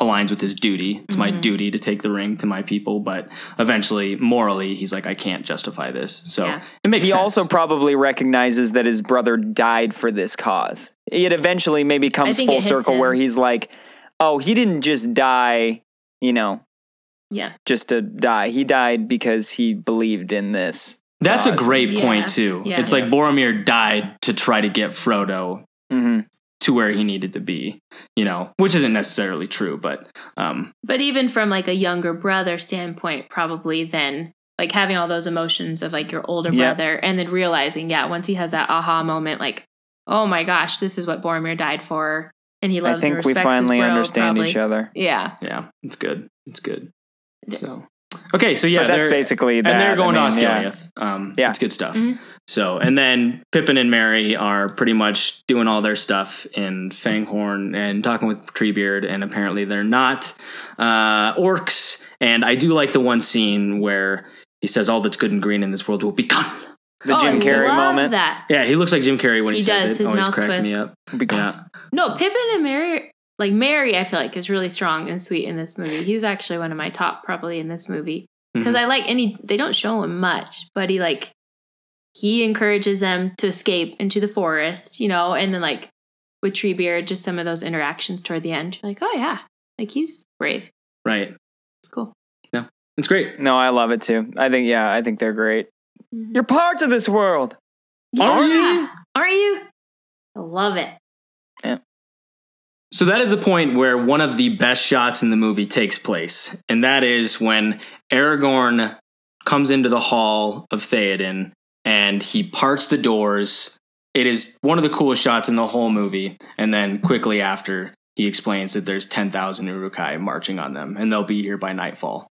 [SPEAKER 1] aligns with his duty. It's my
[SPEAKER 4] Mhm.
[SPEAKER 1] duty to take the ring to my people, but eventually, morally, he's like, I can't justify this. So
[SPEAKER 4] Yeah.
[SPEAKER 1] it makes
[SPEAKER 2] he
[SPEAKER 1] sense.
[SPEAKER 2] also probably recognizes that his brother died for this cause. It eventually maybe comes
[SPEAKER 4] think it
[SPEAKER 2] full
[SPEAKER 4] hits
[SPEAKER 2] circle where
[SPEAKER 4] him.
[SPEAKER 2] he's like, "Oh, he didn't just die, you know,
[SPEAKER 4] yeah,
[SPEAKER 2] just to die. He died because he believed in this."
[SPEAKER 1] That's a
[SPEAKER 2] Awesome.
[SPEAKER 1] great
[SPEAKER 4] Yeah.
[SPEAKER 1] point too.
[SPEAKER 4] Yeah.
[SPEAKER 1] It's like Boromir died to try to get Frodo
[SPEAKER 2] Mm-hmm.
[SPEAKER 1] to where he needed to be, you know, which isn't necessarily true, but um,
[SPEAKER 4] but even from like a younger brother standpoint, probably then like having all those emotions of like your older
[SPEAKER 2] Yeah.
[SPEAKER 4] brother, and then realizing, yeah, once he has that aha moment, like, oh my gosh, this is what Boromir died for, and he
[SPEAKER 2] I
[SPEAKER 4] loves.
[SPEAKER 2] think
[SPEAKER 4] and
[SPEAKER 2] we
[SPEAKER 4] respects his
[SPEAKER 2] finally
[SPEAKER 4] bro,
[SPEAKER 2] understand
[SPEAKER 4] probably.
[SPEAKER 2] each other.
[SPEAKER 4] Yeah,
[SPEAKER 1] yeah, it's good. It's good.
[SPEAKER 4] it is.
[SPEAKER 1] So okay, so yeah,
[SPEAKER 2] but that's
[SPEAKER 1] they're-
[SPEAKER 2] basically that.
[SPEAKER 1] and they're going
[SPEAKER 2] I mean,
[SPEAKER 1] to
[SPEAKER 2] yeah.
[SPEAKER 1] Osgiliath. Um,
[SPEAKER 2] Yeah.
[SPEAKER 1] it's good stuff.
[SPEAKER 4] Mhm.
[SPEAKER 1] So and then Pippin and Mary are pretty much doing all their stuff in Fanghorn and talking with Treebeard, and apparently they're not uh, orcs. And I do like the one scene where he says, "All that's good and green in this world will be gone."
[SPEAKER 2] The
[SPEAKER 4] oh,
[SPEAKER 2] Jim
[SPEAKER 4] I
[SPEAKER 2] Carrey
[SPEAKER 4] love
[SPEAKER 2] moment.
[SPEAKER 4] That
[SPEAKER 1] Yeah, he looks like Jim Carrey when he,
[SPEAKER 4] He
[SPEAKER 1] says
[SPEAKER 4] does,
[SPEAKER 1] it.
[SPEAKER 4] his
[SPEAKER 1] Always
[SPEAKER 4] mouth
[SPEAKER 1] cracked me
[SPEAKER 4] twists.
[SPEAKER 1] up. Yeah.
[SPEAKER 4] no, Pippin and Mary, like Mary, I feel like is really strong and sweet in this movie. He's actually one of my top probably in this movie.
[SPEAKER 2] Mm-hmm.
[SPEAKER 4] because I like any. They don't show him much, but he like he encourages them to escape into the forest, you know, and then like with Treebeard, just some of those interactions toward the end. You're like, oh yeah, like he's brave.
[SPEAKER 1] Right.
[SPEAKER 4] It's cool.
[SPEAKER 1] It's great.
[SPEAKER 2] No, I love it too. I think yeah, I think they're great. You're part of this world.
[SPEAKER 1] Are
[SPEAKER 4] Yeah. Aren't you? I love it.
[SPEAKER 1] So that is the point where one of the best shots in the movie takes place, and that is when Aragorn comes into the hall of Theoden and he parts the doors. It is one of the coolest shots in the whole movie, and then quickly after he explains that there's 10,000 Urukai marching on them and they'll be here by nightfall.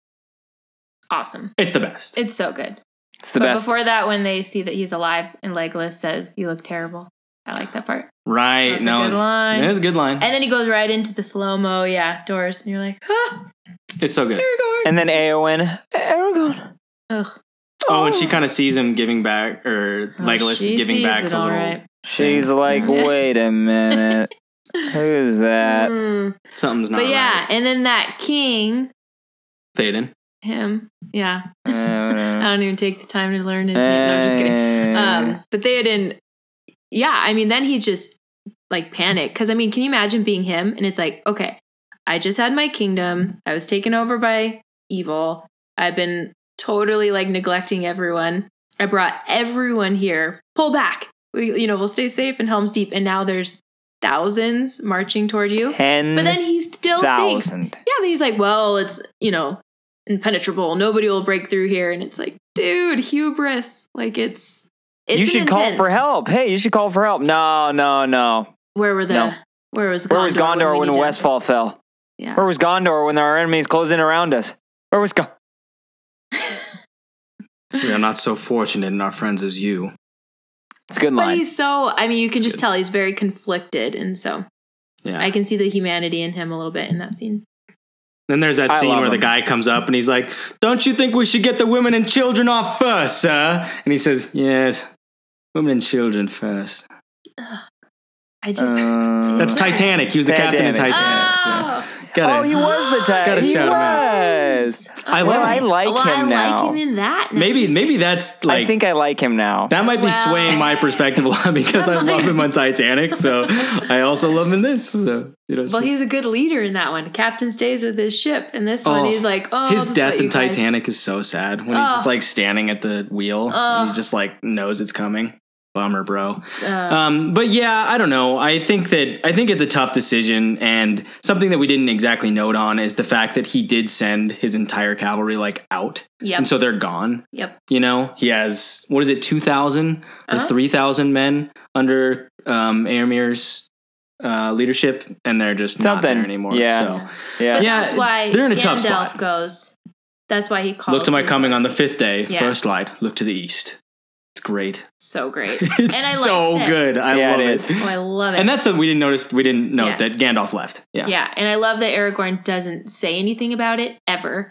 [SPEAKER 4] Awesome.
[SPEAKER 1] It's the best.
[SPEAKER 4] It's so good.
[SPEAKER 2] It's the
[SPEAKER 4] but
[SPEAKER 2] best.
[SPEAKER 4] before that, when they see that he's alive and Legolas says, "You look terrible," I like that part.
[SPEAKER 1] right.
[SPEAKER 4] That's
[SPEAKER 1] no.
[SPEAKER 4] a good line.
[SPEAKER 1] It is a good line.
[SPEAKER 4] and then he goes right into the slow mo, yeah, doors, and you're like, huh,
[SPEAKER 1] it's so good.
[SPEAKER 4] Aragorn.
[SPEAKER 2] and then Aowen, Aragorn.
[SPEAKER 4] Ugh.
[SPEAKER 1] Oh, and she kind of sees him giving back, or
[SPEAKER 4] Oh,
[SPEAKER 1] Legolas is
[SPEAKER 4] she
[SPEAKER 1] giving
[SPEAKER 4] sees
[SPEAKER 1] back
[SPEAKER 4] it
[SPEAKER 1] the
[SPEAKER 4] all
[SPEAKER 1] little.
[SPEAKER 4] right.
[SPEAKER 2] She's like,
[SPEAKER 4] Yeah.
[SPEAKER 2] wait a minute, who's that?
[SPEAKER 4] Mm.
[SPEAKER 1] Something's uh, not
[SPEAKER 4] But yeah,
[SPEAKER 1] right.
[SPEAKER 4] and then that king,
[SPEAKER 1] Theoden.
[SPEAKER 4] him, yeah. I
[SPEAKER 2] Uh,
[SPEAKER 4] don't even take the time to learn his name. Oh, No, I'm
[SPEAKER 1] Uh,
[SPEAKER 4] just kidding. Um, but they didn't. Yeah, I mean, then he just like panicked because I mean, can you imagine being him? And it's like, okay, I just had my kingdom. I was taken over by evil. I've been totally like neglecting everyone. I brought everyone here. Pull back. We, you know, we'll stay safe in Helm's Deep. And now there's thousands marching toward you.
[SPEAKER 2] ten
[SPEAKER 4] But then he still thinks
[SPEAKER 2] thousand.
[SPEAKER 4] yeah, then he's like, well, it's, you know, impenetrable. Nobody will break through here. And it's like, dude, hubris. Like, it's, it's
[SPEAKER 2] you
[SPEAKER 4] an
[SPEAKER 2] should call
[SPEAKER 4] intense-
[SPEAKER 2] for help. Hey, you should call for help. No, no, no.
[SPEAKER 4] Where were the,
[SPEAKER 2] No.
[SPEAKER 4] where was Gondor?
[SPEAKER 2] Where was Gondor when
[SPEAKER 4] we needed-
[SPEAKER 2] Westfall fell?
[SPEAKER 4] Yeah.
[SPEAKER 2] Where was Gondor when our enemies closed in around us? Where was Gondor?
[SPEAKER 1] We are not so fortunate in our friends as you.
[SPEAKER 2] It's a good
[SPEAKER 4] But
[SPEAKER 2] line.
[SPEAKER 4] he's so, I mean, you can
[SPEAKER 1] It's
[SPEAKER 4] just
[SPEAKER 1] good.
[SPEAKER 4] tell he's very conflicted. And so
[SPEAKER 1] Yeah.
[SPEAKER 4] I can see the humanity in him a little bit in that scene.
[SPEAKER 1] then there's that
[SPEAKER 2] I
[SPEAKER 1] scene
[SPEAKER 2] love
[SPEAKER 1] where the
[SPEAKER 2] him.
[SPEAKER 1] guy comes up and he's like, Don't you think we should get the women and children off first, sir? And he says, Yes, women and children first.
[SPEAKER 4] I just,
[SPEAKER 2] Uh,
[SPEAKER 1] Uh, That's Titanic. He was the captain in
[SPEAKER 2] Titanic.
[SPEAKER 1] Titanic.
[SPEAKER 4] Ah, Oh,
[SPEAKER 1] Gotta,
[SPEAKER 2] Oh, he was the tag.
[SPEAKER 1] Gotta
[SPEAKER 2] he
[SPEAKER 1] shout him out.
[SPEAKER 2] was.
[SPEAKER 1] I
[SPEAKER 2] Well,
[SPEAKER 1] like
[SPEAKER 2] I
[SPEAKER 1] him.
[SPEAKER 2] like
[SPEAKER 4] Oh, well, I
[SPEAKER 2] him now.
[SPEAKER 4] like him in that. now.
[SPEAKER 1] maybe maybe that's like
[SPEAKER 2] I think I like him now.
[SPEAKER 1] that might be
[SPEAKER 4] Well.
[SPEAKER 1] swaying my perspective a lot because I love him on Titanic, so I also love him in this. So, you know, it's
[SPEAKER 4] Well,
[SPEAKER 1] just-
[SPEAKER 4] he was a good leader in that one. Captain stays with his ship, and this
[SPEAKER 1] Oh,
[SPEAKER 4] one he's like, oh, I'll
[SPEAKER 1] his
[SPEAKER 4] just
[SPEAKER 1] death
[SPEAKER 4] let you
[SPEAKER 1] in
[SPEAKER 4] guys-
[SPEAKER 1] Titanic is so sad when he's just
[SPEAKER 4] Oh.
[SPEAKER 1] like standing at the wheel and he
[SPEAKER 4] Oh.
[SPEAKER 1] just like knows it's coming. Bummer, bro.
[SPEAKER 4] Uh,
[SPEAKER 1] Um, but yeah, I don't know. I think that I think it's a tough decision, and something that we didn't exactly note on is the fact that he did send his entire cavalry like out,
[SPEAKER 4] yep.
[SPEAKER 1] and so they're gone.
[SPEAKER 4] yep.
[SPEAKER 1] You know, he has what is it, two thousand or
[SPEAKER 4] Uh-huh.
[SPEAKER 1] three thousand men under um, Amir's uh, leadership, and they're just not
[SPEAKER 2] Something,
[SPEAKER 1] there anymore.
[SPEAKER 2] yeah.
[SPEAKER 1] So.
[SPEAKER 2] Yeah.
[SPEAKER 4] But
[SPEAKER 1] Yeah,
[SPEAKER 4] that's why
[SPEAKER 1] they're in a
[SPEAKER 4] Gandalf
[SPEAKER 1] tough spot.
[SPEAKER 4] goes. That's why he calls.
[SPEAKER 1] Look to my
[SPEAKER 4] his
[SPEAKER 1] coming on the
[SPEAKER 4] army.
[SPEAKER 1] fifth day.
[SPEAKER 4] Yeah.
[SPEAKER 1] First light. Look to the east. It's great.
[SPEAKER 4] So great.
[SPEAKER 1] It's
[SPEAKER 4] and I like
[SPEAKER 1] so
[SPEAKER 4] that.
[SPEAKER 1] good. I
[SPEAKER 2] Yeah,
[SPEAKER 1] love
[SPEAKER 2] it
[SPEAKER 1] it.
[SPEAKER 2] is.
[SPEAKER 4] Oh, I love it.
[SPEAKER 1] And that's something we didn't notice. We didn't note
[SPEAKER 4] Yeah.
[SPEAKER 1] that Gandalf left. Yeah.
[SPEAKER 4] yeah. and I love that Aragorn doesn't say anything about it ever.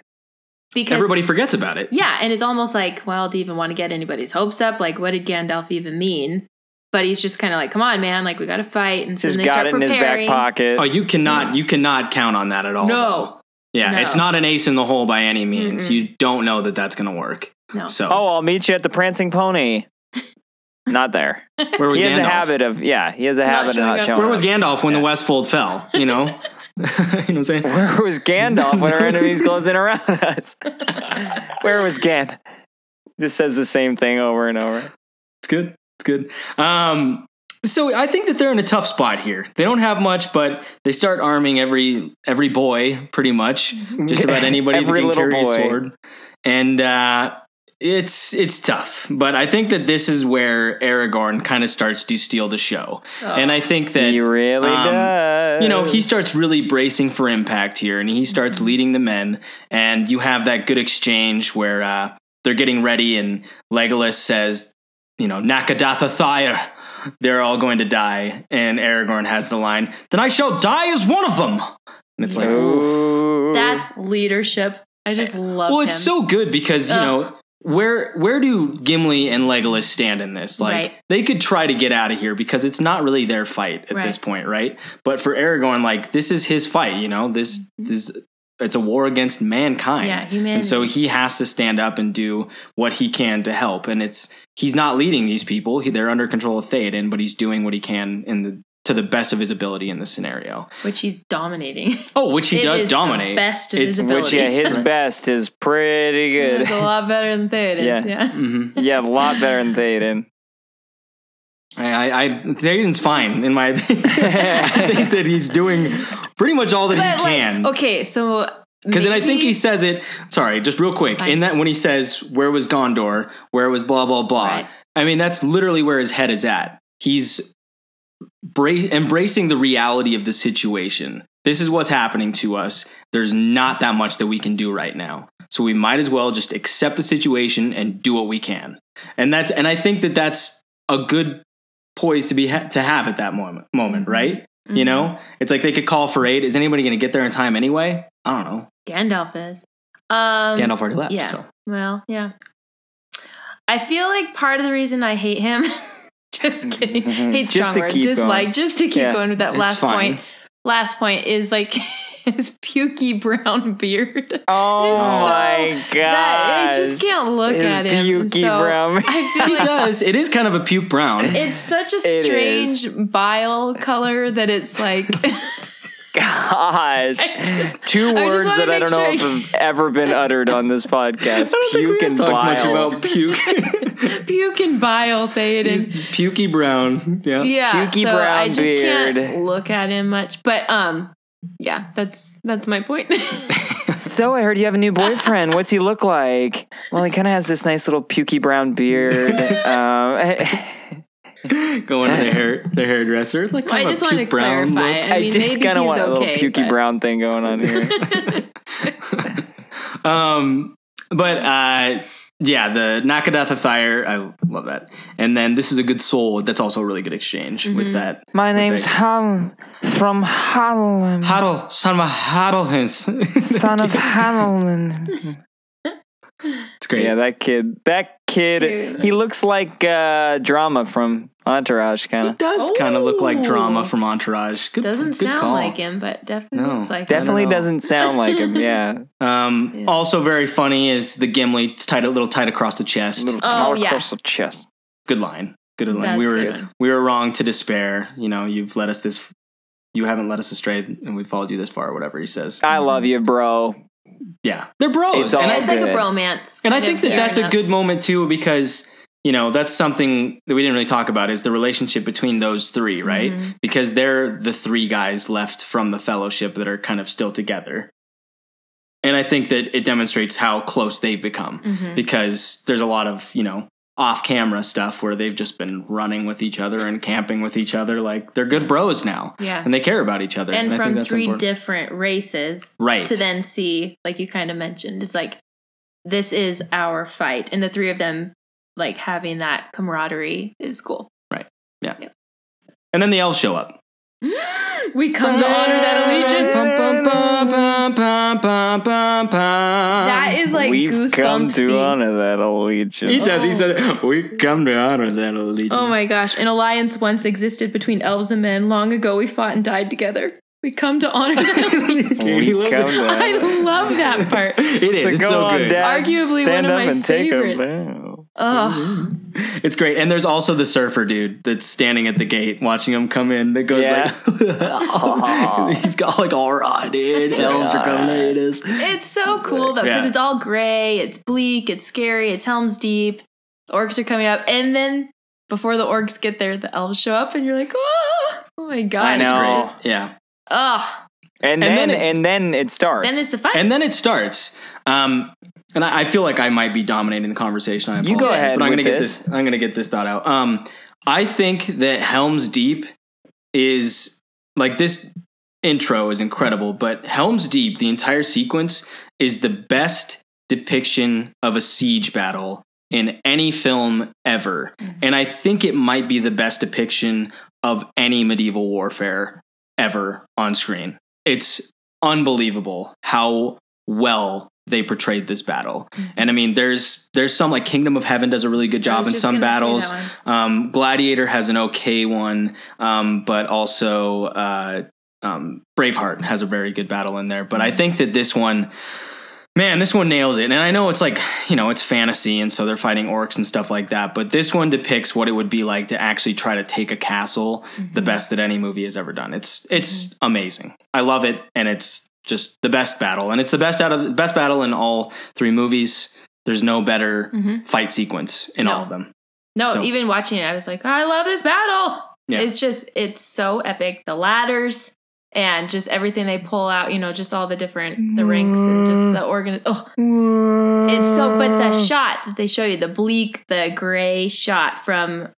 [SPEAKER 4] Because
[SPEAKER 1] Everybody forgets about it.
[SPEAKER 4] Yeah, and it's almost like, well, do you even want to get anybody's hopes up? Like, what did Gandalf even mean? But he's just kind of like, come on, man, like we got to fight, and so
[SPEAKER 2] Just
[SPEAKER 4] then they
[SPEAKER 2] got
[SPEAKER 4] start
[SPEAKER 2] it in his
[SPEAKER 4] preparing.
[SPEAKER 2] back pocket.
[SPEAKER 1] Oh, you cannot. You cannot count on that at all.
[SPEAKER 4] No,
[SPEAKER 1] though. Yeah,
[SPEAKER 4] No.
[SPEAKER 1] it's not an ace in the hole by any means.
[SPEAKER 4] Mm-mm.
[SPEAKER 1] You don't know that that's going to work.
[SPEAKER 4] no,
[SPEAKER 1] So
[SPEAKER 2] Oh, I'll meet you at the Prancing Pony. Not there.
[SPEAKER 1] where was
[SPEAKER 2] he has
[SPEAKER 1] Gandalf?
[SPEAKER 2] a habit of yeah. He has a
[SPEAKER 4] Not
[SPEAKER 2] habit of
[SPEAKER 4] showing
[SPEAKER 2] not
[SPEAKER 4] up.
[SPEAKER 2] showing.
[SPEAKER 1] Where was
[SPEAKER 2] up.
[SPEAKER 1] Gandalf when
[SPEAKER 2] Yeah.
[SPEAKER 1] the Westfold fell? You know. you know what I'm saying?
[SPEAKER 2] Where was Gandalf when our enemies closed in around us? Where was Gan? This says the same thing over and over.
[SPEAKER 1] It's good. It's good. Um, so I think that they're in a tough spot here. They don't have much, but they start arming every every boy pretty much. Just about anybody
[SPEAKER 2] Mm-hmm. Every
[SPEAKER 1] that can
[SPEAKER 2] little
[SPEAKER 1] carry a
[SPEAKER 2] boy.
[SPEAKER 1] sword. And uh, it's it's tough, but I think that this is where Aragorn kind of starts to steal the show.
[SPEAKER 2] Uh,
[SPEAKER 1] And I think that
[SPEAKER 2] He really
[SPEAKER 1] um,
[SPEAKER 2] does.
[SPEAKER 1] you know,
[SPEAKER 2] Oh.
[SPEAKER 1] he starts really bracing for impact here and he starts leading the men. And you have that good exchange where uh, they're getting ready, and Legolas says, you know, Nakadatha Thyre, they're all going to die. And Aragorn has the line, then I shall die as one of them. And it's like,
[SPEAKER 2] Ooh.
[SPEAKER 4] that's leadership. I just love.
[SPEAKER 1] well, it's
[SPEAKER 4] him.
[SPEAKER 1] so good because, you
[SPEAKER 4] Ugh.
[SPEAKER 1] know, where where do Gimli and Legolas stand in this? Like
[SPEAKER 4] Right.
[SPEAKER 1] they could try to get out of here because it's not really their fight at
[SPEAKER 4] Right.
[SPEAKER 1] this point, right? But for Aragorn, like this is his fight, you know. This this it's a war against mankind.
[SPEAKER 4] Mm-hmm. yeah, human.
[SPEAKER 1] And so he has to stand up and do what he can to help. And it's he's not leading these people; he, they're under control of Theoden, but he's doing what he can in the to the best of his ability in this scenario.
[SPEAKER 4] which he's dominating.
[SPEAKER 1] Oh, which he
[SPEAKER 4] It
[SPEAKER 1] does
[SPEAKER 4] is the
[SPEAKER 1] dominate.
[SPEAKER 4] best of his
[SPEAKER 1] It's-
[SPEAKER 4] ability.
[SPEAKER 2] Which yeah, his
[SPEAKER 1] Right.
[SPEAKER 2] best is pretty
[SPEAKER 4] it's a
[SPEAKER 2] good.
[SPEAKER 4] lot better than Theoden's.
[SPEAKER 2] Yeah. Mm,
[SPEAKER 4] Yeah.
[SPEAKER 1] Mhm.
[SPEAKER 2] yeah, a lot better than Thaden.
[SPEAKER 1] I, I, I Theoden's fine in my opinion. I think that he's doing pretty much all that
[SPEAKER 4] But
[SPEAKER 1] he
[SPEAKER 4] like,
[SPEAKER 1] can.
[SPEAKER 4] okay, so
[SPEAKER 1] Because then I think
[SPEAKER 4] maybe-
[SPEAKER 1] he says it. Sorry, just real quick.
[SPEAKER 4] Fine.
[SPEAKER 1] In that when he says where was Gondor, where was blah blah blah.
[SPEAKER 4] Right.
[SPEAKER 1] I mean that's literally where his head is at. He's bra- embracing the reality of the situation. This is what's happening to us. There's not that much that we can do right now. So we might as well just accept the situation and do what we can. And that's and I think that that's a good poise to be ha- to have at that moment moment, right? You
[SPEAKER 4] Mhm.
[SPEAKER 1] know, it's like they could call for aid. Is anybody going to get there in time anyway? I don't know.
[SPEAKER 4] Gandalf is. Um,
[SPEAKER 1] Gandalf already left.
[SPEAKER 4] yeah.
[SPEAKER 1] So.
[SPEAKER 4] Well, yeah. I feel like part of the reason I hate him. just kidding. Hate
[SPEAKER 2] Mm-hmm. Just
[SPEAKER 4] strong
[SPEAKER 2] to
[SPEAKER 4] word.
[SPEAKER 2] keep going.
[SPEAKER 4] Dislike. Just to keep
[SPEAKER 2] Yeah,
[SPEAKER 4] going with that
[SPEAKER 1] it's
[SPEAKER 4] last
[SPEAKER 1] fine.
[SPEAKER 4] point. Last point is like his pukey brown beard.
[SPEAKER 2] Oh
[SPEAKER 4] It's so-
[SPEAKER 2] my god.
[SPEAKER 4] That, I just can't look
[SPEAKER 2] His
[SPEAKER 4] at him.
[SPEAKER 2] pukey
[SPEAKER 4] so
[SPEAKER 2] brown.
[SPEAKER 4] I
[SPEAKER 1] He
[SPEAKER 4] feel like
[SPEAKER 1] does. It is kind of a puke brown.
[SPEAKER 4] it's such a
[SPEAKER 2] It is.
[SPEAKER 4] strange bile color that it's like
[SPEAKER 2] Gosh.
[SPEAKER 4] I just-
[SPEAKER 2] Two
[SPEAKER 4] I just
[SPEAKER 2] words
[SPEAKER 4] wanna
[SPEAKER 2] that I
[SPEAKER 4] make
[SPEAKER 2] don't know if
[SPEAKER 4] sure-
[SPEAKER 2] have ever been uttered on this
[SPEAKER 1] I
[SPEAKER 2] podcast.
[SPEAKER 1] don't think we
[SPEAKER 2] Puke
[SPEAKER 1] have
[SPEAKER 2] and
[SPEAKER 1] talked
[SPEAKER 2] bile.
[SPEAKER 1] much about puke.
[SPEAKER 4] puke and bile
[SPEAKER 1] He's
[SPEAKER 4] Theoden.
[SPEAKER 1] pukey brown. Yeah.
[SPEAKER 4] yeah,
[SPEAKER 2] Pukey
[SPEAKER 4] so I
[SPEAKER 2] brown
[SPEAKER 4] just
[SPEAKER 2] beard.
[SPEAKER 4] can't look at him much. But um, yeah, that's that's my point.
[SPEAKER 2] So I heard you have a new boyfriend. What's he look like? Well, he kind of has this nice little pukey brown beard. um,
[SPEAKER 1] Going to the hair the hairdresser. Like
[SPEAKER 4] I
[SPEAKER 1] kind of
[SPEAKER 4] just
[SPEAKER 1] a
[SPEAKER 4] want to
[SPEAKER 1] puke brown
[SPEAKER 4] clarify.
[SPEAKER 1] look.
[SPEAKER 4] I mean,
[SPEAKER 2] I just
[SPEAKER 4] maybe
[SPEAKER 2] kind of
[SPEAKER 4] he's
[SPEAKER 2] want a little
[SPEAKER 4] okay,
[SPEAKER 2] pukey
[SPEAKER 4] but-
[SPEAKER 2] brown thing going on here.
[SPEAKER 1] Um, but uh, yeah, the Nakadatha Thyre. I love that. And then this is a good soul. That's also a really good exchange with
[SPEAKER 4] Mm-hmm.
[SPEAKER 1] that.
[SPEAKER 2] My
[SPEAKER 1] with
[SPEAKER 2] name's
[SPEAKER 1] that-
[SPEAKER 2] Hum from Holland,
[SPEAKER 1] Haddle, son of a Haddlehins.
[SPEAKER 2] son of Holland.
[SPEAKER 1] It's great.
[SPEAKER 2] Yeah, that kid. That kid.
[SPEAKER 4] Dude.
[SPEAKER 2] He looks like uh, drama from Entourage, kind
[SPEAKER 1] It
[SPEAKER 2] of.
[SPEAKER 1] does kind of look like drama
[SPEAKER 4] Ooh.
[SPEAKER 1] from Entourage. Good,
[SPEAKER 4] Oh. Doesn't
[SPEAKER 1] good
[SPEAKER 4] sound
[SPEAKER 1] call.
[SPEAKER 4] like him, but definitely
[SPEAKER 1] No,
[SPEAKER 4] looks like him.
[SPEAKER 2] Definitely
[SPEAKER 1] know.
[SPEAKER 2] doesn't sound like him. Yeah.
[SPEAKER 1] Um,
[SPEAKER 4] Yeah.
[SPEAKER 1] Also, very funny is the Gimli. It's tight, a little tight across the chest.
[SPEAKER 2] Little
[SPEAKER 4] Oh, yeah.
[SPEAKER 2] across the chest.
[SPEAKER 1] Good line. Good line.
[SPEAKER 4] That's
[SPEAKER 1] we were
[SPEAKER 4] a good one.
[SPEAKER 1] we were wrong to despair. You know, you've led us this. You haven't led us astray, and we followed you this far, or whatever he says.
[SPEAKER 2] I love you, bro.
[SPEAKER 1] Yeah, they're bros,
[SPEAKER 2] It's all
[SPEAKER 1] and I,
[SPEAKER 4] It's like a
[SPEAKER 2] good.
[SPEAKER 4] bromance.
[SPEAKER 1] and I
[SPEAKER 4] kind
[SPEAKER 1] think
[SPEAKER 4] of
[SPEAKER 1] that that's
[SPEAKER 4] pairing
[SPEAKER 1] a
[SPEAKER 4] up.
[SPEAKER 1] good moment too because you know that's something that we didn't really talk about is the relationship between those three, right?
[SPEAKER 4] Mhm.
[SPEAKER 1] Because they're the three guys left from the fellowship that are kind of still together, and I think that it demonstrates how close they've become
[SPEAKER 4] Mhm.
[SPEAKER 1] because there's a lot of you know off camera stuff where they've just been running with each other and camping with each other like they're good bros now
[SPEAKER 4] Yeah.
[SPEAKER 1] and they care about each other
[SPEAKER 4] And,
[SPEAKER 1] I think
[SPEAKER 4] from
[SPEAKER 1] that's
[SPEAKER 4] three
[SPEAKER 1] important.
[SPEAKER 4] different races
[SPEAKER 1] right
[SPEAKER 4] to then see, like you kind of mentioned, it's like this is our fight, and the three of them like having that camaraderie is cool.
[SPEAKER 1] and then the elves show up
[SPEAKER 4] we come to honor that allegiance.
[SPEAKER 1] Bum, bum, bum, bum, bum, bum, bum, bum.
[SPEAKER 4] That is like
[SPEAKER 2] We've come
[SPEAKER 4] goosebumps.
[SPEAKER 2] to honor that
[SPEAKER 1] he
[SPEAKER 2] allegiance.
[SPEAKER 1] does he said we come to honor that allegiance
[SPEAKER 4] Oh my gosh! An alliance once existed between elves and men. Long ago, we fought and died together. We come to honor that. allegiance.
[SPEAKER 1] Katie
[SPEAKER 2] We
[SPEAKER 1] loves
[SPEAKER 2] come
[SPEAKER 1] it.
[SPEAKER 2] to honor
[SPEAKER 4] I love that part.
[SPEAKER 1] it is it's
[SPEAKER 2] go
[SPEAKER 1] so
[SPEAKER 2] on
[SPEAKER 1] good
[SPEAKER 2] down,
[SPEAKER 4] Arguably
[SPEAKER 2] stand
[SPEAKER 4] one of
[SPEAKER 2] up
[SPEAKER 4] my
[SPEAKER 2] and take 'em
[SPEAKER 4] favorites.
[SPEAKER 2] down.
[SPEAKER 4] Oh,
[SPEAKER 1] It's great. And there's also the surfer dude that's standing at the gate watching him come in that goes
[SPEAKER 2] Yeah.
[SPEAKER 1] like he's got like all rotted. Elves are coming. There it is.
[SPEAKER 4] It's so cool though, because
[SPEAKER 1] Yeah.
[SPEAKER 4] it's all gray, it's bleak, it's scary, it's Helm's Deep. The orcs are coming up, and then before the orcs get there, the elves show up, and you're like, oh, oh my god!
[SPEAKER 2] I know.
[SPEAKER 4] It's
[SPEAKER 2] Oh.
[SPEAKER 4] just-
[SPEAKER 1] Yeah.
[SPEAKER 4] Ugh.
[SPEAKER 1] And
[SPEAKER 2] And, then,
[SPEAKER 1] then it-
[SPEAKER 2] and then it starts.
[SPEAKER 4] Then it's the fight.
[SPEAKER 1] And then it starts. Um and I, I feel like I might be dominating the conversation. I
[SPEAKER 2] You go
[SPEAKER 1] apologize,
[SPEAKER 2] ahead
[SPEAKER 1] But I'm gonna
[SPEAKER 2] with
[SPEAKER 1] get
[SPEAKER 2] this.
[SPEAKER 1] this I'm gonna get this thought out. Um I think that Helm's Deep is like this intro is incredible, but Helm's Deep, the entire sequence, is the best depiction of a siege battle in any film ever. And I think it might be the best depiction of any medieval warfare ever on screen. It's unbelievable how well they portrayed this battle. And I mean there's there's some like Kingdom of Heaven does a really good job
[SPEAKER 4] Mm-hmm. I was
[SPEAKER 1] in
[SPEAKER 4] just
[SPEAKER 1] some
[SPEAKER 4] gonna say
[SPEAKER 1] battles.
[SPEAKER 4] that one.
[SPEAKER 1] Um, Gladiator has an okay one, um, but also uh, um, Braveheart has a very good battle in there. But I think that this one, man, this one nails it. And I know it's like, you know, it's fantasy, and so they're fighting orcs and stuff like that. But this one depicts what it would be like to actually try to take a castle, the
[SPEAKER 4] Mm-hmm.
[SPEAKER 1] best that any movie has ever done. It's it's amazing. I love it, and it's just the best battle, and it's the best out of the best battle in all three movies. There's no better
[SPEAKER 4] Mhm.
[SPEAKER 1] fight sequence in all
[SPEAKER 4] No.
[SPEAKER 1] of them.
[SPEAKER 4] No,
[SPEAKER 1] So-
[SPEAKER 4] even watching it, I was like, I love this battle.
[SPEAKER 1] Yeah.
[SPEAKER 4] It's just, it's so epic. The ladders and just everything they pull out, you know, just all the different, the ranks and just the organ. Oh, it's so, but the
[SPEAKER 2] Mm.
[SPEAKER 4] shot that they show you, the bleak, the gray shot from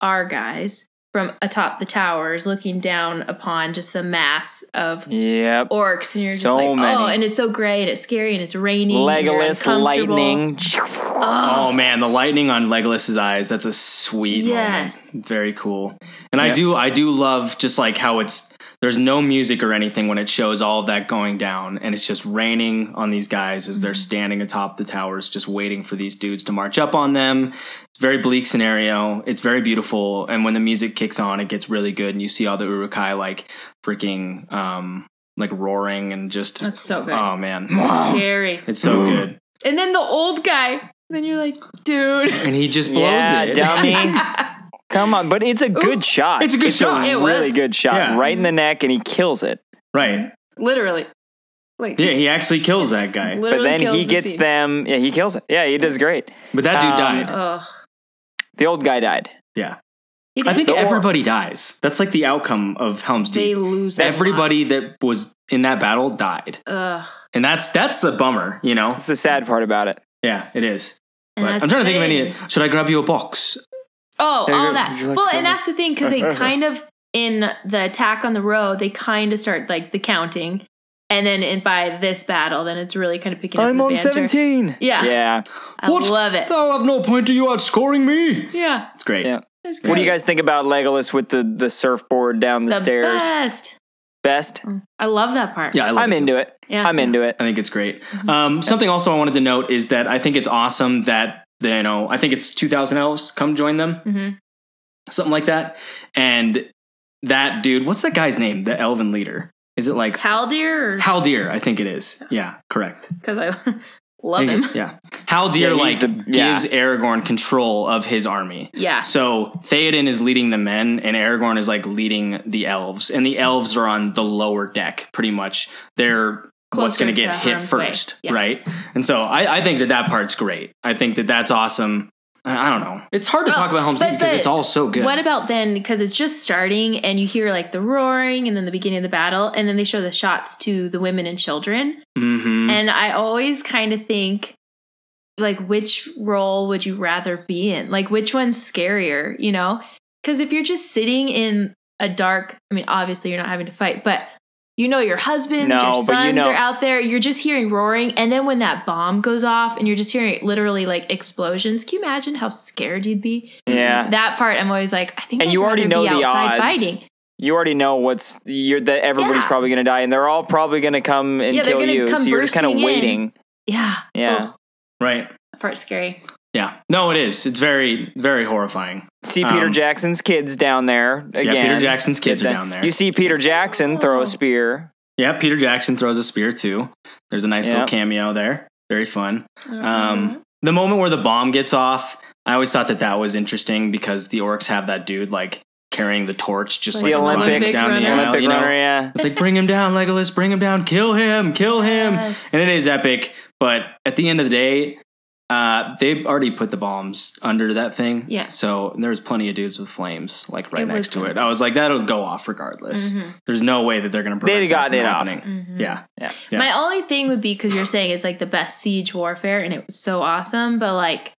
[SPEAKER 4] our guys from atop the towers looking down upon just the mass of
[SPEAKER 2] Yep.
[SPEAKER 4] orcs. And you're
[SPEAKER 2] So
[SPEAKER 4] just like, oh,
[SPEAKER 2] many.
[SPEAKER 4] and it's so gray and it's scary and it's raining. and you're
[SPEAKER 2] Legolas
[SPEAKER 4] uncomfortable.
[SPEAKER 2] lightning.
[SPEAKER 1] Oh man, the lightning on Legolas's eyes. That's a sweet
[SPEAKER 4] Yes.
[SPEAKER 1] moment. Very cool. And I
[SPEAKER 2] Yeah.
[SPEAKER 1] do I do love just like how it's there's no music or anything when it shows all of that going down and it's just raining on these guys as
[SPEAKER 4] Mm-hmm.
[SPEAKER 1] they're standing atop the towers just waiting for these dudes to march up on them. It's a very bleak scenario. It's very beautiful and when the music kicks on it gets really good and you see all the Urukai like freaking um like roaring and just
[SPEAKER 4] That's so good.
[SPEAKER 1] Oh man. It's-
[SPEAKER 4] Scary.
[SPEAKER 1] It's so good.
[SPEAKER 4] And then the old guy. Then you're like, dude.
[SPEAKER 1] And he just blows
[SPEAKER 2] Yeah,
[SPEAKER 1] it.
[SPEAKER 2] dummy. Come on, but it's a good shot.
[SPEAKER 1] It's a good shot.
[SPEAKER 4] It
[SPEAKER 2] really
[SPEAKER 4] was.
[SPEAKER 2] good shot,
[SPEAKER 1] Yeah.
[SPEAKER 2] right in the neck, and he kills it.
[SPEAKER 1] Right.
[SPEAKER 4] Literally. Like,
[SPEAKER 1] Yeah, he actually kills that guy.
[SPEAKER 4] literally
[SPEAKER 2] but then
[SPEAKER 4] kills
[SPEAKER 2] he
[SPEAKER 4] the
[SPEAKER 2] gets
[SPEAKER 4] scene.
[SPEAKER 2] them. Yeah, he kills it. Yeah, he does great.
[SPEAKER 1] But that dude
[SPEAKER 2] Um,
[SPEAKER 1] died.
[SPEAKER 4] Ugh.
[SPEAKER 2] The old guy died.
[SPEAKER 1] Yeah.
[SPEAKER 4] He
[SPEAKER 1] I
[SPEAKER 4] did-
[SPEAKER 1] think
[SPEAKER 2] The or-
[SPEAKER 1] everybody dies. That's like the outcome of Helm's
[SPEAKER 4] they
[SPEAKER 1] Deep.
[SPEAKER 4] lose. a
[SPEAKER 1] Everybody that was in that battle died.
[SPEAKER 4] lot. Ugh.
[SPEAKER 1] And that's that's a bummer, you know?
[SPEAKER 2] That's the sad part about it.
[SPEAKER 1] Yeah, it is.
[SPEAKER 4] And
[SPEAKER 1] But
[SPEAKER 4] that's
[SPEAKER 1] I'm trying to
[SPEAKER 4] the
[SPEAKER 1] think of
[SPEAKER 4] thing.
[SPEAKER 1] any should I grab you a box?
[SPEAKER 4] Oh,
[SPEAKER 2] There you
[SPEAKER 4] all
[SPEAKER 2] go.
[SPEAKER 4] that.
[SPEAKER 2] Would you like
[SPEAKER 4] well,
[SPEAKER 2] to
[SPEAKER 4] and
[SPEAKER 2] have
[SPEAKER 4] that's the thing because they kind of in the attack on the road, they kind of start like the counting, and then in, by this battle, then it's really kind of picking up. the banter. Yeah,
[SPEAKER 2] Yeah.
[SPEAKER 4] I
[SPEAKER 1] What?
[SPEAKER 4] love it.
[SPEAKER 1] Thou have no point to you outscoring me.
[SPEAKER 4] yeah,
[SPEAKER 1] It's great.
[SPEAKER 2] Yeah.
[SPEAKER 4] that's great.
[SPEAKER 2] What do you guys think about Legolas with the, the surfboard down the,
[SPEAKER 4] the
[SPEAKER 2] stairs?
[SPEAKER 4] Best.
[SPEAKER 2] best.
[SPEAKER 4] I love that part.
[SPEAKER 1] Yeah, I love
[SPEAKER 2] I'm
[SPEAKER 1] it too.
[SPEAKER 2] into it.
[SPEAKER 4] Yeah.
[SPEAKER 2] I'm into it.
[SPEAKER 1] I think it's great. Um, something also I wanted to note is that I think it's awesome that you know I think it's 2,000 elves come join them,
[SPEAKER 4] Mhm.
[SPEAKER 1] something like that. And that dude, what's that guy's name? The elven leader? Is it like
[SPEAKER 4] Haldir,
[SPEAKER 1] Haldir? I think it is. Yeah, correct.
[SPEAKER 4] because I love him.
[SPEAKER 1] Yeah, Haldir
[SPEAKER 2] Yeah, he's
[SPEAKER 1] like
[SPEAKER 2] the- yeah.
[SPEAKER 1] gives Aragorn control of his army.
[SPEAKER 4] Yeah.
[SPEAKER 1] So Theoden is leading the men, and Aragorn is like leading the elves, and the elves are on the lower deck, pretty much. They're what's
[SPEAKER 4] Closer
[SPEAKER 1] going to
[SPEAKER 4] to
[SPEAKER 1] get hit
[SPEAKER 4] harm's way.
[SPEAKER 1] first,
[SPEAKER 4] Yeah.
[SPEAKER 1] right? And so I, I think that that part's great. I think that that's awesome. I, I don't know. It's hard to
[SPEAKER 4] Well,
[SPEAKER 1] talk about Helm's
[SPEAKER 4] but
[SPEAKER 1] Deep because
[SPEAKER 4] the-
[SPEAKER 1] it's all so good.
[SPEAKER 4] What about then? Because it's just starting, and you hear like the roaring, and then the beginning of the battle, and then they show the shots to the women and children.
[SPEAKER 2] Mm-hmm.
[SPEAKER 1] hmm
[SPEAKER 4] And I always kind of think, like, which role would you rather be in? Like, which one's scarier, you know? Because if you're just sitting in a dark, I mean, obviously you're not having to fight, but you know your husbands,
[SPEAKER 2] No,
[SPEAKER 4] your
[SPEAKER 2] but you
[SPEAKER 4] sons
[SPEAKER 2] know-
[SPEAKER 4] are out there, you're just hearing roaring. And then when that bomb goes off and you're just hearing literally like explosions, can you imagine how scared you'd be?
[SPEAKER 1] Mm-hmm.
[SPEAKER 2] Yeah.
[SPEAKER 4] That part, I'm always like, I think
[SPEAKER 2] And
[SPEAKER 4] I'd
[SPEAKER 2] you already
[SPEAKER 4] rather
[SPEAKER 2] know
[SPEAKER 4] be
[SPEAKER 2] the
[SPEAKER 4] outside
[SPEAKER 2] odds.
[SPEAKER 4] fighting.
[SPEAKER 2] You already know what's you're that everybody's
[SPEAKER 4] Yeah.
[SPEAKER 2] probably gonna die and they're all probably gonna come and
[SPEAKER 4] Yeah, they're
[SPEAKER 2] kill
[SPEAKER 4] gonna
[SPEAKER 2] you.
[SPEAKER 4] come
[SPEAKER 2] So you're just kinda
[SPEAKER 4] bursting in.
[SPEAKER 2] waiting.
[SPEAKER 4] Yeah.
[SPEAKER 2] Yeah.
[SPEAKER 4] Oh,
[SPEAKER 1] Right.
[SPEAKER 4] that part's scary.
[SPEAKER 1] Yeah. No, it is. It's very, very horrifying.
[SPEAKER 2] See Peter
[SPEAKER 1] Um,
[SPEAKER 2] Jackson's kids down there again.
[SPEAKER 1] Yeah, Peter Jackson's kids
[SPEAKER 2] Did
[SPEAKER 1] are
[SPEAKER 2] that.
[SPEAKER 1] down there.
[SPEAKER 2] You see Peter Jackson throw
[SPEAKER 4] Oh.
[SPEAKER 2] a spear.
[SPEAKER 1] yeah, Peter Jackson throws a spear too. There's a nice little
[SPEAKER 2] Yep. Mm-hmm.
[SPEAKER 1] cameo there. Very fun. Um, the moment where the bomb gets off, I always thought that that was interesting because the orcs have that dude like carrying the torch, just
[SPEAKER 4] Like
[SPEAKER 1] like,
[SPEAKER 2] the
[SPEAKER 1] running
[SPEAKER 2] Olympic-
[SPEAKER 1] down the
[SPEAKER 4] runner.
[SPEAKER 1] aisle,
[SPEAKER 2] Olympic
[SPEAKER 1] you know?
[SPEAKER 2] runner, yeah.
[SPEAKER 1] It's like bring him down, Legolas, bring him down, kill him, kill him,
[SPEAKER 4] Yes.
[SPEAKER 1] and it is epic. But at the end of the day, uh, they've already put the bombs under that thing,
[SPEAKER 4] Yeah.
[SPEAKER 1] So there was plenty of dudes with flames like right
[SPEAKER 4] It was
[SPEAKER 1] next to
[SPEAKER 4] gonna-
[SPEAKER 1] it. I was like, that'll go off regardless.
[SPEAKER 4] Mhm,
[SPEAKER 1] There's no way that they're gonna prevent
[SPEAKER 2] They'd
[SPEAKER 1] that
[SPEAKER 2] gotten
[SPEAKER 1] from
[SPEAKER 2] it off.
[SPEAKER 1] happening.
[SPEAKER 4] mhm.
[SPEAKER 1] Yeah, Yeah.
[SPEAKER 4] My only thing would be because you're saying it's like the best siege warfare and it was so awesome, but like,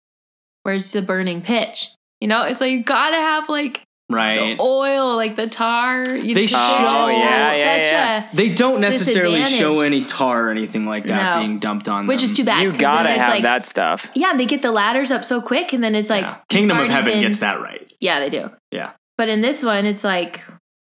[SPEAKER 4] where's the burning pitch? You know, it's like you gotta have like
[SPEAKER 1] right.
[SPEAKER 4] the oil, like the tar. You
[SPEAKER 1] They
[SPEAKER 4] know,
[SPEAKER 1] show-
[SPEAKER 4] it's
[SPEAKER 1] Oh, yeah,
[SPEAKER 2] yeah,
[SPEAKER 4] such
[SPEAKER 2] yeah.
[SPEAKER 1] They don't necessarily show
[SPEAKER 4] Disadvantage.
[SPEAKER 1] any tar or anything like that
[SPEAKER 4] No.
[SPEAKER 1] being dumped on
[SPEAKER 4] a, which
[SPEAKER 1] them.
[SPEAKER 4] is too bad.
[SPEAKER 2] you
[SPEAKER 4] 'cause
[SPEAKER 2] gotta
[SPEAKER 4] then it's
[SPEAKER 2] have
[SPEAKER 4] like,
[SPEAKER 2] that stuff.
[SPEAKER 4] Yeah, they get the ladders up so quick, and then it's like
[SPEAKER 1] Yeah. Kingdom of
[SPEAKER 4] already
[SPEAKER 1] Heaven
[SPEAKER 4] been-
[SPEAKER 1] gets that right.
[SPEAKER 4] Yeah, they do.
[SPEAKER 1] Yeah.
[SPEAKER 4] But in this one, it's like,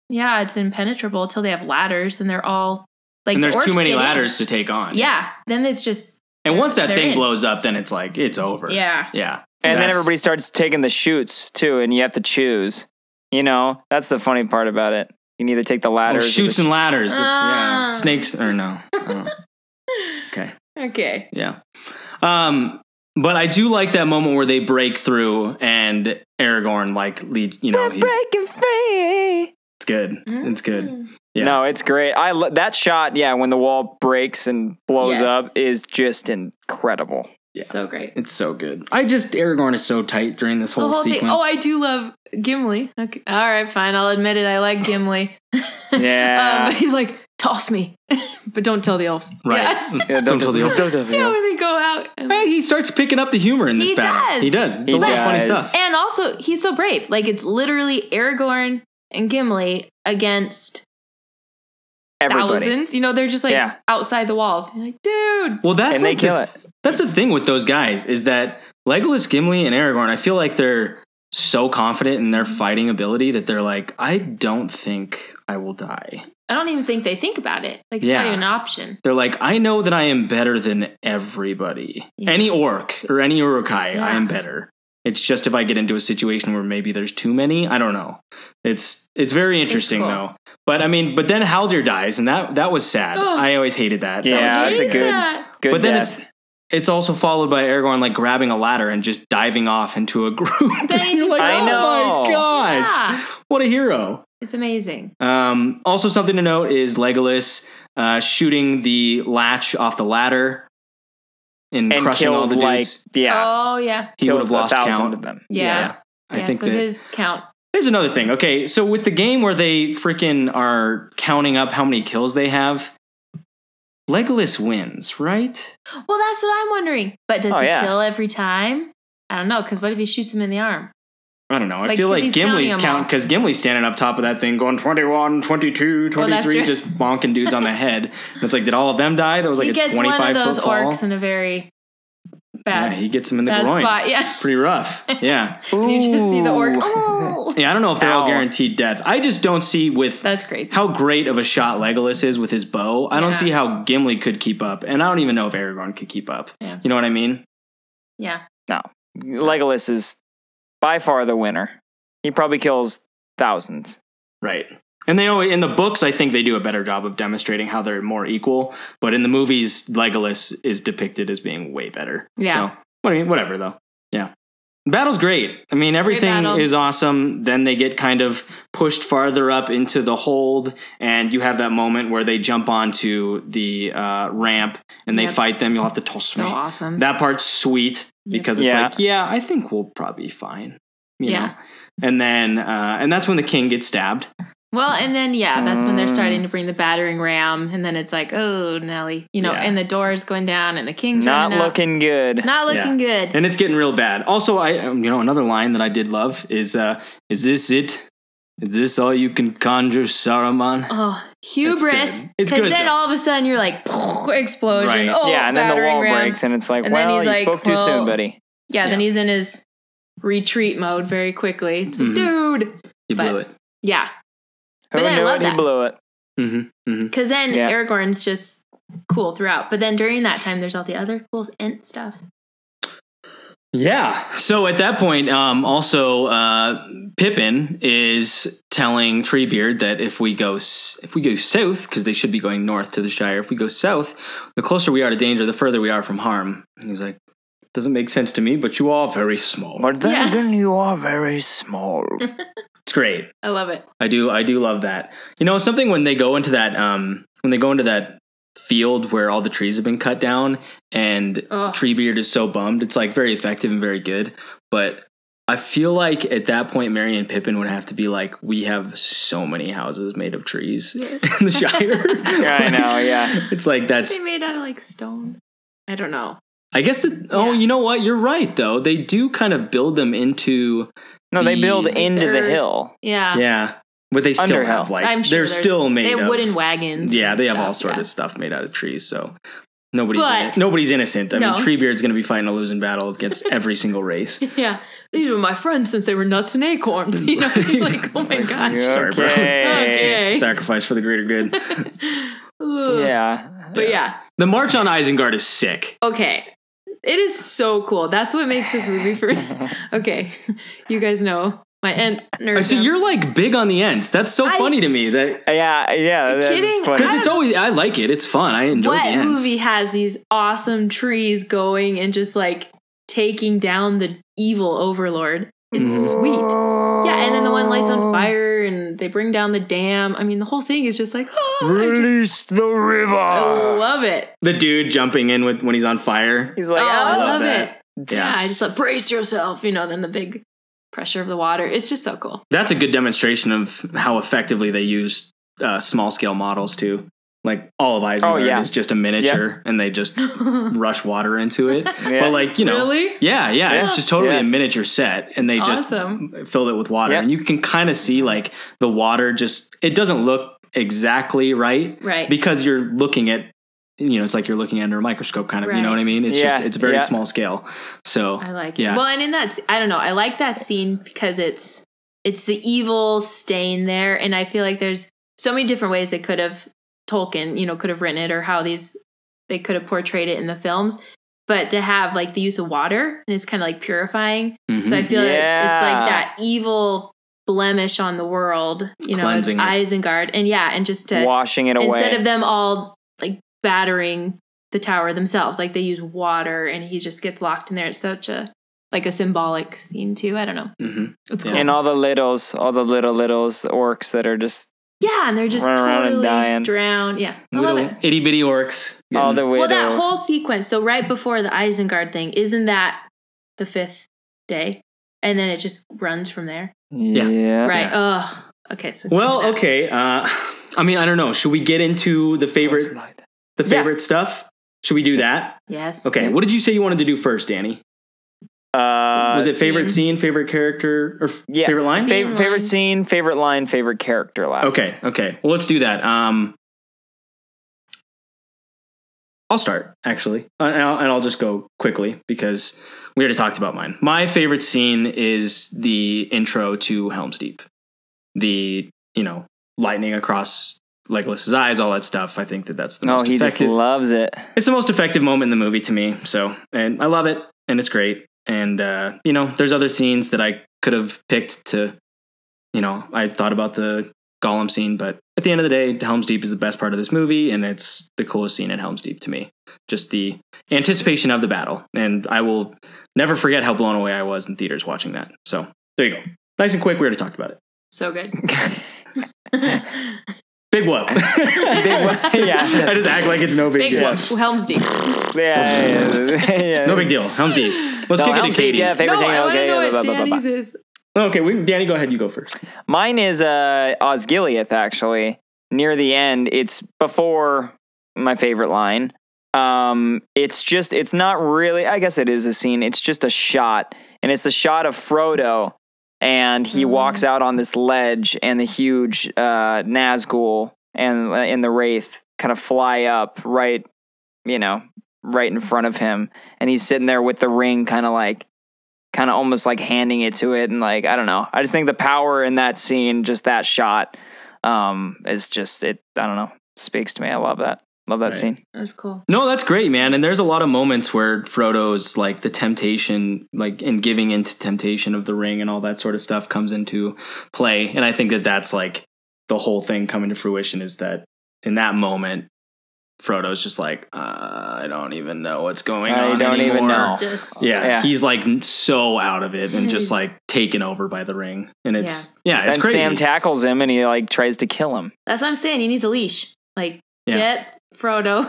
[SPEAKER 4] yeah, it's impenetrable until they have ladders, and they're all like
[SPEAKER 1] and there's
[SPEAKER 4] the
[SPEAKER 1] too
[SPEAKER 4] orcs
[SPEAKER 1] many
[SPEAKER 4] get in.
[SPEAKER 1] ladders to take on.
[SPEAKER 4] Yeah. Then it's just
[SPEAKER 1] And once that
[SPEAKER 4] They're
[SPEAKER 1] thing
[SPEAKER 4] in.
[SPEAKER 1] blows up, then it's like it's over.
[SPEAKER 4] yeah.
[SPEAKER 1] Yeah.
[SPEAKER 2] And then
[SPEAKER 1] That's-
[SPEAKER 2] everybody starts taking the shoots too, and you have to choose. You know, that's the funny part about it. You can either take the
[SPEAKER 1] Oh,
[SPEAKER 2] ladders. or the
[SPEAKER 1] shoots and ladders. It's, yeah.
[SPEAKER 4] Ah.
[SPEAKER 1] Snakes or no. I don't know. okay.
[SPEAKER 4] Okay.
[SPEAKER 1] Yeah. Um but I do like that moment where they break through and Aragorn like leads, you know, he's,
[SPEAKER 2] breaking free.
[SPEAKER 1] it's good. It's good.
[SPEAKER 4] Hmm.
[SPEAKER 1] Yeah.
[SPEAKER 2] No, it's great. I lo- that shot. Yeah, when the wall breaks and blows
[SPEAKER 4] Yes.
[SPEAKER 2] up is just incredible.
[SPEAKER 1] Yeah.
[SPEAKER 4] So great.
[SPEAKER 1] It's so good. I just Aragorn is so tight during this whole,
[SPEAKER 4] the whole
[SPEAKER 1] sequence.
[SPEAKER 4] thing. Oh, I do love Gimli. Okay. All right, fine. I'll admit it. I like Gimli.
[SPEAKER 2] Yeah.
[SPEAKER 4] um, but he's like, toss me, but don't tell the elf.
[SPEAKER 1] Right.
[SPEAKER 4] Yeah.
[SPEAKER 1] Yeah, don't, tell the
[SPEAKER 2] don't tell the
[SPEAKER 4] yeah,
[SPEAKER 2] elf.
[SPEAKER 4] when they go out. And,
[SPEAKER 1] Hey, he starts picking up the humor in this
[SPEAKER 4] He
[SPEAKER 1] battle.
[SPEAKER 4] does.
[SPEAKER 1] He does.
[SPEAKER 2] He
[SPEAKER 1] a lot of funny
[SPEAKER 2] does.
[SPEAKER 1] stuff.
[SPEAKER 4] and also, he's so brave. Like it's literally Aragorn and Gimli against
[SPEAKER 2] Everybody.
[SPEAKER 4] thousands. You know, they're just like
[SPEAKER 2] Yeah.
[SPEAKER 4] outside the walls. You're like, dude.
[SPEAKER 1] Well, that's
[SPEAKER 2] and they
[SPEAKER 1] like
[SPEAKER 2] kill
[SPEAKER 1] the,
[SPEAKER 2] it.
[SPEAKER 1] That's the thing with those guys is that Legolas, Gimli, and Aragorn. I feel like they're so confident in their fighting ability that they're like, I don't think I will die.
[SPEAKER 4] I don't even think they think about it. Like it's
[SPEAKER 1] Yeah.
[SPEAKER 4] not even an option.
[SPEAKER 1] They're like, I know that I am better than everybody.
[SPEAKER 4] Yeah.
[SPEAKER 1] Any orc or any urukai,
[SPEAKER 4] Yeah.
[SPEAKER 1] I am better. It's just if I get into a situation where maybe there's too many, I don't know. It's it's very interesting
[SPEAKER 4] cool.
[SPEAKER 1] though. But I mean, but then Haldir dies, and that that was sad.
[SPEAKER 4] Ugh.
[SPEAKER 1] I always hated that. That was
[SPEAKER 2] Yeah,
[SPEAKER 4] I
[SPEAKER 2] that's a
[SPEAKER 4] hate
[SPEAKER 2] good-
[SPEAKER 4] that.
[SPEAKER 2] Good
[SPEAKER 1] but then
[SPEAKER 2] death.
[SPEAKER 1] it's it's also followed by Aragorn like grabbing a ladder and just diving off into a group.
[SPEAKER 4] Then he
[SPEAKER 1] You're
[SPEAKER 4] just
[SPEAKER 1] like,
[SPEAKER 2] I
[SPEAKER 1] oh
[SPEAKER 2] know.
[SPEAKER 1] my gosh,
[SPEAKER 4] Yeah.
[SPEAKER 1] what a hero!
[SPEAKER 4] It's amazing.
[SPEAKER 1] Um, also, something to note is Legolas uh, shooting the latch off the ladder and,
[SPEAKER 2] and
[SPEAKER 1] crushing all
[SPEAKER 2] kills
[SPEAKER 1] the
[SPEAKER 2] like
[SPEAKER 1] dudes.
[SPEAKER 2] yeah,
[SPEAKER 4] Oh yeah.
[SPEAKER 1] He would
[SPEAKER 2] kills
[SPEAKER 1] have
[SPEAKER 2] a
[SPEAKER 1] lost
[SPEAKER 2] thousand
[SPEAKER 1] count.
[SPEAKER 2] of them.
[SPEAKER 4] Yeah.
[SPEAKER 1] I
[SPEAKER 4] yeah,
[SPEAKER 1] think
[SPEAKER 4] so
[SPEAKER 1] that
[SPEAKER 4] his count.
[SPEAKER 1] Here's another thing. Okay, so with the game where they freaking are counting up how many kills they have, Legolas wins, right?
[SPEAKER 4] Well, that's what I'm wondering. But does
[SPEAKER 2] Oh,
[SPEAKER 4] he
[SPEAKER 2] yeah.
[SPEAKER 4] kill every time? I don't know, because what if he shoots him in the arm?
[SPEAKER 1] I don't know. I
[SPEAKER 4] Like,
[SPEAKER 1] feel
[SPEAKER 4] 'cause
[SPEAKER 1] like
[SPEAKER 4] he's
[SPEAKER 1] Gimli's
[SPEAKER 4] counting 'em
[SPEAKER 1] count
[SPEAKER 4] all.
[SPEAKER 1] because Gimli's standing up top of that thing going 21, 22,
[SPEAKER 4] Well, that's
[SPEAKER 1] 23,
[SPEAKER 4] true.
[SPEAKER 1] just bonking dudes on the head. And it's like, did all of them die? That was like
[SPEAKER 4] he
[SPEAKER 1] a
[SPEAKER 4] gets
[SPEAKER 1] 25
[SPEAKER 4] one of those
[SPEAKER 1] foot fall.
[SPEAKER 4] orcs in a very
[SPEAKER 1] Yeah,
[SPEAKER 4] bad.
[SPEAKER 1] he gets him in the
[SPEAKER 4] bad
[SPEAKER 1] groin.
[SPEAKER 4] spot. Yeah.
[SPEAKER 1] Pretty rough. Yeah.
[SPEAKER 4] And you just see the orc.
[SPEAKER 2] Ooh.
[SPEAKER 4] Oh,
[SPEAKER 1] Yeah, I don't know if they're all
[SPEAKER 2] Ow.
[SPEAKER 1] guaranteed death. I just don't see with
[SPEAKER 4] that's crazy.
[SPEAKER 1] how great of a shot Legolas is with his bow. I don't
[SPEAKER 4] Yeah.
[SPEAKER 1] see how Gimli could keep up, and I don't even know if Aragorn could keep up.
[SPEAKER 4] Yeah.
[SPEAKER 1] You know what I mean?
[SPEAKER 4] yeah.
[SPEAKER 2] Legolas is by far the winner. He probably kills thousands.
[SPEAKER 1] Right. And they always, in the books, I think they do a better job of demonstrating how they're more equal. But in the movies, Legolas is depicted as being way better.
[SPEAKER 4] Yeah.
[SPEAKER 1] So, what I mean, whatever though. Yeah. Battle's great. I mean, everything
[SPEAKER 4] battle.
[SPEAKER 1] is awesome. Then they get kind of pushed farther up into the hold, and you have that moment where they jump onto the uh, ramp and they
[SPEAKER 4] Yep.
[SPEAKER 1] fight them. You'll have to toss
[SPEAKER 4] So
[SPEAKER 1] me.
[SPEAKER 4] awesome.
[SPEAKER 1] That part's sweet
[SPEAKER 4] Yep.
[SPEAKER 1] because it's
[SPEAKER 2] Yeah.
[SPEAKER 1] like, yeah, I think we'll probably be fine. You
[SPEAKER 4] Yeah.
[SPEAKER 1] Know? And then, uh, and that's when the king gets stabbed.
[SPEAKER 4] well, and then yeah, that's when they're
[SPEAKER 1] Mm.
[SPEAKER 4] starting to bring the battering ram, and then it's like, oh Nelly, you know,
[SPEAKER 1] Yeah.
[SPEAKER 4] and the door's going down, and the king's
[SPEAKER 2] Not
[SPEAKER 4] running out.
[SPEAKER 2] looking good.
[SPEAKER 4] not looking good.
[SPEAKER 1] and it's getting real bad. Also, I um, you know another line that I did love is uh, "Is this it? Is this all you can conjure, Saruman?"
[SPEAKER 4] Oh, hubris.
[SPEAKER 1] good. It's good,
[SPEAKER 4] then
[SPEAKER 1] though.
[SPEAKER 4] all of a sudden you're like, explosion.
[SPEAKER 1] Right.
[SPEAKER 4] Oh,
[SPEAKER 2] yeah, and then the
[SPEAKER 4] battering
[SPEAKER 2] wall
[SPEAKER 4] ram.
[SPEAKER 2] breaks, and it's like,
[SPEAKER 4] And then
[SPEAKER 2] well,
[SPEAKER 4] he's
[SPEAKER 2] you
[SPEAKER 4] like,
[SPEAKER 2] spoke too
[SPEAKER 4] well-
[SPEAKER 2] soon, buddy.
[SPEAKER 4] Yeah, then
[SPEAKER 1] Yeah.
[SPEAKER 4] he's in his retreat mode very quickly. It's like,
[SPEAKER 1] Mhm.
[SPEAKER 4] dude.
[SPEAKER 1] You
[SPEAKER 4] but-
[SPEAKER 1] blew it.
[SPEAKER 4] Yeah.
[SPEAKER 2] Who
[SPEAKER 4] But then I
[SPEAKER 2] knew
[SPEAKER 4] love
[SPEAKER 2] it?
[SPEAKER 4] that.
[SPEAKER 2] He blew it.
[SPEAKER 1] Mm-hmm, mm-hmm.
[SPEAKER 4] Because then
[SPEAKER 2] Yeah.
[SPEAKER 4] Aragorn's just cool throughout. But then during that time, there's all the other cool Ent stuff.
[SPEAKER 1] Yeah. So at that point, um, also uh, Pippin is telling Treebeard that if we go s- if we go south, because they should be going north to the Shire. If we go south, the closer we are to danger, the further we are from harm. And he's like, "Doesn't make sense to me, but you are very small."
[SPEAKER 2] But then
[SPEAKER 4] Yeah.
[SPEAKER 2] again, you are very small.
[SPEAKER 1] It's great.
[SPEAKER 4] I love it.
[SPEAKER 1] I do I do love that. You know, something when they go into that um when they go into that field where all the trees have been cut down and
[SPEAKER 4] Ugh.
[SPEAKER 1] Treebeard is so bummed, it's like very effective and very good. But I feel like at that point Mary and Pippin would have to be like, We have so many houses made of trees in the Shire.
[SPEAKER 2] Yeah, I know, yeah.
[SPEAKER 1] It's like that's
[SPEAKER 4] They made out of like stone. I don't know.
[SPEAKER 1] I guess that oh,
[SPEAKER 4] Yeah.
[SPEAKER 1] you know what? You're right though. They do kind of build them into
[SPEAKER 2] No, they build
[SPEAKER 1] The-
[SPEAKER 2] into the
[SPEAKER 4] They're-
[SPEAKER 2] hill.
[SPEAKER 4] Yeah.
[SPEAKER 1] Yeah. But they still
[SPEAKER 2] Underhill.
[SPEAKER 1] have like
[SPEAKER 4] I'm sure
[SPEAKER 1] they're, still made
[SPEAKER 4] They
[SPEAKER 1] of
[SPEAKER 4] have wooden wagons.
[SPEAKER 1] Yeah,
[SPEAKER 4] and
[SPEAKER 1] they have
[SPEAKER 4] stuff,
[SPEAKER 1] all sort
[SPEAKER 4] yeah.
[SPEAKER 1] of stuff made out of trees, so nobody's
[SPEAKER 4] But-
[SPEAKER 1] in- nobody's innocent. I
[SPEAKER 4] No.
[SPEAKER 1] mean, Treebeard's going to be fighting a losing battle against every single race.
[SPEAKER 4] Yeah. These were my friends since they were nuts and acorns. You know, like, oh my
[SPEAKER 1] Like,
[SPEAKER 4] gosh.
[SPEAKER 1] yeah. Sorry, bro.
[SPEAKER 2] Okay.
[SPEAKER 4] Okay.
[SPEAKER 1] Sacrifice for the greater good.
[SPEAKER 4] Ugh.
[SPEAKER 2] Yeah.
[SPEAKER 4] But yeah,
[SPEAKER 1] The March on Isengard is sick.
[SPEAKER 4] okay. It is so cool. That's what makes this movie for Okay. You guys know my end nerd.
[SPEAKER 1] Oh, So you're like big on the ends. That's so
[SPEAKER 4] I-
[SPEAKER 1] funny to me that
[SPEAKER 2] Yeah, yeah.
[SPEAKER 4] You
[SPEAKER 2] That's
[SPEAKER 4] kidding?
[SPEAKER 2] funny.
[SPEAKER 1] because it's always I like it. It's fun. I enjoy the
[SPEAKER 4] what
[SPEAKER 1] ends.
[SPEAKER 4] movie has these awesome trees going and just like taking down the evil overlord? It's
[SPEAKER 1] Mhm.
[SPEAKER 4] sweet. Yeah, and then the one lights on fire and they bring down the dam. I mean, the whole thing is just like, oh, I, just-
[SPEAKER 2] Release the river.
[SPEAKER 4] I love it.
[SPEAKER 1] The dude jumping in with when he's on fire.
[SPEAKER 2] He's
[SPEAKER 4] Oh,
[SPEAKER 2] like,
[SPEAKER 4] I
[SPEAKER 2] "Ah."
[SPEAKER 1] love
[SPEAKER 4] love
[SPEAKER 1] that.
[SPEAKER 4] it. Yeah. I just like brace yourself, you know, then the big pressure of the water. It's just so cool.
[SPEAKER 1] That's a good demonstration of how effectively they use uh, small scale models too. Like all of Isengard
[SPEAKER 2] Oh, yeah.
[SPEAKER 1] is just a miniature, and they just rush water into it.
[SPEAKER 2] Yeah.
[SPEAKER 1] But like you know,
[SPEAKER 4] Really?
[SPEAKER 1] Yeah, yeah, it's
[SPEAKER 2] Yeah.
[SPEAKER 1] just totally
[SPEAKER 2] Yeah.
[SPEAKER 1] a miniature set, and they
[SPEAKER 4] Awesome.
[SPEAKER 1] just filled it with water,
[SPEAKER 2] Yep.
[SPEAKER 1] and you can kind of see like the water just it doesn't look exactly right,
[SPEAKER 4] Right.
[SPEAKER 1] Because you're looking at you know it's like you're looking under a microscope, kind of. You
[SPEAKER 4] Right.
[SPEAKER 1] know what I mean? It's
[SPEAKER 2] Yeah,
[SPEAKER 1] just it's very
[SPEAKER 2] yeah.
[SPEAKER 1] small scale. So
[SPEAKER 4] I like
[SPEAKER 1] yeah.
[SPEAKER 4] it. Well, and in that, I don't know. I like that scene because it's it's the evil stain there, and I feel like there's so many different ways they could have Tolkien, you know, could have written it, or how these they could have portrayed it in the films. But to have like the use of water and it's kind of like purifying.
[SPEAKER 1] mhm.
[SPEAKER 4] So I feel like it's
[SPEAKER 2] Yeah.
[SPEAKER 4] like that evil blemish on the world, you know, as
[SPEAKER 1] Cleansing it.
[SPEAKER 4] Isengard, and yeah, and just to
[SPEAKER 2] washing it away.
[SPEAKER 4] instead of them all like battering the tower themselves like they use water and he just gets locked in there it's such a like a symbolic scene too i don't know
[SPEAKER 1] Mhm.
[SPEAKER 4] it's
[SPEAKER 1] Yeah.
[SPEAKER 4] cool
[SPEAKER 2] and all the littles, all the little littles, the orcs that are just
[SPEAKER 4] yeah and they're just
[SPEAKER 2] Run around and
[SPEAKER 4] totally
[SPEAKER 2] dying.
[SPEAKER 4] drowned yeah i love
[SPEAKER 1] little
[SPEAKER 4] it
[SPEAKER 1] itty bitty orcs.
[SPEAKER 2] all the
[SPEAKER 4] well
[SPEAKER 2] widow.
[SPEAKER 4] that whole sequence so right before the isengard thing isn't that the fifth day and then it just runs from there
[SPEAKER 2] yeah.
[SPEAKER 4] right
[SPEAKER 1] Yeah.
[SPEAKER 4] oh okay so
[SPEAKER 1] well,
[SPEAKER 4] that.
[SPEAKER 1] okay. Uh, I mean, I don't know. Should we get into the favorite the
[SPEAKER 2] Yeah.
[SPEAKER 1] favorite stuff? Should we do that?
[SPEAKER 4] yes
[SPEAKER 1] Okay. What did you say you wanted to do first, Danny?
[SPEAKER 2] Uh,
[SPEAKER 1] was it favorite scene,
[SPEAKER 4] scene.
[SPEAKER 1] favorite character, or f-
[SPEAKER 2] Yeah.
[SPEAKER 1] favorite line?
[SPEAKER 4] Scene.
[SPEAKER 2] favorite, favorite scene, favorite line, favorite character? Last.
[SPEAKER 1] Okay, okay. Well, let's do that. Um, I'll start actually, Uh, and I'll, and I'll just go quickly because we already talked about mine. My favorite scene is the intro to Helm's Deep, the you know lightning across Legolas's eyes, all that stuff. I think that that's the
[SPEAKER 2] Oh,
[SPEAKER 1] most
[SPEAKER 2] he
[SPEAKER 1] effective.
[SPEAKER 2] just loves it.
[SPEAKER 1] it's the most effective moment in the movie to me. So, and I love it, and it's great. And uh, you know, there's other scenes that I could have picked to, you know, I thought about the Gollum scene, but at the end of the day, Helm's Deep is the best part of this movie, and it's the coolest scene at Helm's Deep to me. Just the anticipation of the battle, and I will never forget how blown away I was in theaters watching that. So there you go, nice and quick. We already talked about it.
[SPEAKER 4] So good.
[SPEAKER 1] Big whoop.
[SPEAKER 2] Big one. Yeah.
[SPEAKER 1] I just act like it's no big,
[SPEAKER 4] Big
[SPEAKER 1] deal.
[SPEAKER 4] one. Helm's Deep.
[SPEAKER 2] Yeah, yeah, yeah, yeah.
[SPEAKER 1] No big deal. Helm's Deep. Let's
[SPEAKER 2] No,
[SPEAKER 1] kick it
[SPEAKER 2] Helm's
[SPEAKER 1] to
[SPEAKER 2] Deep,
[SPEAKER 1] Katie.
[SPEAKER 2] yeah, favorite
[SPEAKER 4] no,
[SPEAKER 2] thing,
[SPEAKER 4] I want
[SPEAKER 2] okay,
[SPEAKER 4] to know
[SPEAKER 2] blah,
[SPEAKER 4] what
[SPEAKER 2] blah, blah, blah.
[SPEAKER 4] Danny's is.
[SPEAKER 1] Okay, we, Danny, go ahead. You go first.
[SPEAKER 2] Mine is uh, Osgiliath, actually. Near the end, it's before my favorite line. Um, it's just, it's not really, I guess it is a scene. It's just a shot, and it's a shot of Frodo, and he walks out on this ledge, and the huge uh, Nazgul and uh, and the Wraith kind of fly up right, you know, right in front of him, and he's sitting there with the ring, kind of like kind of almost like handing it to it and like i don't know i just think the power in that scene just that shot um is just it i don't know speaks to me i love that love that
[SPEAKER 1] Right.
[SPEAKER 2] scene
[SPEAKER 4] That was cool.
[SPEAKER 1] No, that's great, man. And there's a lot of moments where Frodo's like the temptation, like and giving into temptation of the ring and all that sort of stuff comes into play. And I think that that's like the whole thing coming to fruition is that in that moment, Frodo's just like, uh, I don't even know what's going
[SPEAKER 2] I
[SPEAKER 1] on.
[SPEAKER 2] don't even
[SPEAKER 1] anymore."
[SPEAKER 2] know.
[SPEAKER 4] Just
[SPEAKER 1] Yeah,
[SPEAKER 2] Oh. Yeah.
[SPEAKER 1] he's like n- so out of it and just
[SPEAKER 4] Yes.
[SPEAKER 1] like taken over by the ring. And it's yeah, it's
[SPEAKER 2] and
[SPEAKER 1] crazy.
[SPEAKER 2] sam tackles him and he like tries to kill him
[SPEAKER 4] that's what I'm saying. He needs a leash. Like
[SPEAKER 1] Yeah.
[SPEAKER 4] get Frodo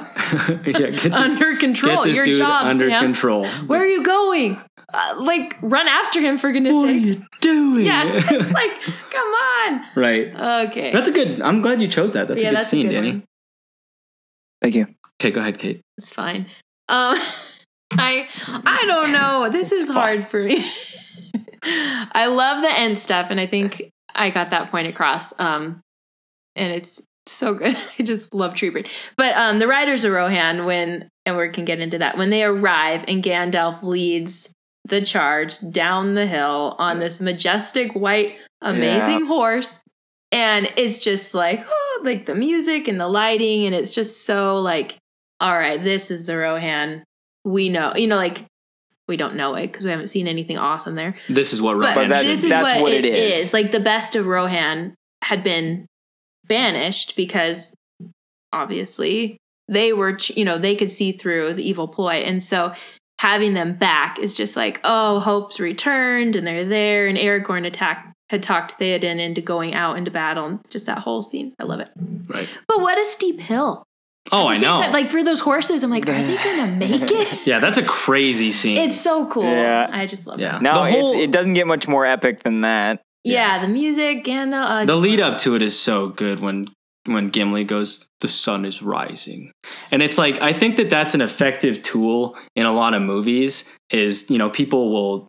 [SPEAKER 1] yeah, get this-
[SPEAKER 4] under
[SPEAKER 1] get
[SPEAKER 4] control.
[SPEAKER 1] this
[SPEAKER 4] Your
[SPEAKER 1] dude
[SPEAKER 4] job,
[SPEAKER 1] under
[SPEAKER 4] Sam.
[SPEAKER 1] control.
[SPEAKER 4] Where are you going? Uh, like run after him for goodness
[SPEAKER 1] what are
[SPEAKER 4] sake.
[SPEAKER 1] you doing?
[SPEAKER 4] Yeah, it's like come on.
[SPEAKER 1] right.
[SPEAKER 4] Okay.
[SPEAKER 1] That's a good. I'm glad you chose that. That's
[SPEAKER 4] yeah,
[SPEAKER 1] a good
[SPEAKER 4] that's
[SPEAKER 1] scene,
[SPEAKER 4] a good
[SPEAKER 1] Danny.
[SPEAKER 4] one.
[SPEAKER 2] thank you
[SPEAKER 1] Okay, go ahead, Kate.
[SPEAKER 4] It's fine. Um, I I don't know. This is hard for me. I love the end stuff, and I think I got that point across. Um, and it's so good. I just love Tree Bird. But um, the Riders of Rohan, when and we can get into that when they arrive, and Gandalf leads the charge down the hill on this majestic white, amazing horse, and it's just like oh, like the music and the lighting, and it's just so like all right, this is the Rohan we know. You know, like we don't know it because we haven't seen anything awesome there.
[SPEAKER 1] This is what
[SPEAKER 4] But,
[SPEAKER 1] Rohan
[SPEAKER 2] that-
[SPEAKER 1] should
[SPEAKER 4] this
[SPEAKER 1] be.
[SPEAKER 4] is
[SPEAKER 2] that's
[SPEAKER 4] what,
[SPEAKER 2] what
[SPEAKER 4] it
[SPEAKER 2] it
[SPEAKER 4] is.
[SPEAKER 2] is.
[SPEAKER 4] Like the best of Rohan had been banished because obviously they were, ch- you know, they could see through the evil ploy. And so having them back is just like, oh, hope's returned and they're there. And Aragorn attacked, had talked Theoden into going out into battle. And just that whole scene. I love it.
[SPEAKER 1] right.
[SPEAKER 4] But what a steep hill.
[SPEAKER 1] Oh,
[SPEAKER 4] At
[SPEAKER 1] I
[SPEAKER 4] the same
[SPEAKER 1] know.
[SPEAKER 4] time, like for those horses, I'm like, are they gonna make it?
[SPEAKER 1] yeah, that's a crazy scene.
[SPEAKER 4] It's so cool.
[SPEAKER 2] Yeah.
[SPEAKER 4] I just love
[SPEAKER 1] yeah.
[SPEAKER 4] it.
[SPEAKER 2] no
[SPEAKER 1] the whole
[SPEAKER 2] it's, it doesn't get much more epic than that
[SPEAKER 4] Yeah, the music and uh,
[SPEAKER 1] the lead up to it is so good when when Gimli goes, the sun is rising, and it's like I think that that's an effective tool in a lot of movies. Is you know people will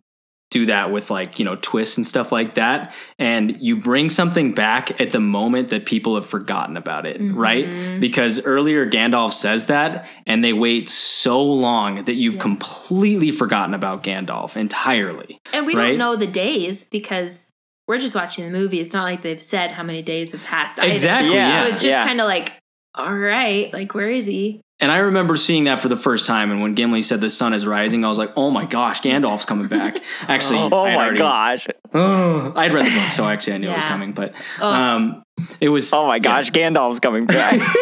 [SPEAKER 1] do that with like you know twists and stuff like that and you bring something back at the moment that people have forgotten about it right
[SPEAKER 4] Mhm.
[SPEAKER 1] because earlier gandalf says that and they wait so long that you've
[SPEAKER 4] Yes.
[SPEAKER 1] completely forgotten about gandalf entirely
[SPEAKER 4] and we
[SPEAKER 1] right?
[SPEAKER 4] don't know the days because we're just watching the movie. It's not like they've said how many days have passed. either.
[SPEAKER 1] exactly
[SPEAKER 2] Yeah.
[SPEAKER 4] So
[SPEAKER 1] yeah,
[SPEAKER 4] it's just
[SPEAKER 2] Yeah.
[SPEAKER 4] kind of like, all right, like where is he?
[SPEAKER 1] and i remember seeing that for the first time and when gimli said the sun is rising i was like oh my gosh gandalf's coming back actually
[SPEAKER 2] oh
[SPEAKER 1] I'd
[SPEAKER 2] my
[SPEAKER 1] already-
[SPEAKER 2] gosh
[SPEAKER 1] i'd read the book so actually i knew it was
[SPEAKER 4] Yeah.
[SPEAKER 1] coming but
[SPEAKER 4] Oh.
[SPEAKER 1] um it was
[SPEAKER 2] oh my
[SPEAKER 1] yeah.
[SPEAKER 2] gosh gandalf's coming back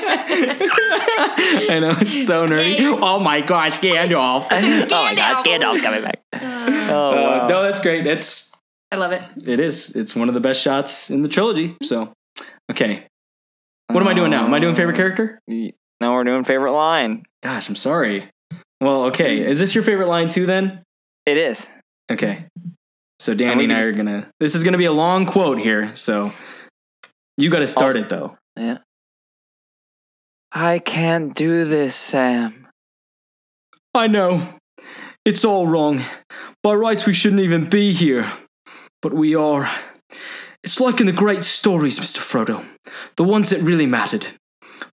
[SPEAKER 1] Oh, I know it's so nerdy.
[SPEAKER 4] Hey.
[SPEAKER 1] Oh my gosh, Gandalf!
[SPEAKER 2] oh my gosh gandalf's coming back oh
[SPEAKER 1] Uh,
[SPEAKER 2] wow.
[SPEAKER 1] no, that's great. That's
[SPEAKER 4] I love it.
[SPEAKER 1] it is. It's one of the best shots in the trilogy. So, okay, what am I doing now? Am I doing
[SPEAKER 2] Oh.
[SPEAKER 1] favorite character?
[SPEAKER 2] no we're doing favorite line
[SPEAKER 1] Gosh, I'm sorry. Well, okay. Is this your favorite line too? Then
[SPEAKER 2] it is
[SPEAKER 1] okay. So Danny and
[SPEAKER 2] And we
[SPEAKER 1] I
[SPEAKER 2] can
[SPEAKER 1] are gonna. This is gonna be a long quote here. So you got to start
[SPEAKER 2] I'll-
[SPEAKER 1] it though.
[SPEAKER 2] i can't do this sam
[SPEAKER 1] I know. It's all wrong. By rights, we shouldn't even be here. But we are. It's like in the great stories, Mr. Frodo. The ones that really mattered.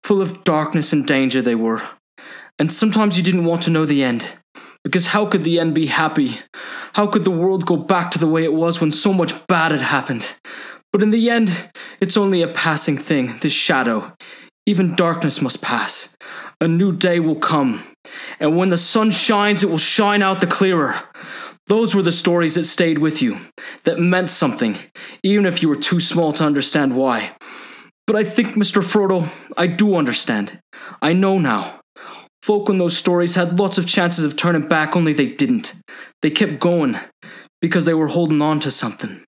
[SPEAKER 1] Full of darkness and danger they were. And sometimes you didn't want to know the end. Because how could the end be happy? How could the world go back to the way it was when so much bad had happened? But in the end, it's only a passing thing, this shadow. Even darkness must pass. A new day will come. And when the sun shines, it will shine out the clearer. Those were the stories that stayed with you, that meant something, even if you were too small to understand why. But I think, Mr. Frodo, I do understand. I know now. Folk in those stories had lots of chances of turning back, only they didn't. They kept going because they were holding on to something.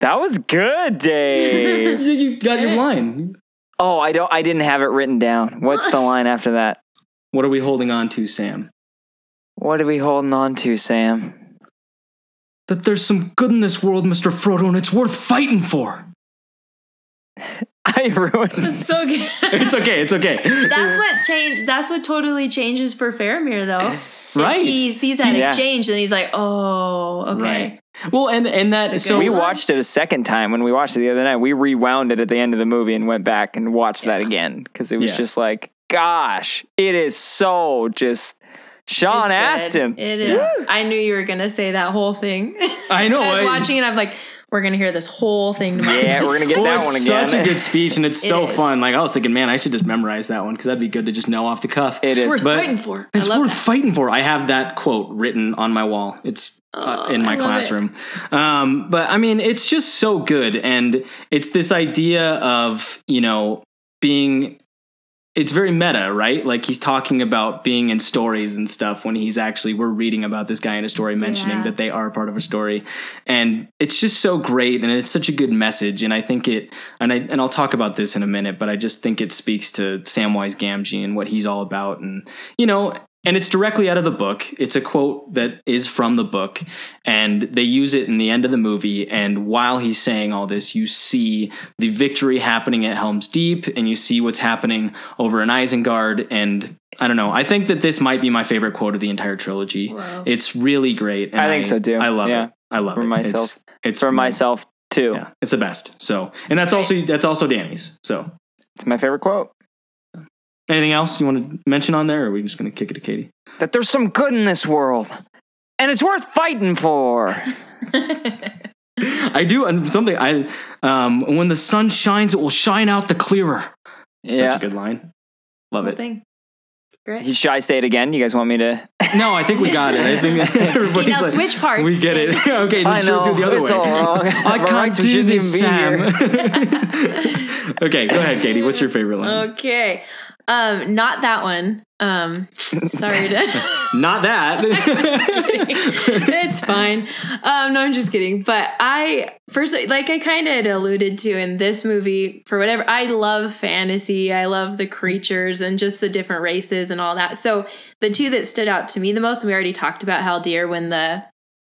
[SPEAKER 2] That was good,
[SPEAKER 1] you,
[SPEAKER 2] Dave.
[SPEAKER 1] you got your
[SPEAKER 4] Yeah.
[SPEAKER 1] line.
[SPEAKER 2] oh, I don't. I didn't have it written down. What's the line after that?
[SPEAKER 1] What are we holding on to, Sam?
[SPEAKER 2] What are we holding on to, Sam?
[SPEAKER 1] That there's some good in this world, Mr. Frodo, and it's worth fighting for.
[SPEAKER 2] I ruined.
[SPEAKER 4] That's so good.
[SPEAKER 1] It's okay, it's okay.
[SPEAKER 4] That's what changed. That's what totally changes for Faramir, though. is
[SPEAKER 1] Right.
[SPEAKER 4] He sees that
[SPEAKER 2] Yeah.
[SPEAKER 4] exchange and he's like, "Oh, okay."
[SPEAKER 1] Right. Well, and and that
[SPEAKER 4] It's a
[SPEAKER 1] so
[SPEAKER 4] good
[SPEAKER 2] We
[SPEAKER 4] one.
[SPEAKER 2] watched it a second time when we watched it the other night. We rewound it at the end of the movie and went back and watched that again because it was
[SPEAKER 1] Yeah.
[SPEAKER 2] just like, gosh, it is so just Sean
[SPEAKER 4] It's good.
[SPEAKER 2] Astin.
[SPEAKER 4] It is. I knew you were gonna say that whole thing.
[SPEAKER 1] I know,
[SPEAKER 4] I was
[SPEAKER 1] I-
[SPEAKER 4] watching it. I'm like, we're gonna hear this whole thing tomorrow.
[SPEAKER 2] Yeah, we're gonna get
[SPEAKER 1] Well,
[SPEAKER 2] that
[SPEAKER 1] it's
[SPEAKER 2] one again.
[SPEAKER 1] Such a good speech, and it's so
[SPEAKER 4] is.
[SPEAKER 1] fun. Like I was thinking, man, I should just memorize that one because that'd be good to just know off the cuff.
[SPEAKER 2] it
[SPEAKER 4] It's
[SPEAKER 2] is.
[SPEAKER 4] worth
[SPEAKER 1] but-
[SPEAKER 4] fighting for.
[SPEAKER 1] It's
[SPEAKER 4] I love
[SPEAKER 1] worth
[SPEAKER 4] that.
[SPEAKER 1] fighting for. I have that quote written on my wall. It's uh,
[SPEAKER 4] Oh,
[SPEAKER 1] in
[SPEAKER 4] I
[SPEAKER 1] my
[SPEAKER 4] love it.
[SPEAKER 1] classroom. Um, but I mean, it's just so good, and it's this idea of you know being. It's very meta, right? Like he's talking about being in stories and stuff when he's actually we're reading about this guy in a story, mentioning
[SPEAKER 4] Yeah.
[SPEAKER 1] that they are part of a story, and it's just so great, and it's such a good message, and I think it, and I and I'll talk about this in a minute, but I just think it speaks to Samwise Gamgee and what he's all about, and you know, and it's directly out of the book. It's a quote that is from the book, and they use it in the end of the movie. And while he's saying all this, you see the victory happening at Helm's Deep, and you see what's happening over in Isengard. And I don't know. I think that this might be my favorite quote of the entire trilogy.
[SPEAKER 4] Wow.
[SPEAKER 1] It's really great. and
[SPEAKER 2] I think so too.
[SPEAKER 1] I love
[SPEAKER 2] Yeah.
[SPEAKER 1] it. I love
[SPEAKER 2] For
[SPEAKER 1] it.
[SPEAKER 2] myself.
[SPEAKER 1] It's, it's
[SPEAKER 2] for myself too.
[SPEAKER 1] Yeah, it's the best. So, and that's also that's also Danny's. So,
[SPEAKER 2] It's my favorite quote.
[SPEAKER 1] anything else you want to mention on there, or are we just going to kick it to Katie?
[SPEAKER 2] That there's some good in this world, and it's worth fighting for.
[SPEAKER 1] I do and something. I um, when the sun shines, it will shine out the clearer.
[SPEAKER 2] yeah.
[SPEAKER 1] Such a good line. Love
[SPEAKER 4] Whole
[SPEAKER 1] it.
[SPEAKER 4] thing.
[SPEAKER 2] He-
[SPEAKER 4] Great.
[SPEAKER 2] Should I say it again? You guys want me to?
[SPEAKER 1] No, I think we got it. I think everybody's
[SPEAKER 4] Okay, now
[SPEAKER 1] like,
[SPEAKER 4] switch parts.
[SPEAKER 1] We get it. okay,
[SPEAKER 2] I
[SPEAKER 1] do- do
[SPEAKER 2] know,
[SPEAKER 1] the other
[SPEAKER 2] it's
[SPEAKER 1] way.
[SPEAKER 2] all wrong.
[SPEAKER 1] I
[SPEAKER 2] My
[SPEAKER 1] can't
[SPEAKER 2] rights, we
[SPEAKER 1] do
[SPEAKER 2] shouldn't
[SPEAKER 1] this, Sam.
[SPEAKER 2] even
[SPEAKER 1] okay, go ahead, Katie. What's your favorite line?
[SPEAKER 4] Okay. Um, not that one. Um, sorry to.
[SPEAKER 1] Not that.
[SPEAKER 4] it's fine. Um, no, I'm just kidding. But I first, like I kind of alluded to in this movie, for whatever I love fantasy, I love the creatures and just the different races and all that. So the two that stood out to me the most, and we already talked about Haldir when the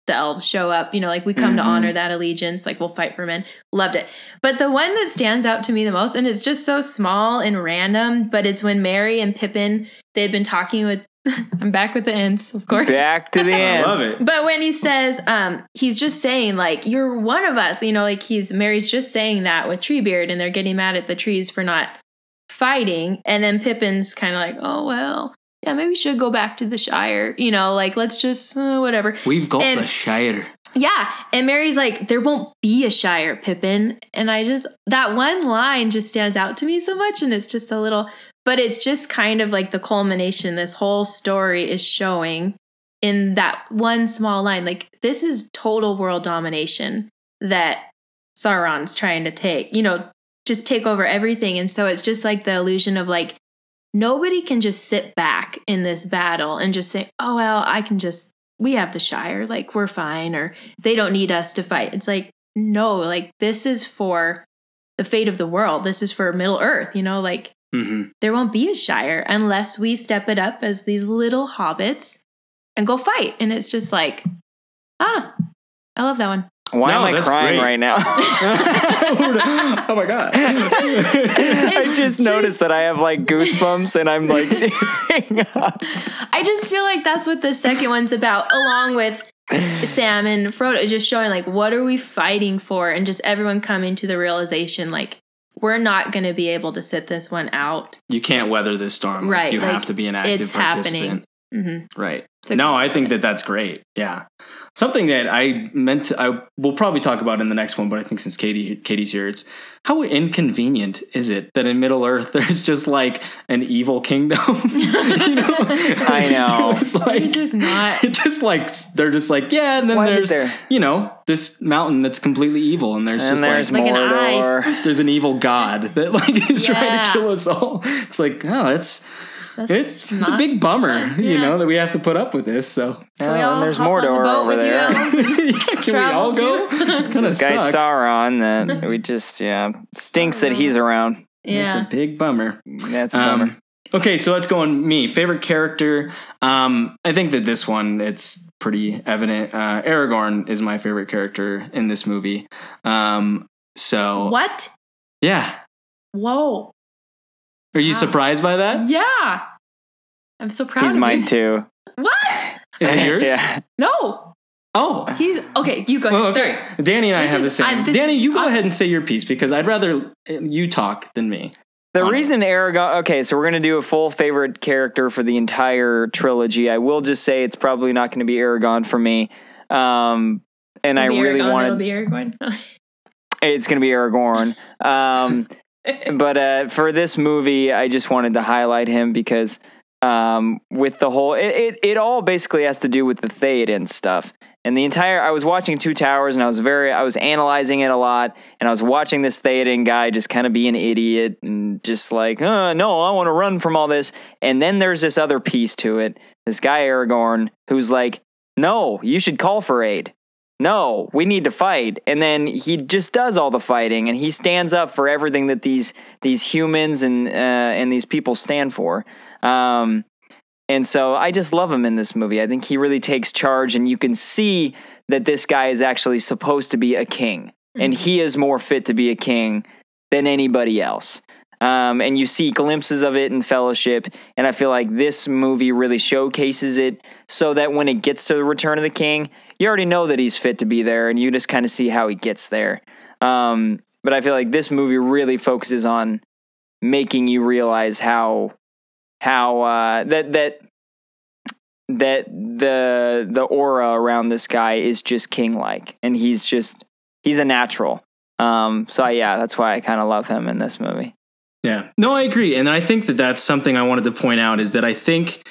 [SPEAKER 4] the elves show up. You know, like we come to
[SPEAKER 2] Mhm.
[SPEAKER 4] honor that allegiance. Like we'll fight for men. Loved it. But the one that stands out to me the most, and it's just so small and random, but it's when Mary and Pippin they had been talking with. I'm back with the ants, of course.
[SPEAKER 2] Back to the
[SPEAKER 1] I
[SPEAKER 2] end.
[SPEAKER 1] love it.
[SPEAKER 4] But when he says, um, he's just saying like you're one of us, you know, like he's Mary's just saying that with Treebeard, and they're getting mad at the trees for not fighting, and then Pippin's kind of like, oh well, yeah, maybe we should go back to the Shire, you know, like let's just uh, whatever,
[SPEAKER 1] We've got
[SPEAKER 4] And-
[SPEAKER 1] the Shire.
[SPEAKER 4] yeah. And Mary's like, there won't be a Shire, Pippin, and I just that one line just stands out to me so much, and it's just a little, but it's just kind of like the culmination. This whole story is showing in that one small line. Like this is total world domination that Sauron's trying to take, you know, just take over everything. And so it's just like the illusion of like nobody can just sit back in this battle and just say, "Oh well, I can just we have the Shire, like we're fine or they don't need us to fight." It's like no, like this is for the fate of the world. This is for Middle Earth, you know, like
[SPEAKER 1] hmm
[SPEAKER 4] there won't be a Shire unless we step it up as these little hobbits and go fight. And it's just like, ah, I love that one.
[SPEAKER 2] Why
[SPEAKER 1] No,
[SPEAKER 2] am I
[SPEAKER 1] that's
[SPEAKER 2] crying
[SPEAKER 1] great.
[SPEAKER 2] right now?
[SPEAKER 1] oh my god.
[SPEAKER 2] I
[SPEAKER 4] It's
[SPEAKER 2] just noticed
[SPEAKER 4] just-
[SPEAKER 2] that I have like goosebumps and I'm like tearing up.
[SPEAKER 4] I just feel like that's what the second one's about, along with Sam and Frodo, It's just showing like what are we fighting for, and just everyone coming to the realization like we're not going to be able to sit this one out.
[SPEAKER 1] You can't weather this storm. Like,
[SPEAKER 4] Right,
[SPEAKER 1] you
[SPEAKER 4] like,
[SPEAKER 1] have to be an active
[SPEAKER 4] it's
[SPEAKER 1] participant.
[SPEAKER 4] happening. hmm
[SPEAKER 1] Right.
[SPEAKER 4] It's a
[SPEAKER 1] No, I think
[SPEAKER 4] commitment.
[SPEAKER 1] that that's great. Yeah. Something that I meant to, I will probably talk about in the next one, but I think since Katie Katie's here, it's how inconvenient is it that in Middle Earth there's just like an evil kingdom? you know?
[SPEAKER 4] I
[SPEAKER 2] know.
[SPEAKER 1] It's like,
[SPEAKER 4] Maybe just not.
[SPEAKER 1] it just like they're just like yeah, and then
[SPEAKER 2] Why did
[SPEAKER 1] there's
[SPEAKER 2] there-
[SPEAKER 1] you know this mountain that's completely evil, and there's
[SPEAKER 2] and
[SPEAKER 1] just
[SPEAKER 2] there's
[SPEAKER 1] like
[SPEAKER 4] Like an eye.
[SPEAKER 2] Mordor.
[SPEAKER 1] there's an evil god that like is trying to
[SPEAKER 4] Yeah.
[SPEAKER 1] kill us all. It's like oh, that's
[SPEAKER 4] That's
[SPEAKER 1] it's, it's a
[SPEAKER 4] not-
[SPEAKER 1] big bummer,
[SPEAKER 4] fun.
[SPEAKER 1] you
[SPEAKER 4] Yeah.
[SPEAKER 1] know, that we have to put up with this. So
[SPEAKER 4] Can we
[SPEAKER 2] Oh,
[SPEAKER 4] all
[SPEAKER 2] and there's
[SPEAKER 4] hop on the
[SPEAKER 2] Mordor
[SPEAKER 4] boat
[SPEAKER 2] over
[SPEAKER 4] with you
[SPEAKER 2] there.
[SPEAKER 4] guys?
[SPEAKER 1] Yeah, can we
[SPEAKER 4] Travel
[SPEAKER 1] all go?
[SPEAKER 4] too?
[SPEAKER 1] It's kind of
[SPEAKER 2] This guy
[SPEAKER 1] sucks.
[SPEAKER 2] Sauron that we just yeah stinks that he's around.
[SPEAKER 4] Yeah.
[SPEAKER 1] It's a big bummer.
[SPEAKER 2] That's a bummer.
[SPEAKER 1] Um, okay, so let's go on me. Favorite character. Um, I think that this one it's pretty evident. Uh, Aragorn is my favorite character in this movie. Um, so
[SPEAKER 4] What?
[SPEAKER 1] yeah,
[SPEAKER 4] Whoa.
[SPEAKER 1] are you
[SPEAKER 4] Wow.
[SPEAKER 1] surprised by that?
[SPEAKER 4] Yeah. I'm so proud
[SPEAKER 2] he's
[SPEAKER 4] of
[SPEAKER 2] mine
[SPEAKER 4] you.
[SPEAKER 2] too.
[SPEAKER 4] What?
[SPEAKER 1] Is it yours?
[SPEAKER 2] yeah.
[SPEAKER 4] No.
[SPEAKER 1] Oh.
[SPEAKER 4] He's okay. You go. Ahead.
[SPEAKER 1] Oh, okay.
[SPEAKER 4] Sorry.
[SPEAKER 1] Danny and I
[SPEAKER 4] This
[SPEAKER 1] have
[SPEAKER 4] is-
[SPEAKER 1] the same.
[SPEAKER 4] I'm- this
[SPEAKER 1] Danny,
[SPEAKER 4] is
[SPEAKER 1] you go
[SPEAKER 4] awesome.
[SPEAKER 1] ahead and say your piece because I'd rather uh, you talk than me.
[SPEAKER 2] The
[SPEAKER 1] Um,
[SPEAKER 2] reason Aragorn. Okay, so we're gonna do a full favorite character for the entire trilogy. I will just say it's probably not gonna be Aragorn for me. Um, and I
[SPEAKER 4] It'll be
[SPEAKER 2] really
[SPEAKER 4] Aragorn,
[SPEAKER 2] wanted
[SPEAKER 4] It'll be Aragorn.
[SPEAKER 2] it's gonna be Aragorn. Um, but uh, for this movie, I just wanted to highlight him because um, with the whole, it, it it all basically has to do with the Theoden stuff. And the entire, I was watching Two Towers, and I was very, I was analyzing it a lot, and I was watching this Theoden guy just kind of be an idiot and just like, uh, no, I want to run from all this. And then there's this other piece to it, this guy Aragorn, who's like, no, you should call for aid no, we need to fight. And then he just does all the fighting and he stands up for everything that these these humans and uh, and these people stand for. Um, and so I just love him in this movie. I think he really takes charge and you can see that this guy is actually supposed to be a king and he is more fit to be a king than anybody else. Um, and you see glimpses of it in Fellowship, and I feel like this movie really showcases it so that when it gets to the Return of the King, you already know that he's fit to be there, and you just kind of see how he gets there. Um, but I feel like this movie really focuses on making you realize how how uh, that that that the the aura around this guy is just king like, and he's just he's a natural. Um, so yeah, that's why I kind of love him in this movie.
[SPEAKER 1] Yeah. No, I agree. And I think that that's something I wanted to point out is that I think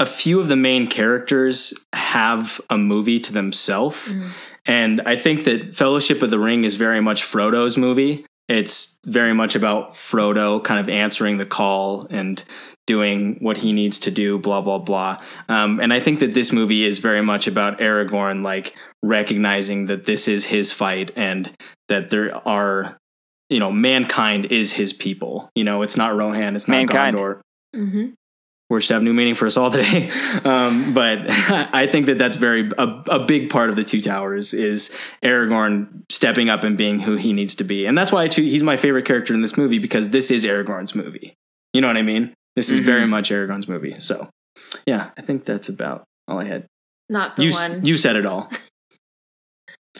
[SPEAKER 1] a few of the main characters have a movie to themselves.
[SPEAKER 4] Mm-hmm.
[SPEAKER 1] And I think that Fellowship of the Ring is very much Frodo's movie. It's very much about Frodo kind of answering the call and doing what he needs to do, blah, blah, blah. Um, and I think that this movie is very much about Aragorn, like recognizing that this is his fight and that there are, you know, mankind is his people. You know, it's not Rohan, it's not
[SPEAKER 2] Mankind.
[SPEAKER 1] Gondor
[SPEAKER 4] hmm
[SPEAKER 1] words to have new meaning for us all today. Um, but I think that that's very a, a big part of the Two Towers is Aragorn stepping up and being who he needs to be, and that's why I choo- he's my favorite character in this movie because this is Aragorn's movie. You know what I mean? This is
[SPEAKER 2] Mm-hmm.
[SPEAKER 1] very much Aragorn's movie. So, yeah, I think that's about all I had.
[SPEAKER 4] Not the
[SPEAKER 1] You s-
[SPEAKER 4] one.
[SPEAKER 1] you said it all.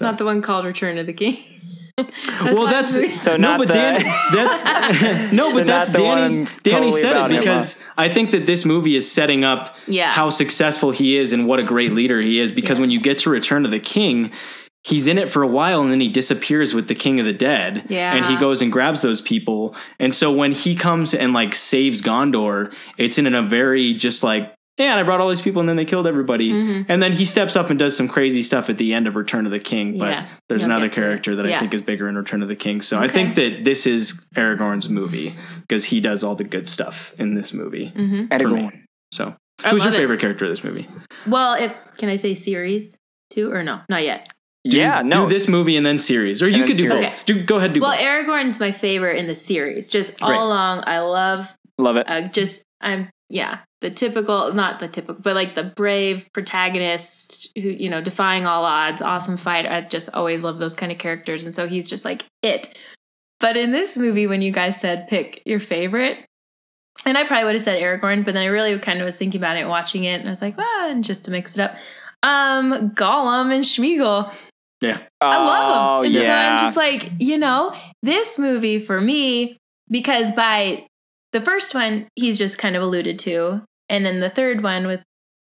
[SPEAKER 4] not the one called Return of the King. That's
[SPEAKER 1] well,
[SPEAKER 4] not
[SPEAKER 1] that's
[SPEAKER 4] the movie.
[SPEAKER 1] no,
[SPEAKER 2] So not
[SPEAKER 1] but
[SPEAKER 2] the-
[SPEAKER 1] Danny, that's no,
[SPEAKER 2] So
[SPEAKER 1] but
[SPEAKER 2] not
[SPEAKER 1] that's
[SPEAKER 2] the one
[SPEAKER 1] Danny.
[SPEAKER 2] I'm
[SPEAKER 1] Danny
[SPEAKER 2] totally
[SPEAKER 1] said
[SPEAKER 2] about
[SPEAKER 1] it
[SPEAKER 2] him, huh?
[SPEAKER 1] because I think that this movie is setting up
[SPEAKER 4] Yeah.
[SPEAKER 1] how successful he is and what a great leader he is. Because
[SPEAKER 4] Yeah.
[SPEAKER 1] when you get to Return of the King, he's in it for a while and then he disappears with the King of the Dead.
[SPEAKER 4] Yeah.
[SPEAKER 1] and he goes and grabs those people. And so when he comes and like saves Gondor, it's in a very just like. Yeah, and I brought all these people, and then they killed everybody.
[SPEAKER 4] Mhm.
[SPEAKER 1] And then he steps up and does some crazy stuff at the end of Return of the King. But
[SPEAKER 4] Yeah.
[SPEAKER 1] there's
[SPEAKER 4] You'll
[SPEAKER 1] another
[SPEAKER 4] get to it.
[SPEAKER 1] character that I
[SPEAKER 4] Yeah.
[SPEAKER 1] think is bigger in Return of the King. So I
[SPEAKER 4] Okay.
[SPEAKER 1] think that this is Aragorn's movie because he does all the good stuff in this movie.
[SPEAKER 4] Mhm.
[SPEAKER 1] me.
[SPEAKER 2] Aragorn.
[SPEAKER 1] So
[SPEAKER 4] I
[SPEAKER 1] who's your
[SPEAKER 4] love it.
[SPEAKER 1] favorite character of this movie?
[SPEAKER 4] Well, if can I say series too or no? Not yet.
[SPEAKER 1] Do-
[SPEAKER 2] yeah, no,
[SPEAKER 1] Do this movie and then series, or you
[SPEAKER 2] then
[SPEAKER 1] could do
[SPEAKER 2] series.
[SPEAKER 1] both. Do, go ahead, do
[SPEAKER 4] Well,
[SPEAKER 1] both.
[SPEAKER 4] Aragorn's my favorite in the series. Just all
[SPEAKER 1] Great.
[SPEAKER 4] along, I love.
[SPEAKER 2] love it.
[SPEAKER 4] Uh, just I'm yeah, the typical, not the typical, but like the brave protagonist who you know defying all odds, awesome fighter. I just always love those kind of characters, and so he's just like it. But in this movie, when you guys said pick your favorite, and I probably would have said Aragorn, but then I really kind of was thinking about it, watching it, and I was like, well, and just to mix it up, um, Gollum and Schmeagol.
[SPEAKER 1] Yeah.
[SPEAKER 4] I love
[SPEAKER 2] Oh,
[SPEAKER 4] them. And so
[SPEAKER 2] yeah.
[SPEAKER 4] I'm just like, you know, this movie for me, because by the first one, he's just kind of alluded to. And then the third one with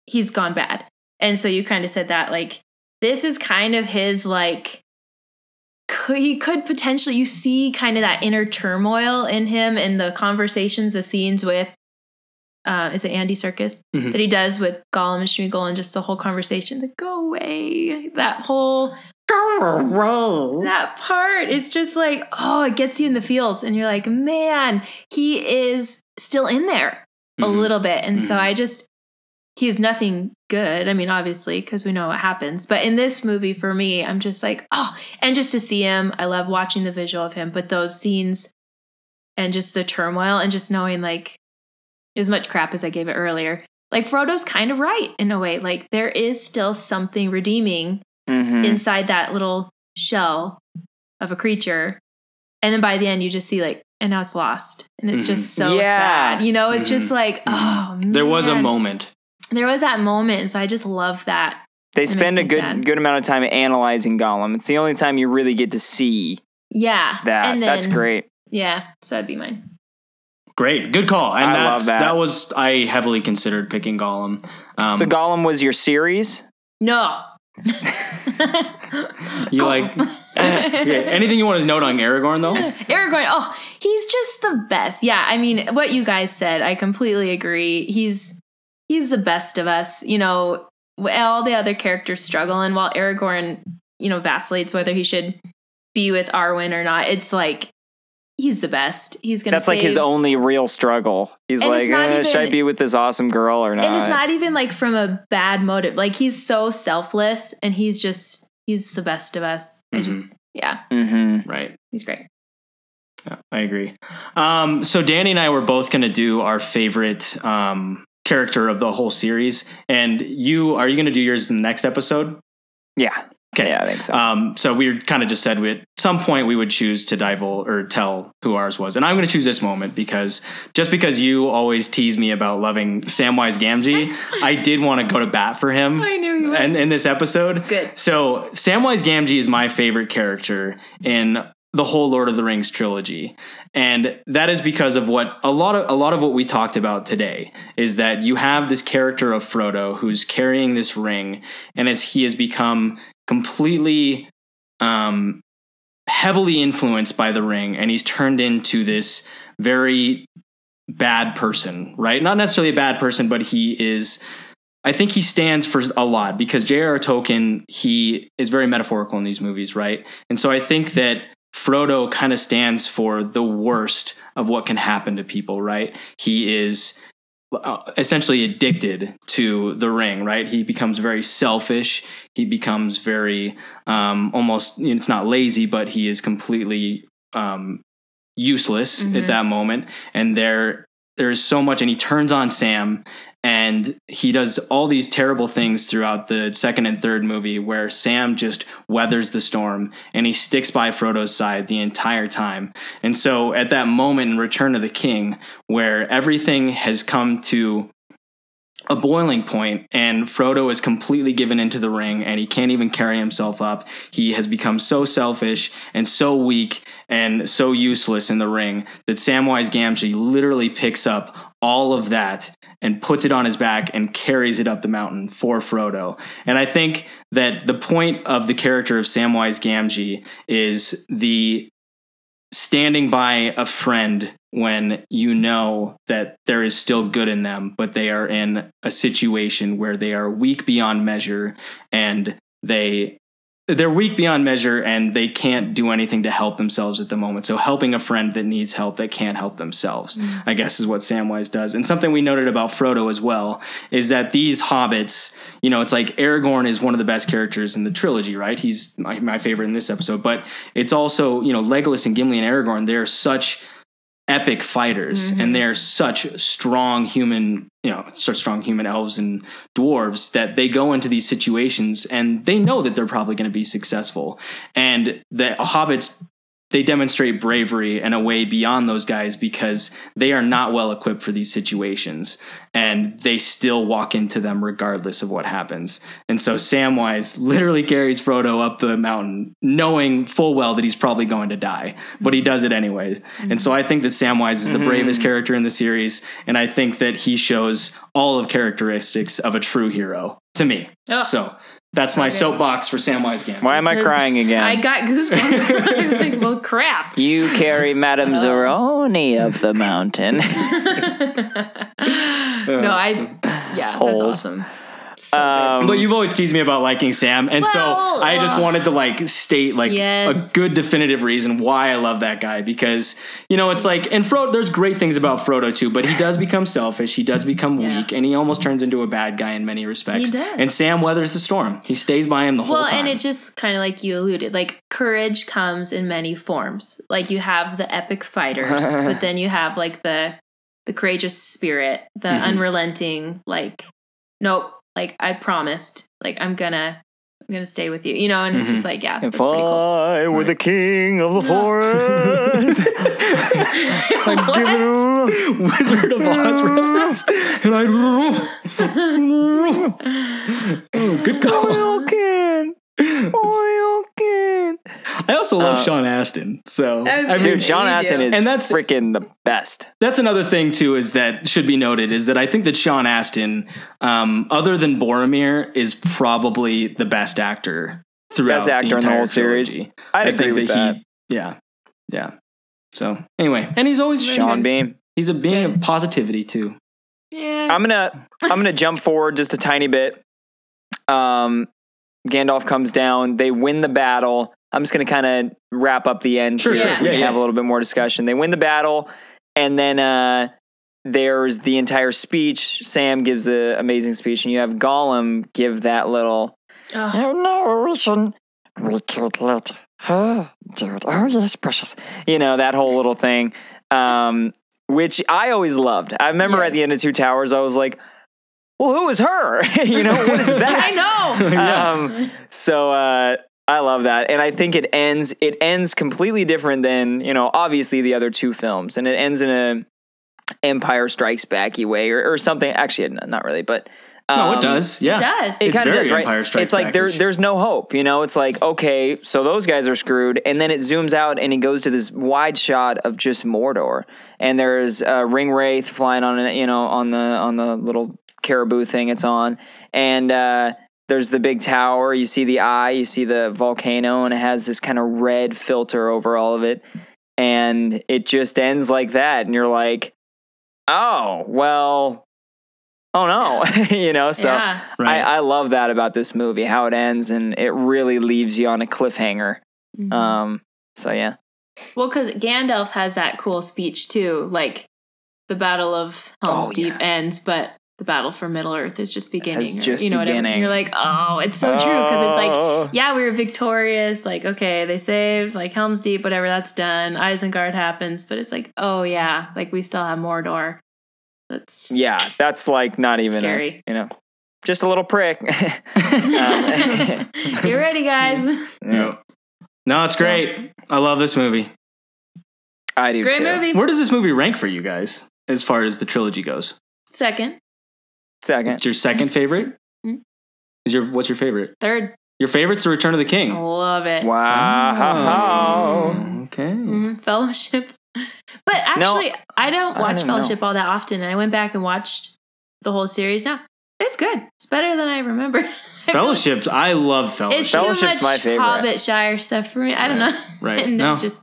[SPEAKER 4] he's gone bad. And so you kind of said that, like, this is kind of his, like, could- he could potentially, you see kind of that inner turmoil in him in the conversations, the scenes with, uh, is it Andy Circus
[SPEAKER 2] Mm-hmm.
[SPEAKER 1] Mhm.
[SPEAKER 4] that he does with Gollum and Schmeagle and just the whole conversation, the go away, that whole that part it's just like oh it gets you in the feels and you're like man he is still in there a
[SPEAKER 1] Mhm.
[SPEAKER 4] little bit and so
[SPEAKER 1] Mhm.
[SPEAKER 4] i just he's nothing good i mean obviously because we know what happens but in this movie for me i'm just like oh and just to see him i love watching the visual of him but those scenes and just the turmoil and just knowing like as much crap as i gave it earlier like frodo's kind of right in a way like there is still something redeeming
[SPEAKER 1] Mm.
[SPEAKER 2] Mhm.
[SPEAKER 4] inside that little shell of a creature. And then by the end, you just see like, and now it's lost. And it's
[SPEAKER 1] Mm-hmm.
[SPEAKER 4] just so
[SPEAKER 2] Yeah.
[SPEAKER 4] sad. You know, it's
[SPEAKER 1] Mhm.
[SPEAKER 4] just like, oh, man.
[SPEAKER 1] Mm-hmm. There was a moment.
[SPEAKER 4] There was that moment. and So I just love that.
[SPEAKER 2] They
[SPEAKER 4] It
[SPEAKER 2] spend a
[SPEAKER 4] makes me
[SPEAKER 2] good
[SPEAKER 4] sad.
[SPEAKER 2] good amount of time analyzing Gollum. It's the only time you really get to see
[SPEAKER 4] Yeah.
[SPEAKER 2] that.
[SPEAKER 4] And then,
[SPEAKER 2] That's great.
[SPEAKER 4] Yeah. So that'd be mine.
[SPEAKER 1] Great, good call. And
[SPEAKER 2] I
[SPEAKER 1] that's,
[SPEAKER 2] love that.
[SPEAKER 1] was I heavily considered picking Gollum. Um,
[SPEAKER 2] so Gollum was your series.
[SPEAKER 4] No.
[SPEAKER 1] you like Okay, anything you want to note on Aragorn though?
[SPEAKER 4] Aragorn, oh, he's just the best. Yeah, I mean, what you guys said, I completely agree. He's he's the best of us. You know, wh- all the other characters struggle, and while Aragorn, you know, vacillates whether he should be with Arwen or not, it's like he's the best. He's gonna.
[SPEAKER 2] That's like his
[SPEAKER 4] save-
[SPEAKER 2] only real struggle. He's
[SPEAKER 4] And
[SPEAKER 2] like,
[SPEAKER 4] it's not
[SPEAKER 2] "Uh, should I
[SPEAKER 4] even-
[SPEAKER 2] be with this awesome girl or not?
[SPEAKER 4] And it's not even like from a bad motive. Like he's so selfless, and he's just he's the best of us. I
[SPEAKER 2] Mm-hmm.
[SPEAKER 1] Mhm.
[SPEAKER 4] just yeah,
[SPEAKER 2] hmm
[SPEAKER 1] Right.
[SPEAKER 4] he's great.
[SPEAKER 1] Yeah, I agree. Um, so Danny and I were both going to do our favorite um, character of the whole series, and you are you going to do yours in the next episode?
[SPEAKER 2] Yeah.
[SPEAKER 1] Okay.
[SPEAKER 2] Yeah, I think so.
[SPEAKER 1] Um, so we kind of just said we, at some point we would choose to divulge or tell who ours was, and I'm going to choose this moment because just because you always tease me about loving Samwise Gamgee, I did want to go to bat for
[SPEAKER 2] Mm.
[SPEAKER 1] him
[SPEAKER 4] I knew you.
[SPEAKER 1] and in this episode.
[SPEAKER 4] Good.
[SPEAKER 1] So Samwise Gamgee is my favorite character in the whole Lord of the Rings trilogy, and that is because of what a lot of a lot of what we talked about today is that you have this character of Frodo who's carrying this ring, and as he has become completely um, heavily influenced by the ring, and he's turned into this very bad person, right? Not necessarily a bad person, but he is. I think he stands for a lot because J.R.R. Tolkien, he is very metaphorical in these movies, right? And so I think that Frodo kind of stands for the worst of what can happen to people, right? He is uh, essentially addicted to the ring, right? He becomes very selfish. He becomes very um, almost, you know, it's not lazy, but he is completely um, useless at
[SPEAKER 4] Mhm.
[SPEAKER 1] that moment. And there, there is so much, and he turns on Sam and he does all these terrible things throughout the second and third movie where Sam just weathers the storm and he sticks by Frodo's side the entire time. And so at that moment in Return of the King where everything has come to a boiling point and Frodo is completely given into the ring and he can't even carry himself up. He has become so selfish and so weak and so useless in the ring that Samwise Gamgee literally picks up all of that and puts it on his back and carries it up the mountain for Frodo. And I think that the point of the character of Samwise Gamgee is the standing by a friend when you know that there is still good in them, but they are in a situation where they are weak beyond measure and they they're weak beyond measure and they can't do anything to help themselves at the moment. So helping a friend that needs help that can't help themselves, I guess is what Samwise does. And something we noted about Frodo as well is that these hobbits, you know, it's like Aragorn is one of the best characters in the trilogy, right? He's my, my favorite in this episode, but it's also, you know, Legolas and Gimli and Aragorn, they're such epic fighters and they're such strong human you know such strong human elves and dwarves that they go into these situations and they know that they're probably going to be successful and the hobbits they demonstrate bravery in a way beyond those guys because they are not well equipped for these situations and they still walk into them regardless of what happens. And so Samwise literally carries Frodo up the mountain knowing full well that he's probably going to die, but he does it anyway. And so I think that Samwise is the bravest character in the series and I think that he shows all of characteristics of a true hero to me.
[SPEAKER 4] Oh.
[SPEAKER 1] So that's my soapbox for Samwise Gamgee.
[SPEAKER 2] Why am I
[SPEAKER 4] Because
[SPEAKER 2] crying again?
[SPEAKER 4] I got goosebumps. I was like, well, crap.
[SPEAKER 2] you carry Madame Zeroni up the mountain.
[SPEAKER 4] no, I. Yeah,
[SPEAKER 2] Holes.
[SPEAKER 4] that's awesome.
[SPEAKER 2] Um,
[SPEAKER 1] But you've always teased me about liking Sam, and
[SPEAKER 4] Well,
[SPEAKER 1] so I just
[SPEAKER 4] uh,
[SPEAKER 1] wanted to like state like
[SPEAKER 4] Yes.
[SPEAKER 1] a good definitive reason why I love that guy because you know it's like and Frodo. There's great things about Frodo too, but he does become selfish. He does become
[SPEAKER 4] Yeah.
[SPEAKER 1] weak, and he almost turns into a bad guy in many respects.
[SPEAKER 4] He does.
[SPEAKER 1] And Sam weathers the storm. He stays by him the
[SPEAKER 4] Well,
[SPEAKER 1] whole time.
[SPEAKER 4] and it just kind of like you alluded, like courage comes in many forms. Like you have the epic fighters, but then you have like the the courageous spirit, the
[SPEAKER 1] Mhm.
[SPEAKER 4] unrelenting, like nope, like I promised, like I'm gonna I'm gonna stay with you, you know. And it's
[SPEAKER 1] Mm-hmm.
[SPEAKER 4] just like yeah, that's
[SPEAKER 2] if
[SPEAKER 4] pretty cool.
[SPEAKER 2] I were the king of the forest, I'd give it all.
[SPEAKER 1] Wizard of Oz reference, and I. oh, good call.
[SPEAKER 2] Oil can, oil can.
[SPEAKER 1] I also love
[SPEAKER 2] Uh,
[SPEAKER 1] Sean Astin. So
[SPEAKER 4] I was
[SPEAKER 1] I
[SPEAKER 4] gonna
[SPEAKER 1] mean,
[SPEAKER 2] Dude, Sean
[SPEAKER 4] You
[SPEAKER 2] Astin
[SPEAKER 4] do.
[SPEAKER 2] is
[SPEAKER 1] And that's-
[SPEAKER 2] freaking the best.
[SPEAKER 1] that's another thing too is that should be noted is that I think that Sean Astin, um, other than Boromir, is probably the best actor throughout
[SPEAKER 2] Best actor in the
[SPEAKER 1] entire
[SPEAKER 2] whole series.
[SPEAKER 1] trilogy.
[SPEAKER 2] I'd agree with that.
[SPEAKER 1] he, yeah, yeah. So anyway, and he's always
[SPEAKER 2] Sean Beam.
[SPEAKER 1] He's a being
[SPEAKER 4] good.
[SPEAKER 1] of positivity too.
[SPEAKER 4] Yeah,
[SPEAKER 2] I'm gonna I'm gonna jump forward just a tiny bit. Um, Gandalf comes down. They win the battle. I'm just gonna kind of wrap up the end
[SPEAKER 1] Sure,
[SPEAKER 2] here
[SPEAKER 4] sure.
[SPEAKER 2] so we
[SPEAKER 1] Yeah,
[SPEAKER 2] can
[SPEAKER 1] yeah.
[SPEAKER 2] have a little bit more discussion. They win the battle, and then uh, there's the entire speech. Sam gives the amazing speech, and you have Gollum give that little.
[SPEAKER 4] Ugh.
[SPEAKER 2] Oh no, we shouldn't. We could let her do it. Oh yes, precious. You know that whole little thing, um, which I always loved. I remember
[SPEAKER 4] Yeah.
[SPEAKER 2] at the end of Two Towers, I was like, "Well, who is her? you know, what is that?"
[SPEAKER 4] I know.
[SPEAKER 1] yeah.
[SPEAKER 2] Um, so uh, I love that, and I think it ends. It ends completely different than you know, obviously the other two films, and it ends in a Empire Strikes Backy way or, or something. Actually, n- not really, but
[SPEAKER 1] no,
[SPEAKER 2] um,
[SPEAKER 1] Oh, it does. Yeah,
[SPEAKER 4] It does.
[SPEAKER 2] it
[SPEAKER 1] It's
[SPEAKER 2] kind of
[SPEAKER 1] very
[SPEAKER 2] does, right?
[SPEAKER 1] Empire Strikes
[SPEAKER 2] it's like there,
[SPEAKER 1] Back-ish.
[SPEAKER 2] there's no hope, you know. It's like okay, so those guys are screwed, and then it zooms out and it goes to this wide shot of just Mordor, and there's a ring wraith flying on it, you know, on the on the little caribou thing it's on, and uh, there's the big tower. You see the eye, you see the volcano, and it has this kind of red filter over all of it, and it just ends like that, and you're like, oh well, oh no, you know, so.
[SPEAKER 4] yeah.
[SPEAKER 1] right.
[SPEAKER 2] I, I love that about this movie, how it ends, and it really leaves you on a cliffhanger.
[SPEAKER 4] Mhm.
[SPEAKER 1] Mm-hmm.
[SPEAKER 2] Um, so yeah,
[SPEAKER 4] Well, because Gandalf has that cool speech too, like the Battle of Helm's
[SPEAKER 2] Oh,
[SPEAKER 4] Deep
[SPEAKER 2] yeah.
[SPEAKER 4] ends, but the battle for Middle Earth is just beginning.
[SPEAKER 2] It's
[SPEAKER 4] or,
[SPEAKER 2] just
[SPEAKER 4] you know Whatever.
[SPEAKER 2] beginning. Oh.
[SPEAKER 4] And you're like, oh, it's so true because it's like,
[SPEAKER 1] Uh.
[SPEAKER 4] yeah, we were victorious. Like, okay, they saved like Helm's Deep, whatever, that's done. Isengard happens, but it's like, oh yeah, like we still have Mordor. That's
[SPEAKER 2] yeah, that's like not even a-
[SPEAKER 4] Scary.
[SPEAKER 2] you know, just a little prick. Um,
[SPEAKER 4] Get ready, guys.
[SPEAKER 1] no. no, it's great. I love this movie.
[SPEAKER 2] I do.
[SPEAKER 4] Great
[SPEAKER 2] too.
[SPEAKER 4] movie.
[SPEAKER 1] Where does this movie rank for you guys as far as the trilogy goes?
[SPEAKER 4] Second,
[SPEAKER 2] Second,
[SPEAKER 1] It's your second favorite?
[SPEAKER 4] Mm.
[SPEAKER 1] Is your what's your favorite?
[SPEAKER 4] third,
[SPEAKER 1] Your favorite's The Return of the King.
[SPEAKER 4] Oh. love it.
[SPEAKER 2] Ah, wow.
[SPEAKER 1] Oh, Okay.
[SPEAKER 4] Mhm, fellowship. But
[SPEAKER 2] Mm-hmm. No,
[SPEAKER 4] actually, I don't
[SPEAKER 2] I
[SPEAKER 4] watch
[SPEAKER 2] don't know.
[SPEAKER 4] fellowship all that often. And I went back and watched the whole series now. It's good. It's better than I remember. I feel
[SPEAKER 1] Fellowship. I love
[SPEAKER 4] like
[SPEAKER 1] Fellowship.
[SPEAKER 4] It's
[SPEAKER 2] Fellowship's
[SPEAKER 4] too much
[SPEAKER 2] my favorite.
[SPEAKER 4] Hobbit Shire stuff for me. I don't know.
[SPEAKER 1] right.
[SPEAKER 4] and
[SPEAKER 1] No.
[SPEAKER 4] it just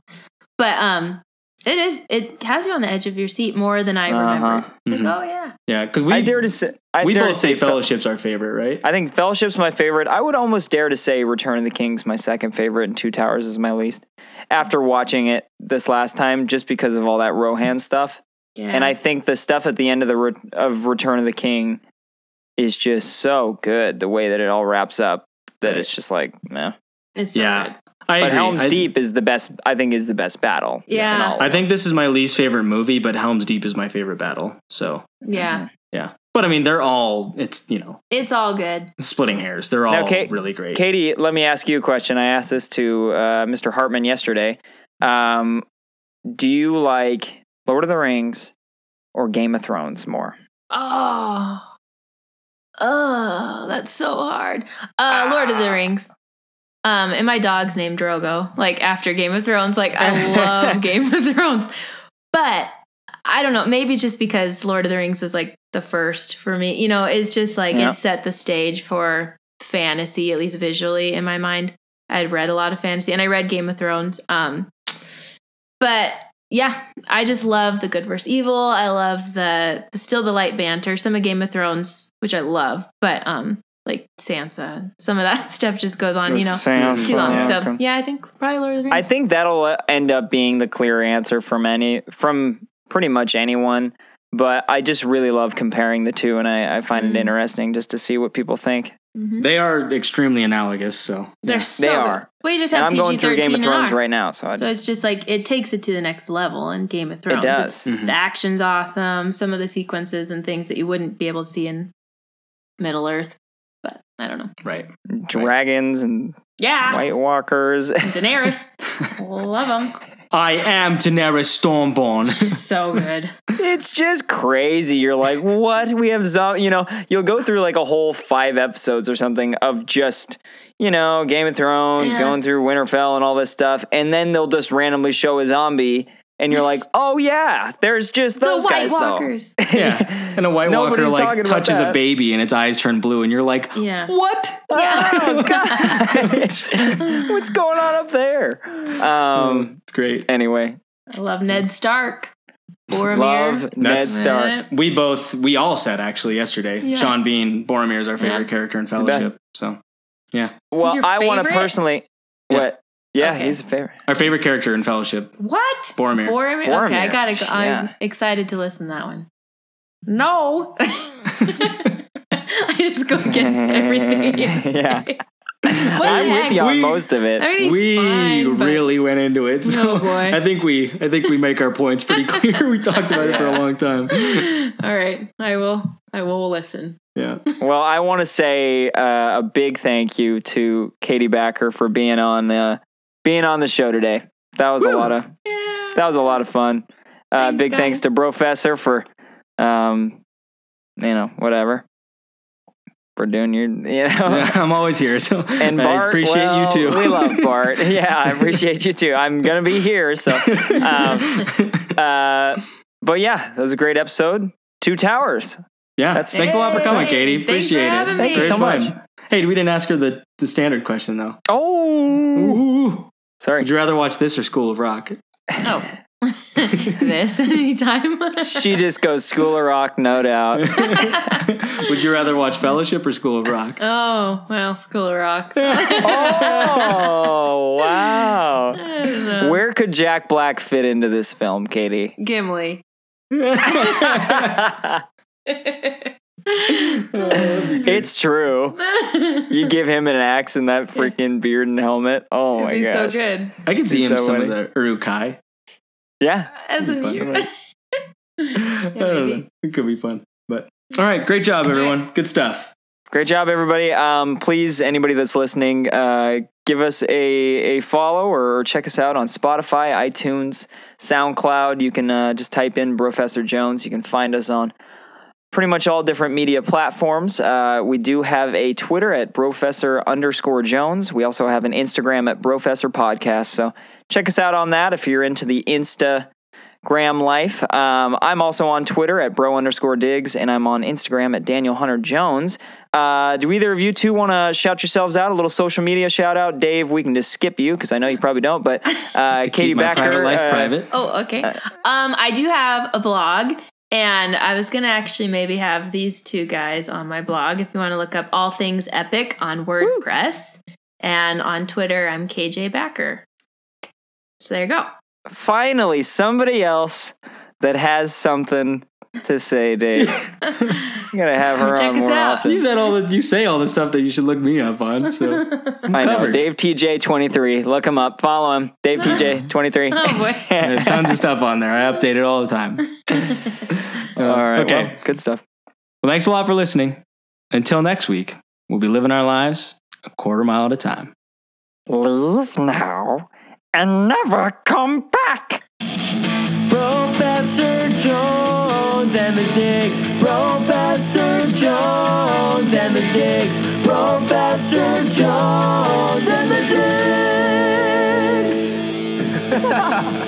[SPEAKER 4] but um it is it has you on the edge of your seat more than I remember.
[SPEAKER 2] Uh-huh.
[SPEAKER 4] It's
[SPEAKER 1] Mhm.
[SPEAKER 4] like, oh yeah.
[SPEAKER 1] yeah, because we
[SPEAKER 2] I dare to say. I
[SPEAKER 1] we
[SPEAKER 2] dare
[SPEAKER 1] both
[SPEAKER 2] to
[SPEAKER 1] say
[SPEAKER 2] say fel-
[SPEAKER 1] Fellowship's our favorite, right?
[SPEAKER 2] I think Fellowship's my favorite. I would almost dare to say Return of the King's my second favorite, and Two Towers is my least. After watching it this last time, just because of all that Rohan stuff,
[SPEAKER 4] Yeah.
[SPEAKER 2] and I think the stuff at the end of the re- of Return of the King is just so good. The way that it all wraps up, that
[SPEAKER 1] Right.
[SPEAKER 2] it's just like, no.
[SPEAKER 4] it's so
[SPEAKER 1] Yeah.
[SPEAKER 4] good.
[SPEAKER 1] I
[SPEAKER 2] But
[SPEAKER 1] agree.
[SPEAKER 2] Helm's
[SPEAKER 1] I-
[SPEAKER 2] Deep is the best. I think is the best battle. in
[SPEAKER 4] Yeah.
[SPEAKER 2] all of
[SPEAKER 1] I
[SPEAKER 2] it.
[SPEAKER 1] think this is my least favorite movie, but Helm's Deep is my favorite battle. So
[SPEAKER 2] Mm-hmm.
[SPEAKER 4] Yeah.
[SPEAKER 1] yeah. But I mean they're all it's you know,
[SPEAKER 4] It's all good.
[SPEAKER 1] splitting hairs. They're all
[SPEAKER 2] Now, Kate-
[SPEAKER 1] really great.
[SPEAKER 2] Katie, let me ask you a question. I asked this to uh, Mr. Hartman yesterday. Um, do you like Lord of the Rings or Game of Thrones more?
[SPEAKER 4] Oh. Oh, that's so hard. Uh Lord of the Rings. Um, and my dog's named Drogo, like after Game of Thrones. Like I love Game of Thrones. But I don't know, maybe just because Lord of the Rings was like the first for me. You know, it's just like
[SPEAKER 2] Yeah.
[SPEAKER 4] it set the stage for fantasy, at least visually in my mind. I'd read a lot of fantasy and I read Game of Thrones. Um but yeah, I just love the good versus evil. I love the, the still the light banter. Some of Game of Thrones, which I love, but um, like Sansa, some of that stuff just goes on, you know,
[SPEAKER 2] Sam,
[SPEAKER 4] too long.
[SPEAKER 2] yeah,
[SPEAKER 4] So
[SPEAKER 2] okay.
[SPEAKER 4] yeah, I think probably Lord of the Rings.
[SPEAKER 2] I think that'll uh, end up being the clear answer from any from pretty much anyone. But I just really love comparing the two, and I, I find it
[SPEAKER 4] Mm.
[SPEAKER 2] interesting just to see what people think.
[SPEAKER 4] Mhm.
[SPEAKER 1] They are extremely analogous, so
[SPEAKER 4] they're
[SPEAKER 1] yeah.
[SPEAKER 4] so
[SPEAKER 2] they
[SPEAKER 4] good.
[SPEAKER 2] are.
[SPEAKER 4] We just
[SPEAKER 2] And
[SPEAKER 4] have
[SPEAKER 2] I'm
[SPEAKER 4] PG
[SPEAKER 2] going through
[SPEAKER 4] thirteen
[SPEAKER 2] Game of
[SPEAKER 4] and
[SPEAKER 2] Thrones
[SPEAKER 4] R.
[SPEAKER 2] right now, so I
[SPEAKER 4] So it's
[SPEAKER 2] just
[SPEAKER 4] just like it takes it to the next level in Game of Thrones.
[SPEAKER 2] does. Mm-hmm.
[SPEAKER 4] It's-
[SPEAKER 1] Mhm.
[SPEAKER 4] The action's awesome. Some of the sequences and things that you wouldn't be able to see in Middle Earth, but I don't know.
[SPEAKER 1] right.
[SPEAKER 2] dragons and
[SPEAKER 4] Yeah,
[SPEAKER 2] White Walkers.
[SPEAKER 4] Daenerys, love them.
[SPEAKER 1] I am Daenerys Stormborn.
[SPEAKER 4] She's so good.
[SPEAKER 2] It's just crazy. You're like, what? We have zo You know, you'll go through like a whole five episodes or something of just, you know, Game of Thrones,
[SPEAKER 4] Yeah.
[SPEAKER 2] going through Winterfell and all this stuff, and then they'll just randomly show a zombie, and you're like, oh yeah, there's just those
[SPEAKER 4] the White
[SPEAKER 2] guys
[SPEAKER 4] Walkers.
[SPEAKER 2] though.
[SPEAKER 1] yeah, and a White Walker
[SPEAKER 2] Nobody's talking
[SPEAKER 1] like
[SPEAKER 2] about
[SPEAKER 1] touches a
[SPEAKER 2] that.
[SPEAKER 1] baby and its eyes turn blue, and you're like,
[SPEAKER 4] Yeah.
[SPEAKER 1] what? Oh,
[SPEAKER 4] Yeah.
[SPEAKER 2] What's going on up there? Um.
[SPEAKER 1] it's great.
[SPEAKER 2] Anyway,
[SPEAKER 4] I love Ned Stark. Boromir.
[SPEAKER 2] love Ned
[SPEAKER 1] That's-
[SPEAKER 2] Stark.
[SPEAKER 1] We both, we all said actually yesterday.
[SPEAKER 4] Yeah.
[SPEAKER 1] Sean Bean, Boromir is our favorite
[SPEAKER 4] Yeah.
[SPEAKER 1] character in
[SPEAKER 2] the best.
[SPEAKER 1] Fellowship. So, yeah,
[SPEAKER 2] Well,
[SPEAKER 4] your
[SPEAKER 2] I want to
[SPEAKER 4] favorite?
[SPEAKER 2] personally.
[SPEAKER 1] Yeah.
[SPEAKER 2] What? Yeah,
[SPEAKER 4] Okay.
[SPEAKER 2] he's a favorite.
[SPEAKER 1] our favorite character in Fellowship,
[SPEAKER 4] What?
[SPEAKER 1] Boromir.
[SPEAKER 4] Boromir. Okay, I
[SPEAKER 2] Boromir.
[SPEAKER 4] gotta go. I'm
[SPEAKER 2] Yeah.
[SPEAKER 4] excited to listen to that one. No. I just go against everything. he has to
[SPEAKER 2] Yeah.
[SPEAKER 4] say. the
[SPEAKER 2] I'm with
[SPEAKER 4] heck?
[SPEAKER 2] you on
[SPEAKER 1] We-
[SPEAKER 2] most of
[SPEAKER 4] I
[SPEAKER 2] it.
[SPEAKER 4] mean, he's
[SPEAKER 1] we
[SPEAKER 4] fine, but-
[SPEAKER 1] really went into it. So
[SPEAKER 4] Oh, boy.
[SPEAKER 1] I think we, I think we make our points pretty clear. we talked about it for a long time.
[SPEAKER 4] All right, I will. I will listen.
[SPEAKER 1] Yeah,
[SPEAKER 2] Well, I want to say uh, a big thank you to Katie Backer for being on the being on the show today. That was a lot of
[SPEAKER 4] Yeah.
[SPEAKER 2] that was a lot of fun. Uh,
[SPEAKER 4] Thanks,
[SPEAKER 2] big thanks to
[SPEAKER 4] guys.
[SPEAKER 2] Professor for, um, you know, whatever for doing your, you know.
[SPEAKER 1] Yeah, I'm always here. So
[SPEAKER 2] Uh-huh. And Bart,
[SPEAKER 1] I appreciate
[SPEAKER 2] well,
[SPEAKER 1] you too.
[SPEAKER 2] we love Bart. Yeah, I appreciate you too. I'm gonna be here, so. Um, uh, but yeah, that was a great episode. Two towers.
[SPEAKER 1] yeah,
[SPEAKER 2] that's-
[SPEAKER 1] thanks a lot for coming,
[SPEAKER 4] Yay.
[SPEAKER 1] Katie.
[SPEAKER 4] Thanks for
[SPEAKER 1] appreciate it.
[SPEAKER 4] having Thank
[SPEAKER 2] you me. so
[SPEAKER 1] Very
[SPEAKER 2] much.
[SPEAKER 1] fun. Hey, we didn't ask her the, the standard question though.
[SPEAKER 2] Oh,
[SPEAKER 1] Ooh.
[SPEAKER 2] sorry.
[SPEAKER 1] Would you rather watch this or School of Rock?
[SPEAKER 4] Oh, this anytime.
[SPEAKER 2] she just goes school of rock, no doubt.
[SPEAKER 1] Would you rather watch Fellowship or School of Rock?
[SPEAKER 4] oh well, School of Rock.
[SPEAKER 2] Oh wow.
[SPEAKER 4] I don't know.
[SPEAKER 1] Oh.
[SPEAKER 2] Where could Jack Black fit into this film, Katie?
[SPEAKER 4] Gimli.
[SPEAKER 2] it's true. You give him an axe and that freaking beard and helmet. Oh
[SPEAKER 4] It'd
[SPEAKER 2] my
[SPEAKER 4] be
[SPEAKER 2] gosh.
[SPEAKER 4] so good.
[SPEAKER 1] I could see
[SPEAKER 2] He's
[SPEAKER 1] him
[SPEAKER 2] so
[SPEAKER 1] some of
[SPEAKER 2] funny.
[SPEAKER 1] the Urukai.
[SPEAKER 2] Yeah.
[SPEAKER 4] As
[SPEAKER 1] That'd
[SPEAKER 4] an
[SPEAKER 1] be
[SPEAKER 4] ear.
[SPEAKER 1] fun, right?
[SPEAKER 4] maybe.
[SPEAKER 1] It could be fun. But all right, great job, everyone. Good stuff.
[SPEAKER 2] Great job, everybody. Um, please, anybody that's listening, uh, give us a, a follow or check us out on Spotify, iTunes, SoundCloud. You can uh, just type in Professor Jones. You can find us on pretty much all different media platforms. Uh, we do have a Twitter at Professor underscore Jones. We also have an Instagram at Professor Podcast. So check us out on that if you're into the Insta. Graham Life. Um, I'm also on Twitter at bro underscore digs, and I'm on Instagram at Daniel Hunter Jones. Uh, do either of you two want to shout yourselves out? A little social media shout out, Dave. We can just skip you because I know you probably don't. But uh, Katie
[SPEAKER 1] Keep my
[SPEAKER 2] Backer,
[SPEAKER 1] private life
[SPEAKER 2] uh,
[SPEAKER 1] private.
[SPEAKER 4] Oh, okay.
[SPEAKER 1] Uh.
[SPEAKER 4] Um, I do have a blog, and I was gonna actually maybe have these two guys on my blog if you want to look up all things epic on WordPress. And on Twitter, I'm KJ Backer. So there you go.
[SPEAKER 2] finally somebody else that has something to say, Dave. I'm gonna have her
[SPEAKER 4] Check
[SPEAKER 2] on
[SPEAKER 4] us
[SPEAKER 2] more
[SPEAKER 4] out.
[SPEAKER 2] often.
[SPEAKER 1] You said all the you say all the stuff that you should look me up on. So
[SPEAKER 2] I know
[SPEAKER 1] covered.
[SPEAKER 2] Dave TJ twenty three. Look him up. Follow him. Dave TJ twenty three.
[SPEAKER 4] Oh, boy.
[SPEAKER 1] there's tons of stuff on there. I update it all the time. Uh,
[SPEAKER 2] All right.
[SPEAKER 1] Okay.
[SPEAKER 2] well, good stuff.
[SPEAKER 1] Well, thanks a lot for listening. Until next week, we'll be living our lives a quarter mile at a time.
[SPEAKER 2] Leave now
[SPEAKER 6] and never come back.
[SPEAKER 2] Professor Jones and the Digs. Professor Jones and the Digs. Professor Jones and the Digs.